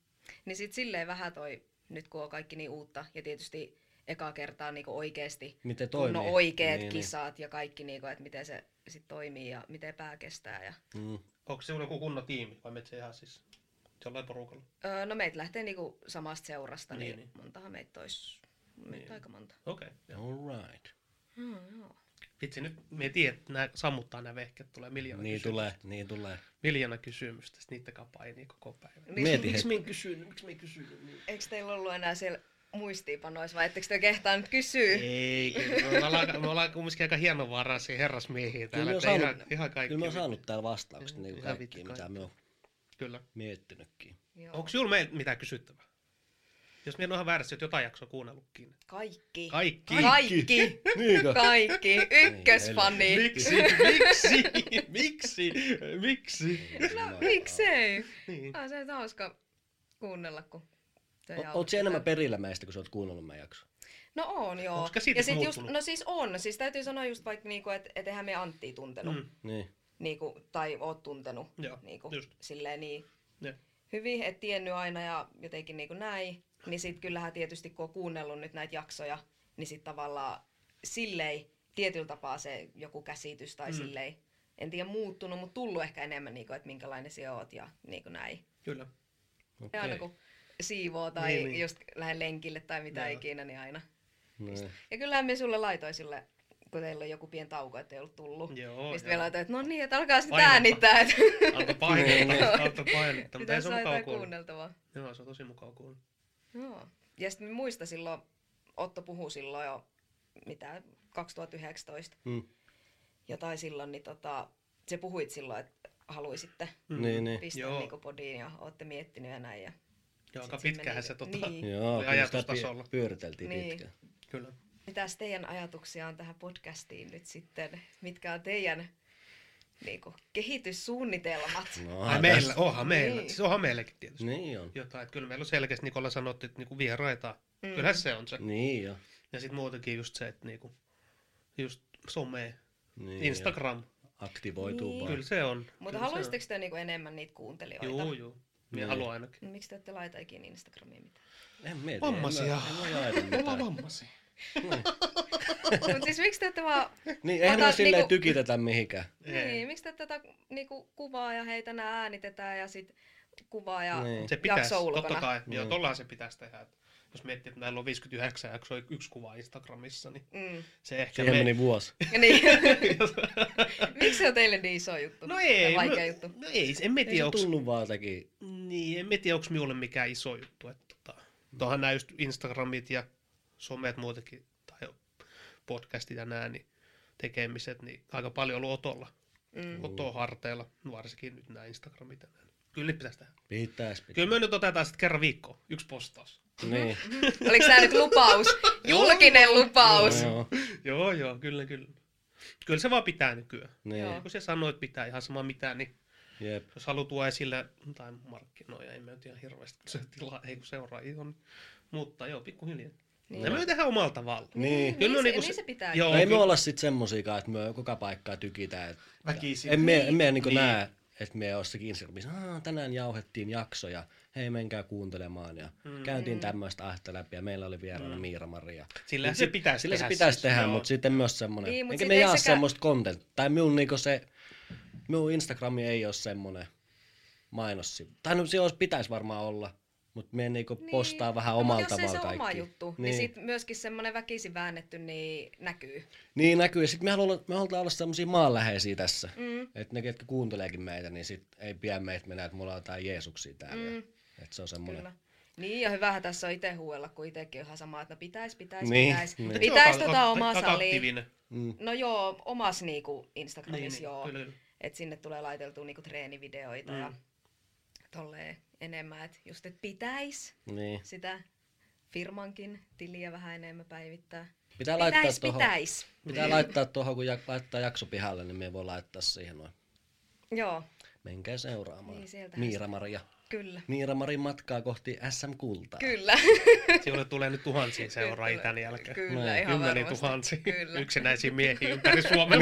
Niin sit silleen vähän toi, nyt kun on kaikki niin uutta ja tietysti eka kertaa niinku oikeesti Miten toimii? no oikeet Niin, niin, niin. kisat ja kaikki, niinku, että miten se sit toimii ja miten pää kestää. Ja... Mm. Onko se joku kunnon tiimi vai menet se ihan siis jollain porukalla? Öö, no meitä lähtee niinku samasta seurasta, Niin, niin, niin niin. montahan meitä olisi. Meitä Niin. niin. aika monta. Okei. Okay. Alright. Mm, joo. Vitsi, nyt me tiedät, että nämä sammuttaa nämä vehket, tulee miljoona Niin kysymystä. tulee, niin tulee. Miljoona kysymystä, sitten niitä kapaini koko päivä. Niin, Mieti Miksi hetki. me en kysynyt, miksi me en kysynyt? Niin. Eikö teillä ollut enää siellä muistiinpanoissa vai ettekö te kehtaa nyt kysyä? Ei, kyllä. Me ollaan, me ollaan kumminkin aika hienovaraisia herrasmiehiä täällä. me on että saanut- ihan, ihan kaikki. Kyllä mä oon saanut täällä vastaukset Joo, niinku ihan kaikkiin, vittu mitä kaikki. mä oon Kyllä. miettinytkin. Joo. Onko sinulla meillä mitään kysyttävää? Jos minä en ole ihan väärässä, että jotain jaksoa kuunnellutkin. Kaikki. Kaikki. Kaikki. Niinkö? Kaikki. Ykkösfani. Miksi? Miksi? Miksi? Miksi? No miksei? Niin. Ah, se on hauska kuunnella, kun se O- Oot jauhetaan. sä enemmän perillä meistä, kun sä oot kuunnellut meidän jakson? No on, joo. Onks käsitys ja sit just, muuttunut? no siis on. Siis täytyy sanoa just vaikka, niinku, että et eihän me Anttia tuntenut. Mm, Niin. niinku, tai oot tuntenut Joo, niinku, just. silleen niin Joo. hyvin, et tiennyt aina ja jotenkin niinku näin. Niin sit kyllähän tietysti kun on kuunnellut nyt näitä jaksoja, niin sit tavallaan silleen tietyllä tapaa se joku käsitys tai Mm. mm. silleen, en tiedä muuttunut, mutta tullut ehkä enemmän, niinku, että minkälainen sinä oot ja niinku näin. Kyllä. Okei. Ja aina kun siivoo tai Niin, niin, niin. just lähden lenkille tai mitä Joo. ikinä, niin aina. Niin. Ja kyllähän me sulle laitoin sille, kun teillä on joku pieni tauko, ettei ollut tullut. Joo, Mistä joo. vielä laitoin, että no niin, että alkaa sitten Painetta. äänittää. että- Alta painetta, Niin. alta painetta. Mutta ei Pitäisi se olla on mukava jotain kuulla. kuunneltavaa. Joo, se on tosi mukava kuulla. Mm. Joo. Ja sitten muista silloin, Otto puhui silloin jo, mitä, 2019, Mm. jotain silloin, niin tota, se puhuit silloin, että haluaisitte Niin, niin. pistää Joo. niinku podiin ja ootte miettinyt ja näin. Ja Joo, Sit aika se meni- pitkähän se tota- Niin. Joo, Oli kyllä sitä ajatustasolla. py- pyöriteltiin Niin. pitkään. Kyllä. Mitäs teidän ajatuksia on tähän podcastiin nyt sitten? Mitkä on teidän niin kuin, kehityssuunnitelmat? No, Ai tässä- meillä, onhan meillä. Niin. Siis onhan meilläkin tietysti. Niin on. Jotain, että kyllä meillä on selkeästi, Nikola sanottiin, että niinku vieraita. Mm. Mm. Kyllähän se on se. Niin jo. Ja sitten muutenkin just se, että niinku, just some, Niin jo. Instagram. Aktivoituu Niin. vaan. Kyllä se on. Mutta Kyllä se haluaisitteko te niinku enemmän niitä kuuntelijoita? on. Juu, juu. Minä Niin. haluan ainakin. Miksi te ette laita ikinä Instagramiin mitään? En mieti. Vammaisia. En, mä- en, mä laita mitään. vammaisia. Mutta siis miksi te ette vaan, Niin, eihän Ota me silleen niinku- tykitetä mihinkään. Ei. niin, miksi te ette tätä niinku, kuvaa ja heitä nää äänitetään ja sit kuvaa ja... Niin. Se pitäisi, Jakso ulkona. totta kai. Joo, Niin. tollahan se pitäisi tehdä. että Jos miettii, että meillä on 59 jaksoa yksi kuva Instagramissa, niin Mm. se ehkä Siihen meni vuosi. Ja Niin. miksi se on teille niin iso juttu? No Ja ei, vaikea no, juttu. No ei, en mä Ei se tiedä, onks, tunnu vaan jotenkin. niin, en mä tiedä, onks minulle mikään iso juttu. Että, tota, tuohan nämä just Instagramit ja somet muutenkin, tai podcastit ja nää, niin tekemiset, niin aika paljon ollut otolla. Mm. Otoa harteilla, no varsinkin nyt nämä Instagramit ja nää. Kyllä niitä pitäisi tehdä. Pitäis pitää. Kyllä me nyt otetaan sitten kerran viikkoon, yksi postaus. Niin. Oliko tää nyt lupaus? Julkinen lupaus. No, joo. Joo, joo, kyllä, kyllä. Kyllä se vaan pitää nykyään. Joo. Niin. Kun se sanoo, että pitää ihan sama mitä, niin Jep. jos haluaa tuoda esille tai markkinoja, ei me nyt ihan hirveästi kun se tilaa, ei kun seuraa ihan. Mutta joo, pikkuhiljaa. Niin. Niin. Ja me tehdään omalla tavalla. Niin. Kyllä Niin ne se, on niinku niin se- se pitää. Joo, No ei me kyllä. olla sit semmosiakaan, että me joka paikkaa tykitään. et- Väkisin. En me, en me niinku Niin. näe, että me jossakin Instagramissa, "Aa, tänään jauhettiin jakso ja hei menkää kuuntelemaan ja Mm. käytiin Mm. tämmöistä ahta läpi ja meillä oli vieraana Mm. Miira Maria. Sillä Mut se sit- pitäisi Sillä se tehdä. pitäisi siis. tehdä, Joo. mutta sitten myös semmonen. Niin, mut Eikä sit me ei jaa sekään- semmoista content. Tai minun niinku se, minun Instagrami ei ole semmonen mainos. si- Tai no se olisi, pitäisi varmaan olla, mutta me niinku Niin. postaa vähän No, mut omalla Jos ei tavalla se ole oma kaikki. juttu, niin, niin Niin. sit myöskin semmoinen väkisin väännetty niin näkyy. Niin näkyy. Ja sitten me halutaan, me halutaan olla semmosia maanläheisiä tässä. Mm. Että ne, ketkä kuunteleekin meitä, niin sit ei pidä meitä mennä, että mulla on jotain Jeesuksia täällä. Mm. Mm. Että se on semmoinen. Kyllä. Niin, ja hyvähän tässä on itse huuella, kun itsekin on ihan sama, että no pitäis, pitäis, Niin, pitäis. niin. Mutta Pitäis joka- tota aika- omaa aika salia. aktiivinen. Mm. No joo, omas niinku Instagramissa Niin, niin, joo. kyllä, kyllä. Että sinne tulee laiteltua niinku treenivideoita Mm. ja tolleen enemmän. Että just, että pitäis Niin. sitä firmankin tiliä vähän enemmän päivittää. Pitää laittaa Pitäis, tohon. pitäis. Pitää laittaa tuohon, kun jak- laittaa jakso pihalle, niin me voi laittaa siihen noin. Joo, Menkää seuraamaan. Niin, sieltähän Miira Maria. kyllä. Miira Marin matkaa kohti SM-kultaa. Kyllä. Sinulle tulee nyt tuhansia seuraajia tämän jälkeen. Kyllä, Näin, ihan Kymmeniä varmasti. tuhansia Kyllä. yksinäisiä miehiä ympäri Suomen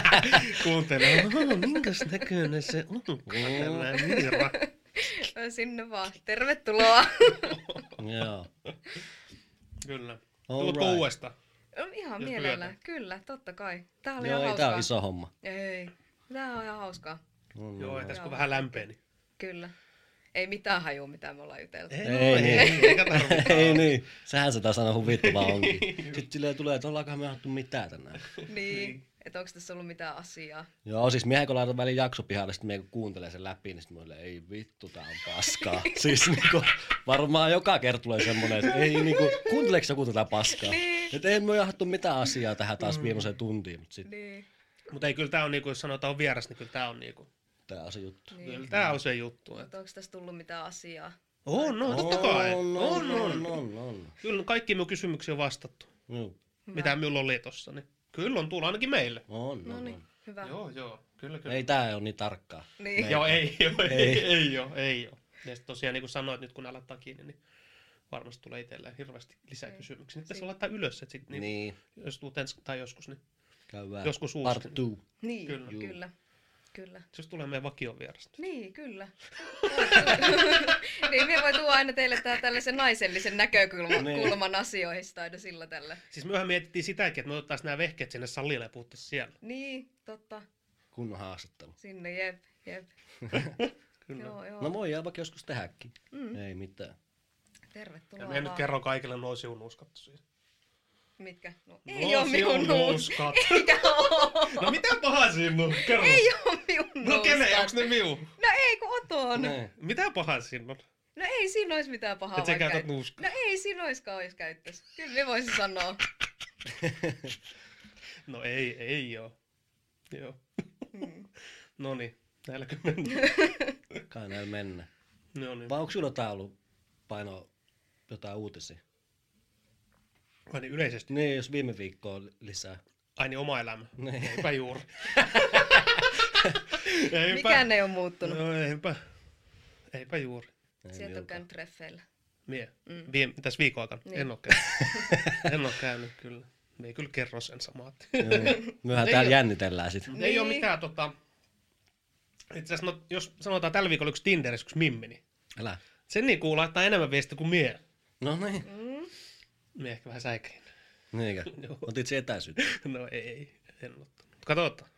Kuuntele, "Oho, minkäs näköinen se on? Tällainen Miira. Sinne vaan. Tervetuloa. Joo. Kyllä. All Tuutko right. uudestaan? ihan Jos mielellään. pyydät. Kyllä, totta kai. Tää oli Joo, ihan ei tää hauskaa. on iso homma. Ei, tää on ihan hauskaa. No, no, Joo, no. ja tässä Joo. kun vähän niin- lämpeni. Kyllä. Ei mitään hajua, mitä me ollaan juteltu. Ei, ei, niin. eikä tarvita. ei niin, sehän se tässä on huvittavaa onkin. Sitten silleen tulee, että ollaankohan me hattu mitään tänään. Niin. Et onks tässä ollut mitään asiaa? Joo, siis miehän kun laitan välin jakso pihalle, sitten miehän kun kuuntelee sen läpi, niin sitten mulle ei vittu, tää on paskaa. siis niinku, varmaan joka kerta tulee semmonen, että ei niinku, kuunteleeko joku tätä paskaa? Niin. Että ei me jahtu mitään asiaa tähän taas viimeiseen tuntiin, mutta sitten Niin. Mutta ei, kyllä tää on niinku, jos sanotaan on vieras, niin kyllä tää on niinku. tää on se juttu. Kyllä niin. tää on se juttu. Mut että- onks tässä tullut mitään asiaa? On, no, totta kai. On, on, on, on, on. Kyllä kaikki minun kysymyksiä on vastattu, Joo, Hyvä. mitä minulla oli tossa. Niin. Kyllä on tullut ainakin meille. on, No on, niin, on. hyvä. joo, kyllä, Ei tää ole niin tarkkaa. Niin. Joo, ei, joo, ei, Ei. ei, joo, ei joo. Ja sit tosiaan niin kuin sanoit, nyt kun alat kiinni, niin varmasti tulee itselleen hirveästi lisää Niin. kysymyksiä. Nyt Siin- tässä laittaa ylös, että sit, niin, niin. Niin, jos tulet ens, tai joskus, niin käydään. Joskus uusi. Part two. Niin, Kyllä. kyllä. kyllä. Kyllä. jos tulee meidän vakion vierasta. Niin, kyllä. niin, minä voi tuoda aina teille tää tällaisen naisellisen näkökulman Niin. kulman asioista aina sillä tällä. Siis myöhän mietittiin sitäkin, että me otettaisiin nämä vehkeet sinne salille ja puhuttaisiin siellä. Niin, totta. Kunnon haastattelu. Sinne, jep, jep. Kyllä. Joo, joo. No voi jää vaikka joskus tehdäkin. Mm. Ei mitään. Ja Tervetuloa me nyt vaan. kerron kaikille nuo siunuuskat siis. Mitkä? No, ei oo minun nuus. nuuskat. Eikä oo. No mitä pahaa siinä on? Kerro. Ei oo minun nuus. no kenen, onks ne miu? No ei kun oton. niin. Näin. Mitä pahaa siinä on? No ei siinä ois mitään pahaa. Että sä vaikka käytät et- nuuskaa. No ei siinä oiskaan, jos käyttäis. Kyllä me voisin sanoa. No ei, ei joo. Joo. Mm. No niin, näilläkö mennään? Kai näillä mennä. No niin. Vai onko sulla tää ollut painoa jotain uutisia. Vai niin yleisesti? Niin, jos viime viikkoa lisää. Ai niin oma elämä. Niin. Eipä juuri. Mikään ei ole muuttunut. No eipä. Eipä juuri. Ei Sieltä on miltä. käynyt treffeillä. Mie. Mm. Vie, tässä viikon aikana. Niin. En oo käynyt. en oo käynyt kyllä. Me ei kyllä kerro sen samaa. Joo. Mehän Ei täällä oo- jännitellään sit. Niin. Ei ole Niin. mitään tota... Itse asiassa, no, jos sanotaan tällä viikolla yksi Tinderissä yksi mimmini. Älä. Sen niinku laittaa enemmän viestiä kuin mie. No niin. Mm. Mie ehkä vähän säikein. Niinkö? Joo. Otit se etäisyyttä. No ei, en ottanut. Katsotaan.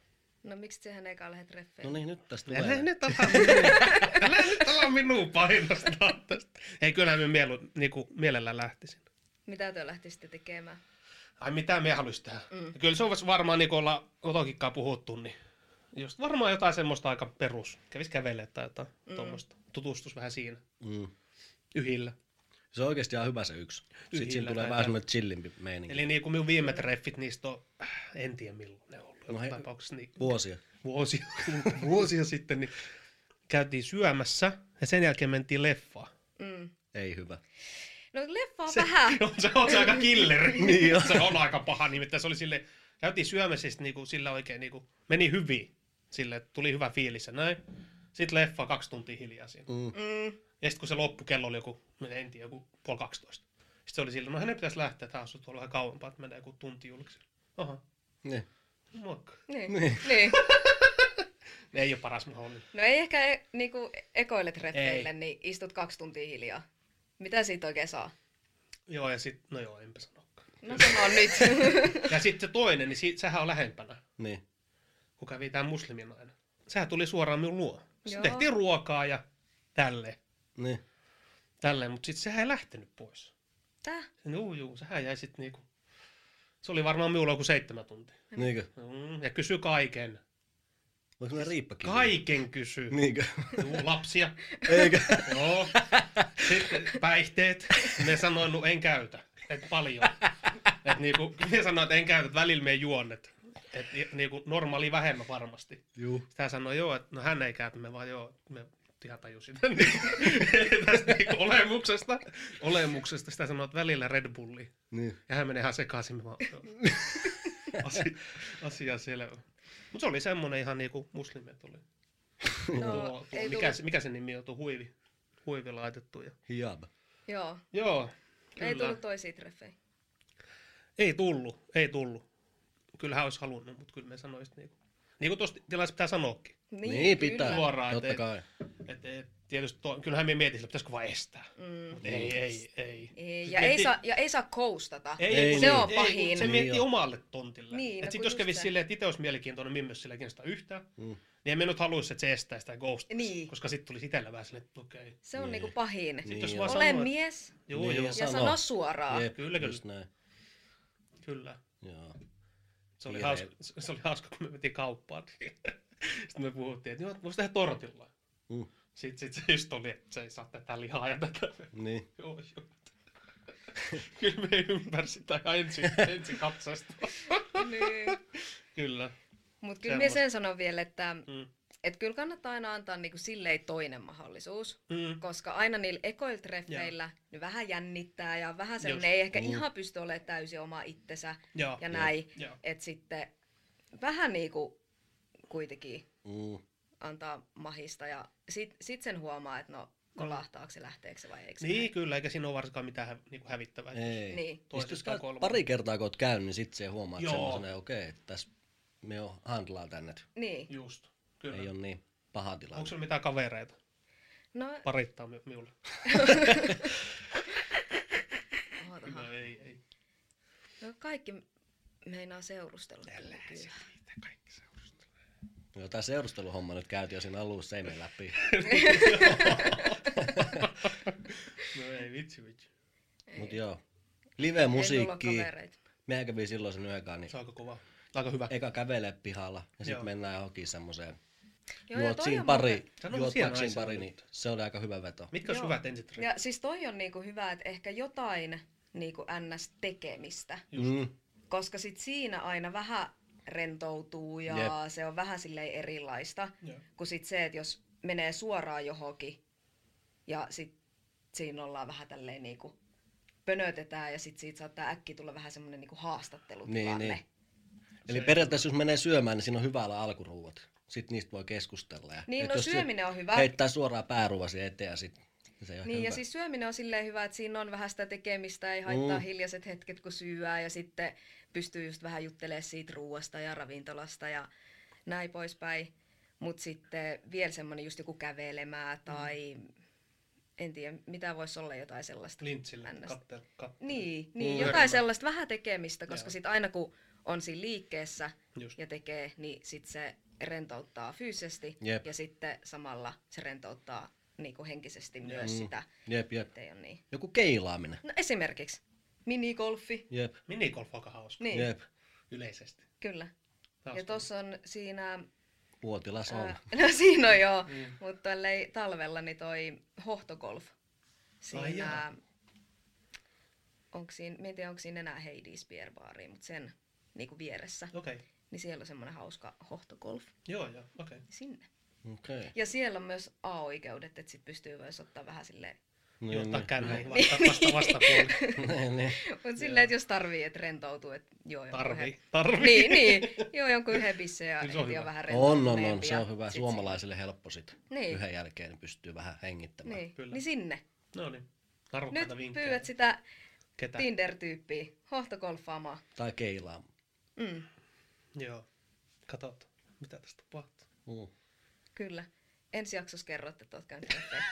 No miksi sehän eikä lähde treffeille? No niin, nyt tästä Älä tulee. nyt ala minua, älä nyt ala minua painostaa tästä. Ei kyllä minä mielu, niinku, mielellään lähtisin. Mitä te lähtisitte tekemään? Ai mitä me haluaisi tehdä? Mm. Mm. Kyllä se on varmaan niin kuin ollaan kotokikkaa puhuttu, niin just varmaan jotain semmoista aika perus. Kävis kävelle tai jotain Mm. mm. tuommoista. Tutustus vähän siinä Mm. yhillä. Se on oikeesti ihan hyvä se yksi. Sitten Tyhjillä siinä tulee tai vähän tää- semmonen chillimpi meininki. Eli niin kuin minun viime treffit, niistä on, äh, en tiedä milloin ne on ollut. No No, he- tapauksessa niin Vuosia. vuosia, vuosia sitten niin käytiin syömässä ja sen jälkeen mentiin leffaan. Mm. Ei hyvä. No leffa on vähän. on, se on se aika killeri. Niin jo. se on aika paha nimittäin. Se oli sille, käytiin syömässä siis niinku, sillä oikein niinku, meni hyvin. Sille että tuli hyvä fiilis ja näin. Sitten leffa kaksi tuntia hiljaa siinä. Mm. Mm. Ja sitten kun se loppu, kello oli joku, en tiedä, joku puoli 12. Sitten se oli sillä, no hänen pitäisi lähteä, että hän asuu tuolla vähän kauempaa, että mennään joku tunti julkiselle. Aha, Niin. moikka. Niin. Niin. niin. Ei ole paras mahdollinen. No ei ehkä e- niinku ekoille treffeille, Ei. niin istut kaksi tuntia hiljaa. Mitä siitä oikein saa? Joo, ja sitten, no joo, enpä sanokaan. No sano nyt. Ja sitten se toinen, niin si- sehän on lähempänä. Niin. kun kävi tää musliminainen. Sehän tuli suoraan minun luo. Joo. Sitten tehtiin ruokaa ja tälleen, Niin. tälleen mutta sitten sehän ei lähtenyt pois. Tää? Juu, juu, sehän jäi sitten niinku... Se oli varmaan minulla joku seitsemän tuntia. Niin. Niinkö? Mm, ja kysy kaiken. Onko semmonen riippakin? Kaiken kysy. Niinkö? Juu, lapsia. Eikö? Joo. Sitten päihteet. Me sanoin, no en käytä. Et paljon. Et niinku, me sanoin, että en käytä, että välillä me juonnet. Et ni- niinku normaali vähemmän varmasti. Juu. Sitä sanoi, joo, että no hän ei käytä, me vaan joo, me ihan tajusin tämän niinku, tästä niinku olemuksesta, olemuksesta. Sitä sanoo, että välillä Red Bulli. Niin. Ja hän menee ihan sekaisin, me vaan, joo. Asi, asia selvä. Mut se oli semmonen ihan niinku muslimet oli. No, Tuo- tuo- ei mikä, tullut. se, mikä sen nimi on, tuo huivi, huivi laitettu. Ja... Hiab. Joo. Joo, Kyllä. Ei Kyllä. tullut toisia treffejä. ei tullut, ei tullut. Kyllähän olisi halunnut, mutta kyllä me sanoisin niinku. Niin kuin tuossa tilaisuudessa pitää sanoakin. Niin, niin pitää. kyllä. Suoraan, Totta et- kai. Et, et, tietysti tuo, kyllähän me mietin, että pitäisikö vaan estää. Mm. Mut ei, ei, ei. Ei, Siis ja, mietti- ei saa, ja ei saa koustata. Ei, Ei ei, kun- Se on ei, pahin. kun Se Niin mietti on. omalle tontille. Niin, Niin, no et sit kun jos just kävisi se. silleen, että itse olisi mielenkiintoinen, mimmös sillä kiinnostaa yhtään, Mm. niin emme nyt haluaisi, että se estää sitä ghostia, Niin. koska sitten tulisi itsellä vähän silleen, että okei. Okay. Se on Niin. niinku pahin. Niin Sitten jos on. vaan Ole sanoo, että mies joo, Niin, joo, ja ja sano. sano suoraan. Jep, kyllä, kyllä. Just näin. kyllä. Joo. Se oli, Kiire- hauska, se se oli hauska, kun me mentiin kauppaan. niin sitten me puhuttiin, että joo, voisi tehdä tortilla. Mm. Sitten sit se just oli, että se ei saa tätä lihaa ja tätä. Niin. Joo, joo. Kyllä me ymmärsin tämä ensin, ensin katsasta. Niin. Kyllä. Mutta kyllä minä Semmosta. sen sanon vielä, että Mm. et kyllä kannattaa aina antaa niinku silleen toinen mahdollisuus. Mm. Koska aina niillä ekoilla treffeillä ne vähän jännittää ja vähän semmoinen Just. Ah, ei ehkä Mm. ihan pysty olemaan täysin oma itsensä Joo. ja näin. Joo. Että sitten vähän niinku kuitenkin Mm. antaa mahista ja sit, sit sen huomaa, että no kolahtaako se, lähteekö se vai eikö se Mm. Niin, kyllä, eikä siinä ole varsinkaan mitään hä- niinku hävittävää. Ei. lähde. niin. Siis Toisesta jos käyt kolmanteen. pari kertaa kun oot käynyt, niin sit se huomaat Joo. semmosena, että okei, että tässä me on handlaa tänne. niin. Just, kyllä. Ei Ei ole niin paha Onko tilanne. sulla mitään kavereita? No, Parittaa mi- minulle. ootahan. ei, ei. no kaikki meinaa seurustella. Älä kyllä. se niitä kaikki seurustella. Joo, tää seurusteluhomma nyt käytiin jo siinä alussa, ei me läpi. No ei, vitsi, vitsi. Mut Ei. joo. Live Ei musiikki. tulla kavereita. Mehän kävi silloin sen yökaan, niin Se on aika kova. Aika hyvä. eka kävelee pihalla ja sit Joo. mennään johonkin semmoseen. Joo, ja Juot toi siinä on muuten- pari, Sano juot siellä siinä naiselle pari, niin nyt. se oli aika hyvä veto. Mitkä olisi Joo. hyvät ensi treffit? Ja siis toi on niinku hyvä, että ehkä jotain niinku ns. tekemistä, Mm, koska sit siinä aina vähän rentoutuu ja Jep. se on vähän silleen erilaista Joo. kuin sit se, että jos menee suoraan johonkin ja sit siinä ollaan vähän tälleen niinku pönötetään ja sitten siitä saattaa äkkiä tulla vähän semmoinen niinku haastattelutilanne. Niin, Niin, niin. Eli periaatteessa jos menee syömään, niin siinä on hyvällä alkuruuat. Sitten niistä voi keskustella. Ja niin et no jos syö- syöminen on hyvä. Heittää suoraan pääruuvasi eteen ja sitten se ei ole Niin, hyvä. ja siis syöminen on silleen hyvä, että siinä on vähän sitä tekemistä, ei haittaa Mm. mm. hiljaiset hetket, kun syyää, ja sitten pystyy just vähän juttelemaan siitä ruuasta ja ravintolasta ja näin poispäin. Mutta sitten vielä semmoinen just joku kävelemää tai mm. en tiedä, mitä voisi olla jotain sellaista. Niin. Lintsille Ns. kattel, kattel. Niin, niin Mm. Pyörimään. jotain sellaista vähän tekemistä, koska Joo. sitten aina kun on siinä liikkeessä Just. ja tekee, niin sitten se rentouttaa fyysisesti Jep. ja sitten samalla se rentouttaa niinku henkisesti myös Mm. sitä, Jep, jep. ettei ole niin Joku keilaaminen. No esimerkiksi minigolfi, Jep, Minigolf on aika hauska niin Jep. jep. yleisesti. kyllä. Hauska. Ja tuossa on siinä, Puotila sauna. ää, no siinä on joo, Mm. mutta tällei talvella niin toi hohtogolf. Siinä, jaa. onko siinä, mä en tiedä onko siinä enää Hades Beer Baria, mutta sen niinku vieressä, Okei, okay. niin siellä on semmoinen hauska hohtogolf joo joo, okei. Okay. sinne. Okei. Okay. Ja siellä on myös A-oikeudet, että sit pystyy myös ottaa vähän silleen, Joo, ottaa niin. kärreihin vasta, vasta vastapuolelle. niin, niin. mutta silleen, että jos tarvii, että rentoutuu, että joo, jonkun Tarvii, yhden- tarvii. Niin, niin. Joo, jonkun yhden bissen ja Kyllä Niin, se on ehtii hyvä. on vähän On, on, on. rentoutuneempi Se ja on hyvä. sit- Suomalaisille helppo sit. Niin. Yhden jälkeen niin pystyy vähän hengittämään. Niin, Kyllä. niin sinne. No niin, Nyt arvokkaita vinkkejä. pyydät sitä Ketä? Tinder-tyyppiä hohtogolfaamaan. Tai keilaamaan. Mm, Joo, katsotaan, mitä tästä tapahtuu. Mm. kyllä. Ensi jaksossa kerrotte, että oot käynyt golfeilla.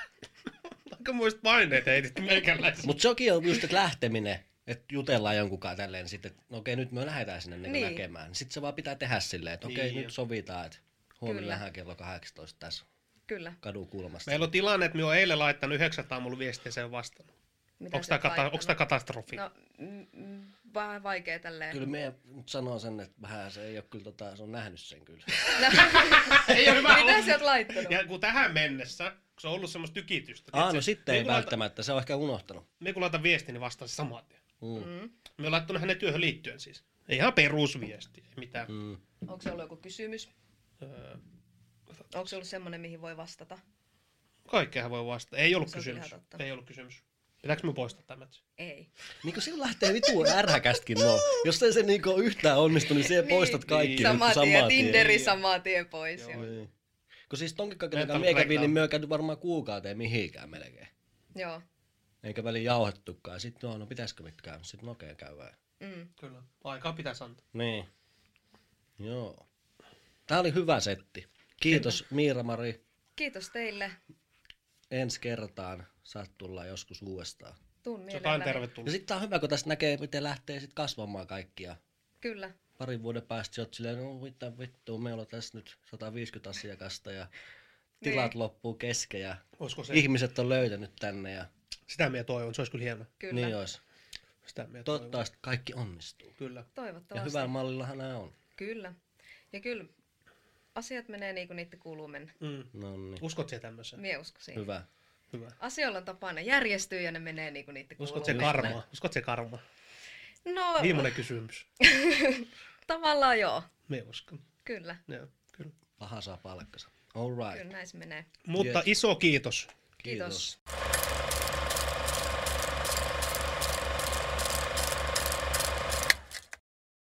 Aika muista paineet heitit meikäläisen. Mutta sekin on just, että lähteminen, että jutellaan jonkun kanssa tälleen, niin sitten, että no okei, nyt me lähdetään sinne niin. Niin. näkemään. Sitten se vaan pitää tehdä silleen, että okei, Niin, nyt joo. sovitaan, että huomenna Kyllä. nähdään kello 18 tässä Kyllä. kadukulmassa. Meillä on tilanne, että minä olen eilen laittanut yhdeksältä aamulla viestiä ja sen vastannut. Mitä Onko sä tämä, oot kata- onko laittanut? tämä katastrofi? No, mm, mm, vähän vaikea tälleen. Kyllä me nyt sanoo sen, että vähän se ei ole kyllä tota, se on nähnyt sen kyllä. No. Ei ole hyvä Mitä ollut. sä oot laittanut? Ja kun tähän mennessä, kun se on ollut semmoista tykitystä. Aa, tiedätkö, no sitten ei niin kun laita- välttämättä, se on ehkä unohtanut. Niin kun laitan viestin, niin vastaan se saman tien. Mm. Mm. Me on laittanut hänen työhön liittyen siis. Ei ihan perusviesti, ei mitään. Mm. Mm. Onko se ollut joku kysymys? Öö, Onko se ollut semmonen, mihin voi vastata? kaikkeahan voi vastata. Ei ollut Se on kysymys. ihan totta. Ei ollut kysymys. Pitääkö me poistaa tämä? Ei. Niin kun silloin lähtee vituun ärhäkäskin no. Jos ei se niinku yhtään onnistu, niin se Niin. poistat kaikki Niin. nyt Samaa tie, Tinderi Niin. samaa tie pois. Joo. Joo. Niin. Kun siis tonkin Mä kaiken en aikaa tarvitse meikäviin, niin rekkaa. myö käyty varmaan kuukauteen mihinkään melkein. Joo. Eikä väli jauhettukaan. Sitten no, no pitäisikö nyt käydä? Sitten no okei käydään. Mm. Kyllä. Aikaa pitäisi antaa. Niin. Joo. Tää oli hyvä setti. Kiitos Miira-Mari. Kiitos teille. Ensi kertaan saat tulla joskus uudestaan. Tuun Se on aina mielelläni. Ja tervetullut. sitten tää on hyvä, kun tästä näkee, miten lähtee sit kasvamaan kaikkia. Kyllä. Parin vuoden päästä sä oot silleen, no mitä vittua, meillä on tässä nyt 150 asiakasta ja tilat Niin. loppuu kesken ja Olisiko se? ihmiset on löytänyt tänne ja Sitä minä toivon. Se olisi kyllä hienoa. Kyllä. niin ois. Sitä minä toivon. Toivottavasti kaikki onnistuu. Kyllä. Ja Toivottavasti. hyvällä mallillahan nämä on. Kyllä. Ja kyllä asiat menee niin kuin niitä kuuluu mennä. Mm. No niin, Uskot siihen tämmöiseen? Mie uskon siihen. hyvä. Hyvä. Asioilla on tapaa, ne järjestyy ja ne menee niin kuin niitä kuuluu. Uskot se Kuuluu. karmaa? Uskot se karmaa? No, Viimeinen kysymys. tavallaan joo. Me uskon. Kyllä. Joo, kyllä. Paha saa palkkansa. All right. Kyllä näin se menee. Mutta Yes. iso kiitos Kiitos. Kiitos.